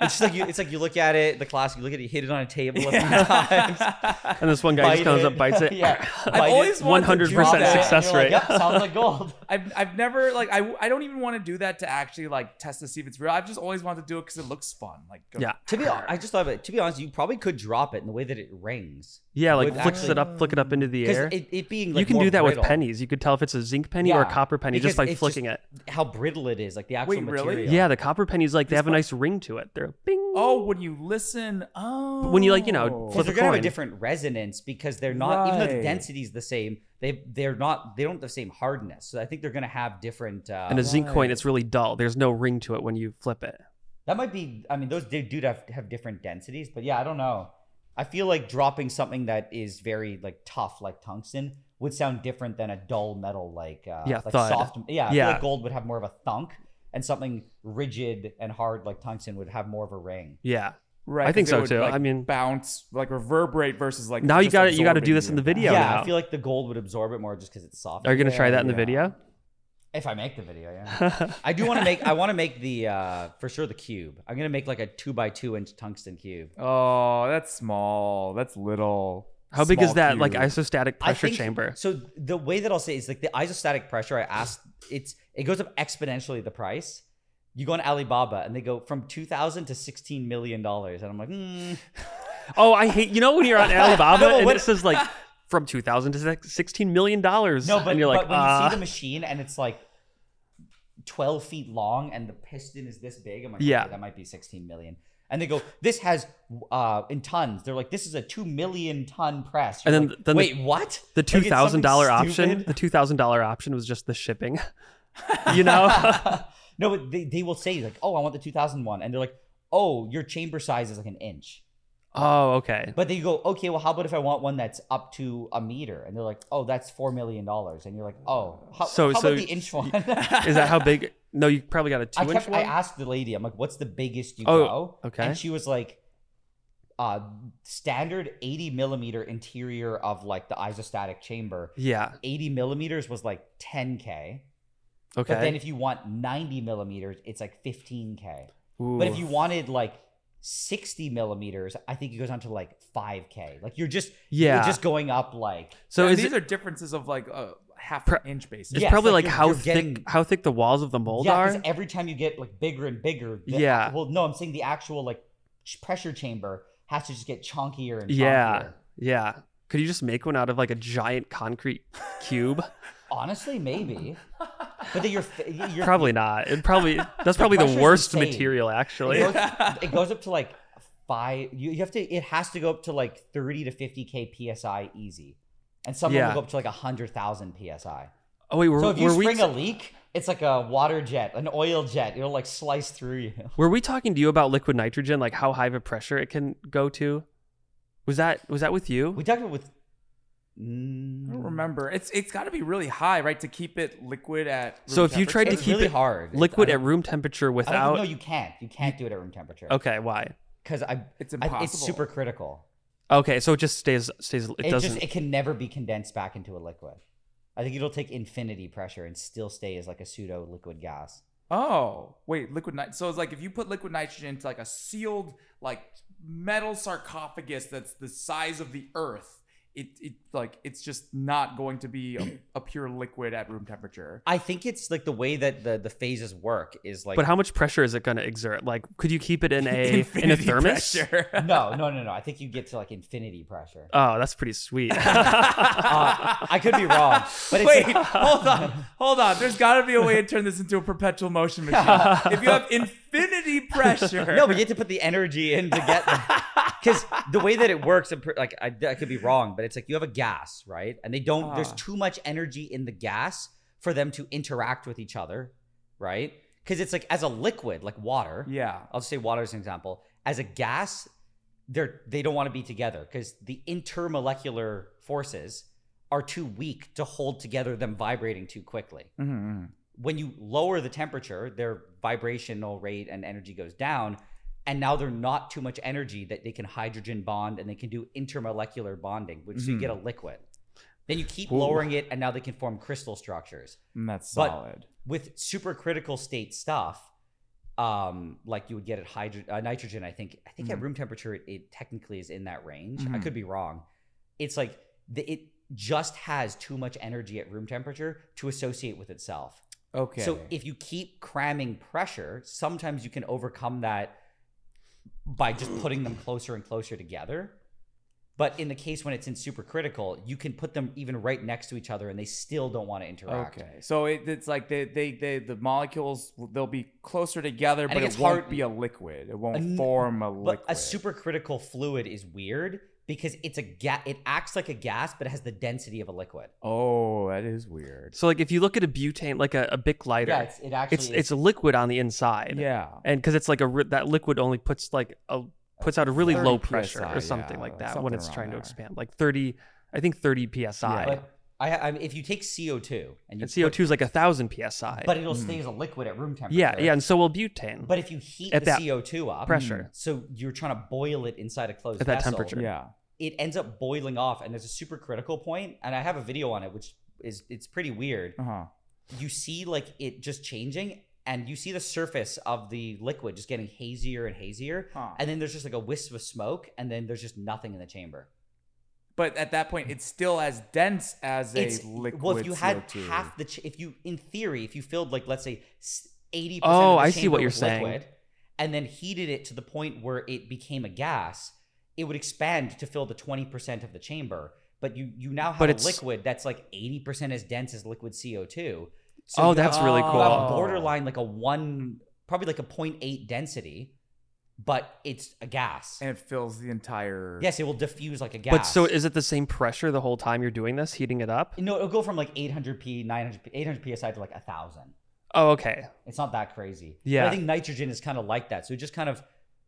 S3: it's just like you, it's like you look at it, the class, you look at it, you hit it on a table a few times.
S4: I've
S2: and this one guy just
S3: bite
S2: comes up, bites it.
S3: yeah, bite it.
S4: always wanted to do
S2: 100%
S4: that.
S2: success
S3: You're like,
S2: rate.
S3: Yep, sounds like gold.
S4: I've, I've never like I, I don't even want to do that to actually like test to see if it's real. I've just always wanted to do it because it looks fun. Like go-
S2: Yeah.
S3: To be, hon- I just thought about it. To be honest, you probably could drop it in the way that it rings,
S2: Yeah, like
S3: Would
S2: flicks it
S3: actually-
S2: up, flick it up into the
S3: because
S2: air.
S3: it, it being like
S2: you can
S3: more
S2: do that
S3: brittle.
S2: with pennies. You could tell if it's a zinc penny or a
S3: Yeah,
S2: copper penny just
S3: because
S2: by
S3: it's
S2: flicking
S3: just
S2: it.
S3: How brittle it is, like the actual
S4: Wait, really?
S3: material.
S2: Yeah, the copper pennies like they have a nice ring to it. They're bing.
S4: Oh, when you listen. Oh.
S2: when you, like, you know,
S3: because
S2: flip
S3: they're
S2: a
S3: gonna have a
S2: coin.
S3: different resonance because they're not even though the
S4: Right.
S3: density's the same, they they're not they don't have the same hardness. So I think they're gonna have different. Uh,
S2: and a zinc coin,
S4: right.
S2: it's really dull. There's no ring to it when you flip it.
S3: that might be. I mean, those do, do have have different densities, but yeah, I don't know. I feel like dropping something that is very like tough, like tungsten, would sound different than a dull metal like uh,
S2: Yeah,
S3: like
S2: thud.
S3: soft. Yeah, I feel
S2: Yeah.
S3: like gold would have more of a thunk, and something rigid and hard like tungsten would have more of a ring.
S2: Yeah.
S4: Right.
S2: I think
S4: 'cause it
S2: so,
S4: would,
S2: too.
S4: like,
S2: I mean-
S4: bounce like reverberate versus like.
S2: Now you
S4: just
S2: got you got to
S4: absorbing
S2: do this in the
S4: you.
S2: video.
S3: yeah,
S2: now.
S3: I feel like the gold would absorb it more just because it's soft.
S2: Are you gonna try that in the video?
S3: If I make the video, yeah. I do want to make. I want to make the uh, for sure the cube. I'm gonna make like a two by two inch tungsten cube.
S4: Oh, that's small. That's little.
S2: How big is
S4: Small
S2: that? Like
S4: cube.
S2: isostatic
S3: I
S2: pressure
S3: think-
S2: chamber.
S3: So the way that I'll say it is like the isostatic pressure. I asked. It's it goes up exponentially the price. You go on Alibaba and they go from two thousand to sixteen million dollars, and I'm like, mm.
S2: Oh, I hate. You know when you're on Alibaba
S3: No, but
S2: and
S3: what-
S2: it says like from 2000 to like 16 million dollars.
S3: no, but,
S2: and you're like,
S3: but when you
S2: ah.
S3: see the machine and it's like twelve feet long and the piston is this big, I'm like,
S2: Yeah.
S3: okay, that might be sixteen million. And they go, this has uh in tons. They're like, this is a two million ton press.
S2: And
S3: You're
S2: then-
S3: like,
S2: then the-
S3: wait, what?
S2: the
S3: Like, it's something
S2: two thousand dollar option.
S3: stupid.
S2: The two thousand dollar option was just the shipping. you know,
S3: no, but they, they will say like, oh, I want the 2001, and they're like, oh, your chamber size is like an inch.
S2: Oh, okay.
S3: But they go, okay, well, how about if I want one that's up to a meter? And they're like, oh, that's four million dollars, and you're like, oh, how,
S2: So-
S3: how
S2: so-
S3: about the inch one?
S2: Is that how big? No, you probably got a two
S3: I
S2: inch
S3: kept, I
S2: one.
S3: asked the lady, I'm like, what's the biggest you
S2: Oh,
S3: go?
S2: okay.
S3: and she was like. Uh, standard 80 millimeter interior of like the isostatic chamber.
S2: yeah.
S3: 80 millimeters was like 10k.
S2: Okay.
S3: But then if you want 90 millimeters, it's like 15k.
S2: Ooh.
S3: But if you wanted like 60 millimeters, I think it goes on to like 5K. Like you're just
S2: Yeah.
S3: you're just going up like
S2: so
S4: And
S2: is
S4: these
S2: it,
S4: are differences of like a half
S2: Pre-
S4: an inch basically.
S2: it's
S3: yes,
S2: probably
S3: like
S2: like,
S3: you're-
S2: how
S3: you're
S2: thick
S3: getting-
S2: how thick the walls of the mold
S3: yeah,
S2: are.
S3: every time you get like bigger and bigger. the-
S2: Yeah.
S3: Well, no, I'm saying the actual like ch- pressure chamber has to just get chunkier and chunkier.
S2: Yeah. Yeah. Could you just make one out of like a giant concrete cube?
S3: Honestly, maybe. But then you're fi- you're
S2: probably not. It probably that's probably the
S3: pressure's
S2: worst
S3: insane.
S2: material actually.
S3: It goes, it goes up to like five. You, you have to. It has to go up to like thirty to fifty k psi easy, and some
S2: Yeah.
S3: will go up to like hundred thousand psi.
S2: Oh wait, were,
S3: So if you
S2: were we
S3: spring a leak, it's like a water jet, an oil jet. It'll like slice through you.
S2: were we talking to you about liquid nitrogen like how high of a pressure it can go to? Was that was that with you?
S3: We talked about with. Mm.
S4: I don't remember. It's it's got to be really high, right, to keep it liquid at.
S2: So
S4: room
S2: if you tried to
S4: temperature?
S3: It's
S2: keep
S3: really
S2: it
S3: hard.
S2: liquid
S3: I
S2: at
S3: don't-
S2: room temperature
S3: I don't
S2: without
S3: think- no, you can't. You can't do it at room temperature.
S2: Okay, why?
S3: Because I,
S4: It's
S3: I, it's
S4: impossible.
S3: super critical.
S2: Okay, so it just stays stays. It,
S3: It,
S2: doesn't.
S3: just it can never be condensed back into a liquid. I think it'll take infinity pressure and still stay as like a pseudo liquid gas.
S4: Oh, wait, liquid nitrogen. So it's like if you put liquid nitrogen into like a sealed, like metal sarcophagus that's the size of the earth, it it like it's just not going to be a, a pure liquid at room temperature.
S3: I think it's like the way that the the phases work is like
S2: But how much pressure is it going to exert? Like, could you keep it in a in a thermos?
S3: no, no, no, no. I think you get to like infinity pressure.
S2: Oh, that's pretty sweet.
S3: Uh, I could be wrong, but it's
S4: Wait,
S3: like-
S4: hold on, hold on. There's got to be a way to turn this into a perpetual motion machine. if you have infinity pressure,
S3: no, but you have to put the energy in to get them. Because the way that it works, I'm pre- like I, I could be wrong, but it's like you have a gas, right? And they don't. There's
S4: Ah.
S3: too much energy in the gas for them to interact with each other, right? Because it's like as a liquid, like water.
S4: yeah,
S3: I'll just say water as an example. As a gas, they're they don't want to be together because the intermolecular forces are too weak to hold together them vibrating too quickly.
S4: Mm-hmm,
S3: When you lower the temperature, their vibrational rate and energy goes down, and now they're not too much energy that they can hydrogen bond and they can do intermolecular bonding, which so you
S4: Mhm.
S3: get a liquid. Then you keep lowering it, and now they can form crystal structures
S4: And that's
S3: But-
S4: solid.
S3: with supercritical state stuff, um, like you would get at hydro- uh, nitrogen, I think I think at room temperature it, it technically is in that range. I
S4: Mhm.
S3: could be wrong. It's like the, it just has too much energy at room temperature to associate with itself.
S4: okay.
S3: So if you keep cramming pressure, sometimes you can overcome that by just putting them closer and closer together. But in the case when it's in supercritical, you can put them even right next to each other and they still don't want to interact.
S4: Okay, so it, it's like they, they, they, the molecules they'll be closer together,
S3: And
S4: but
S3: it
S4: it,
S3: gets
S4: won't
S3: hard-
S4: be a liquid. It won't
S3: n-
S4: form a liquid.
S3: But a supercritical fluid is weird because it's a ga- it acts like a gas, but it has the density of a liquid.
S4: Oh, that is weird.
S2: so, like, if you look at a butane, like a, a Bic lighter,
S3: Yeah, it's, it actually
S2: it's,
S3: is-
S2: it's a liquid on the inside.
S4: Yeah.
S2: and because it's like a ri- that liquid only puts like a puts out a really
S4: 30
S2: low pressure
S4: PSI,
S2: or something
S4: yeah,
S2: like that
S4: something
S2: when it's
S4: around
S2: trying
S4: there.
S2: to expand like 30 i think 30 psi
S3: but I, I if you take CO two and you
S2: and co2 is like a thousand psi
S3: put- but it'll stay as a liquid at room temperature.
S2: yeah yeah and so will butane
S3: But if you heat
S2: At
S3: the
S2: that
S3: CO two up,
S2: pressure.
S3: so you're trying to boil it inside a closed
S2: At that
S3: vessel,
S2: temperature.
S4: Yeah.
S3: it ends up boiling off, and there's a supercritical point, and I have a video on it, which is it's pretty weird.
S4: Uh huh.
S3: you see like it just changing and you see the surface of the liquid just getting hazier and hazier
S4: Huh.
S3: and then there's just like a wisp of smoke and then there's just nothing in the chamber
S4: But at that point, it's still as dense as a
S3: it's
S4: liquid.
S3: well if you had
S4: CO2.
S3: half the ch- if you in theory if you filled like let's say s- 80%
S2: Oh,
S3: of the
S2: I
S3: chamber
S2: see what you're
S3: with
S2: saying.
S3: liquid, and then heated it to the point where it became a gas it would expand to fill the 20% of the chamber but you you now have
S2: But
S3: a
S2: it's-
S3: liquid that's like 80% as dense as liquid co2 so
S2: oh
S3: you have
S2: that's really
S4: Oh.
S2: cool
S3: you have
S4: Wow.
S3: a borderline like a one probably like a 0.8 density but it's a gas
S4: and it fills the entire.
S3: yes it will diffuse like a gas
S2: but so is it the same pressure the whole time you're doing this heating it up
S3: no it'll go from like 800p 900p 800 psi to like a thousand
S2: oh okay
S3: it's not that crazy But
S2: Yeah.
S3: i think nitrogen is kind of like that so it just kind of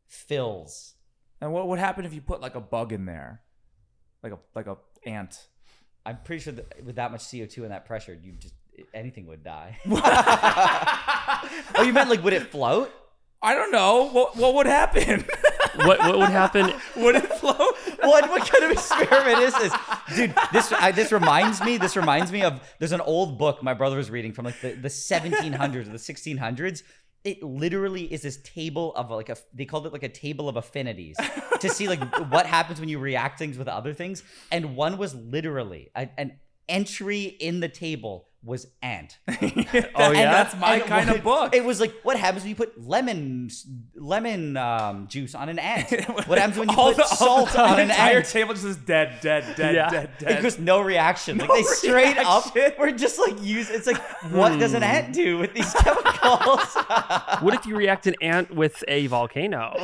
S3: fills
S4: And what would happen if you put like a bug in there, like a like a ant?
S3: i'm pretty sure that with that much co2 and that pressure you just anything would die oh you meant like would it float
S4: I don't know. What what would happen?
S2: what what would happen
S4: would it float?
S3: what what kind of experiment is this, dude? This I, this reminds me. This reminds me of there's an old book my brother was reading from like the, the 1700s or the 1600s. It literally is this table of like a they called it like a table of affinities to see like what happens when you react things with other things. And one was literally a, an entry in the table was ant.
S4: oh
S3: And
S4: that's my
S3: and
S4: kind
S3: what-
S4: of book.
S3: It was like, what happens when you put lemon lemon um, juice on an ant? What happens when you
S4: All
S3: put
S4: the- all
S3: salt
S4: the
S3: on an
S4: entire
S3: ant?
S4: table just is dead, dead, dead,
S2: Yeah.
S4: dead,
S3: It
S4: dead.
S3: was no reaction. like they straight
S4: reaction.
S3: up were just like use. It's like what does an ant do with these chemicals?
S2: what if you react an ant with a volcano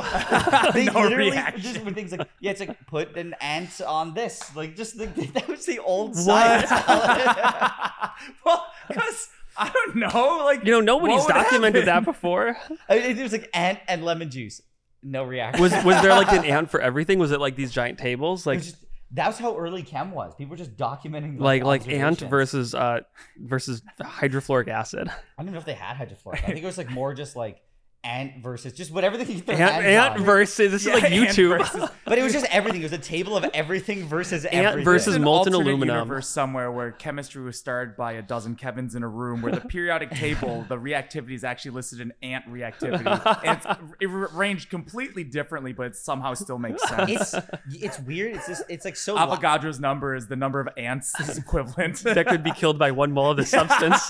S3: they
S4: No
S3: literally
S4: reaction.
S3: just were things like yeah. It's like put an ant on this. Like just the, that was the old
S2: What?
S3: science. What?
S4: well, because I don't know. Like
S2: you know nobody's
S4: what would
S2: documented that
S4: happen?
S2: before
S3: it was like ant and lemon juice. No reaction.
S2: was was there like an ant for everything was it like these giant tables
S3: It
S2: like
S3: was just- that was how early chem was. People were just documenting
S2: like like ant
S3: observations.
S2: versus uh versus hydrofluoric acid
S3: I don't even know if they had hydrofluoric. I think it was like more just like Ant versus just whatever they could get their
S2: Ant,
S3: hands
S2: Ant
S3: on.
S2: versus this is like
S4: and
S2: YouTube.
S4: versus-
S3: But it was just everything. It was a table of everything versus everything.
S2: versus
S4: There's an
S2: molten
S4: alternate
S2: aluminum.
S4: universe somewhere where chemistry was starred by a dozen Kevins in a room where the periodic table, the reactivity is actually listed in ant reactivity. And it's it arranged completely differently, but it somehow still makes sense.
S3: It's it's weird. It's just it's like so. li-
S4: Avogadro's number is the number of ants is equivalent.
S2: that could be killed by one mole of the substance.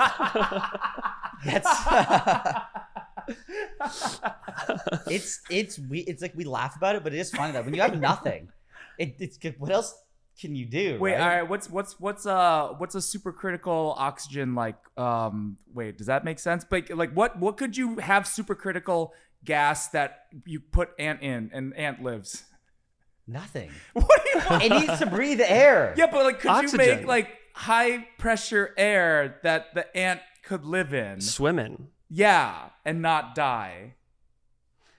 S3: That's. it's it's we it's like we laugh about it, but it is funny that when you have nothing, it, it's good. What else can you do?
S4: Wait,
S3: right?
S4: all right. What's what's what's uh what's a supercritical oxygen like? Um, wait, does that make sense? But like, what what could you have supercritical gas that you put ant in and ant lives?
S3: nothing.
S4: What do you?
S3: It needs to breathe air.
S4: Yeah, but like, could you
S2: Oxygen.
S4: make like high pressure air that the ant could live in?
S2: Swimming.
S4: Yeah, and not die.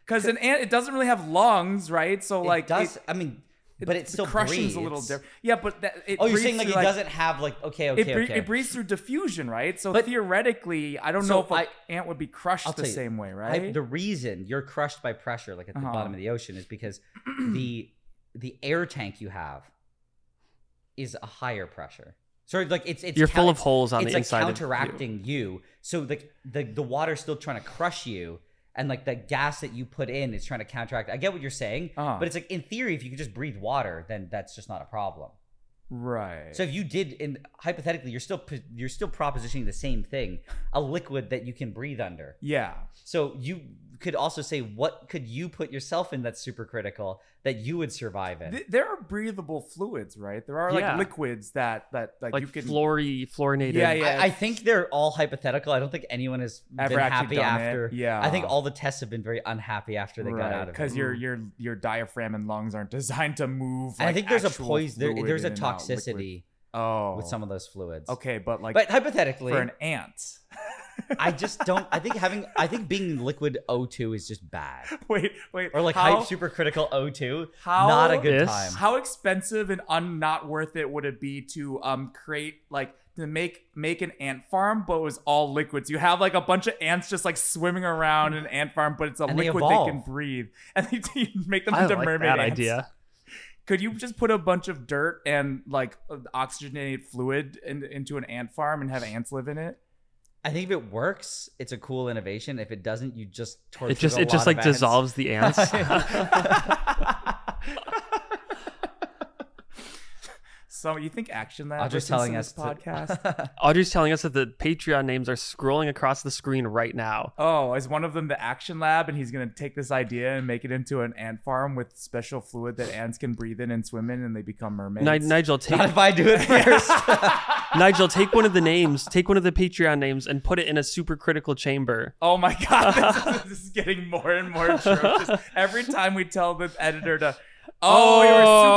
S4: Because an ant, it doesn't really have lungs, right? So
S3: It
S4: like,
S3: does.
S4: it-
S3: I mean, but it still
S4: crushing's
S3: breathes.
S4: a little different. Yeah, but that, it
S3: Oh, you're
S4: breathes
S3: saying like
S4: through,
S3: it doesn't have like okay, okay,
S4: it, bre-
S3: okay.
S4: it breathes through diffusion, right? So
S3: But-
S4: theoretically, I don't
S3: So
S4: know if an
S3: I-
S4: ant would be crushed
S3: I'll
S4: the
S3: tell you,
S4: same way,
S3: I-
S4: right?
S3: the reason you're crushed by pressure, like at the
S4: Uh-huh.
S3: bottom of the ocean, is because the the air tank you have is a higher pressure. So like it's it's
S2: You're full
S3: coun-
S2: of holes on
S3: it's
S2: the
S3: like
S2: inside of you.
S3: counteracting you. So like the the water's still trying to crush you, and like the gas that you put in is trying to counteract. I get what you're saying,
S4: Uh-huh.
S3: but it's like in theory, if you could just breathe water, then that's just not a problem.
S4: right.
S3: So if you did, in hypothetically, you're still p- you're still propositioning the same thing, a liquid that you can breathe under.
S4: yeah.
S3: So you could also say, what could you put yourself in that's supercritical that you would survive in?
S4: Th- there are breathable fluids, right? There are like
S2: Yeah.
S4: liquids that that like,
S2: Like
S4: you can
S2: fluorine, fluorinated.
S4: Yeah, yeah.
S3: I, I think they're all hypothetical. I don't think anyone has
S4: Ever
S3: been
S4: actually
S3: happy
S4: done it.
S3: after.
S4: Yeah.
S3: I think all the tests have been very unhappy after they got out of it. Mm.
S4: because your your your diaphragm and lungs aren't designed to move.
S3: And I
S4: like,
S3: think there's a
S4: actual
S3: poison. There,
S4: fluid
S3: there's a
S4: in and out, liquid.
S3: toxicity
S4: Oh,
S3: with some of those fluids.
S4: Okay, but like
S3: but hypothetically,
S4: for an ant.
S3: I just don't. I think having. I think being in liquid O2 is just bad.
S4: wait, wait.
S3: Or like
S4: how,
S3: hype supercritical O2.
S4: How-
S3: not a good
S2: Yes.
S3: time.
S4: How expensive and un not worth it would it be to um create like to make make an ant farm, but it was all liquids. You have like a bunch of ants just like swimming around in an ant farm, but it's a
S3: And they
S4: liquid they,
S3: evolve.
S4: can breathe, and they you make them
S2: I
S4: into
S2: like
S4: mermaid
S2: that
S4: ants.
S2: idea.
S4: Could you just put a bunch of dirt and like uh, oxygenated fluid in, into an ant farm and have ants live in it?
S3: I think if it works, it's a cool innovation. If it doesn't, you just torture.
S2: It just
S3: a
S2: it just
S3: lot
S2: like
S3: of ants.
S2: dissolves the ants.
S4: So you think action that
S3: I'm just telling us to-
S4: podcast?
S2: Audrey's telling us that the Patreon names are scrolling across the screen right now.
S4: Oh, is one of them the Action Lab, and he's gonna take this idea and make it into an ant farm with special fluid that ants can breathe in and swim in, and they become mermaids.
S2: Ni- Nigel, take
S3: Not if I do it first.
S2: Nigel, take one of the names, take one of the Patreon names, and put it in a supercritical chamber.
S4: oh my god, this, is- this is getting more and more atrocious. Every time we tell the editor to, oh,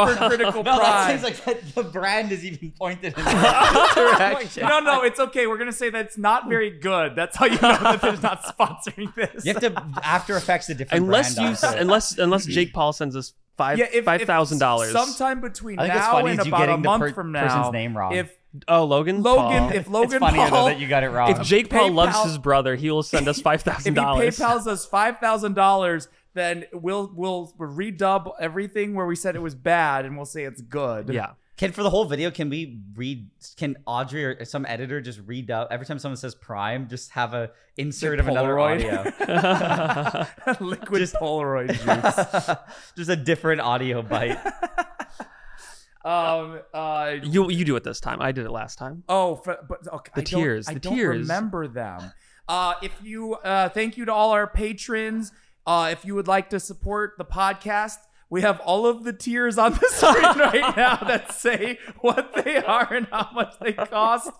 S4: you're super critical
S3: no, that
S4: prime.
S3: seems like that, the brand is even pointed in
S4: no, no, it's okay. We're gonna say that's not very good. That's how you know that they're not sponsoring this.
S3: You have to After Effects a different
S2: Unless you,
S3: brand
S2: s-
S3: onto it.
S2: unless unless Jake Paul sends us five
S4: Yeah, if
S2: five
S4: if
S2: thousand dollars.
S4: sometime between
S3: I think it's
S4: now
S3: funny
S4: and
S3: is you
S4: about a
S3: getting the
S4: month
S3: per-
S4: from now,
S3: person's name wrong.
S4: if
S2: Oh, Logan.
S4: Logan,
S2: Paul.
S4: if Logan
S3: it's funnier
S4: Paul,
S3: though that you got it wrong.
S2: if Jake Paul loves
S4: PayPal-
S2: his brother, he will send us five
S4: if
S2: thousand
S4: he
S2: dollars.
S4: PayPal's us five thousand dollars, then we'll we'll redub everything where we said it was bad, and we'll say it's good.
S2: Yeah.
S3: can for the whole video, can we read? Can Audrey or some editor just read out every time someone says Prime? Just have a insert of another audio,
S4: liquid Polaroid juice.
S3: just a different audio bite.
S4: um. Uh.
S2: You you do it this time. I did it last time.
S4: Oh, for, but okay.
S2: The
S4: I don't-
S2: tears,
S4: I
S2: the
S4: don't
S2: tears.
S4: remember them. Uh, if you uh, thank you to all our patrons. Uh, if you would like to support the podcast, we have all of the tiers on the screen right now that say what they are and how much they cost,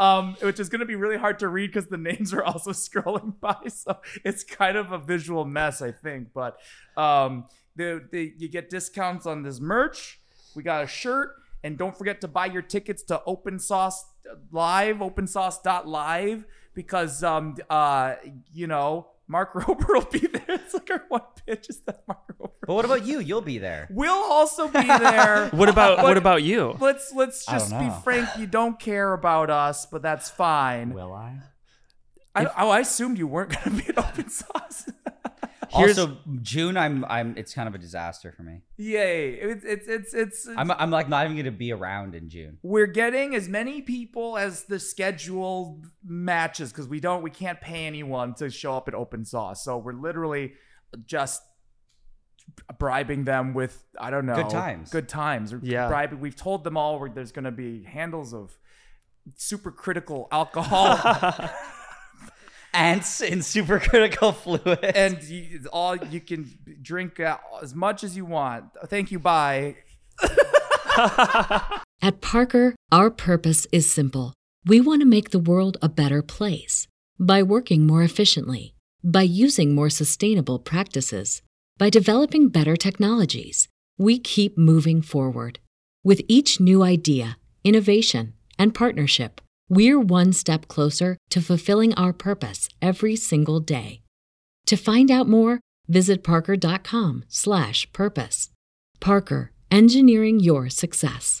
S4: um, which is going to be really hard to read because the names are also scrolling by. So it's kind of a visual mess, I think. But um, the, the, you get discounts on this merch. We got a shirt. And don't forget to buy your tickets to Open Sauce uh, Live, opensource.live, because, um, uh, you know, Mark Rober will be there. It's like our one pitch is that Mark Rober.
S3: But what about you? You'll be there.
S4: We'll also be there.
S2: What about
S4: But
S2: what about you?
S4: Let's let's
S3: I don't
S4: just be
S3: know.
S4: frank. You don't care about us, but that's fine.
S3: Will I?
S4: I, oh, I assumed you weren't going to be at Open Sauce.
S2: Here's-
S3: also, June, I'm I'm. It's kind of a disaster for me.
S4: Yay! It's it's it's it's.
S3: I'm I'm like not even gonna be around in June.
S4: we're getting as many people as the schedule matches because we don't we can't pay anyone to show up at open source so we're literally just bribing them with i don't know
S3: Good times.
S4: good times We're
S2: Yeah.
S4: bribing we've told them all where there's going to be handles of super critical alcohol
S3: Ants in supercritical fluid.
S4: and you, it's all you can drink uh, as much as you want thank you bye
S1: At Parker, our purpose is simple. We want to make the world a better place by working more efficiently, by using more sustainable practices, by developing better technologies. We keep moving forward. With each new idea, innovation, and partnership, we're one step closer to fulfilling our purpose every single day. To find out more, visit parker.com/purpose. Parker, engineering your success.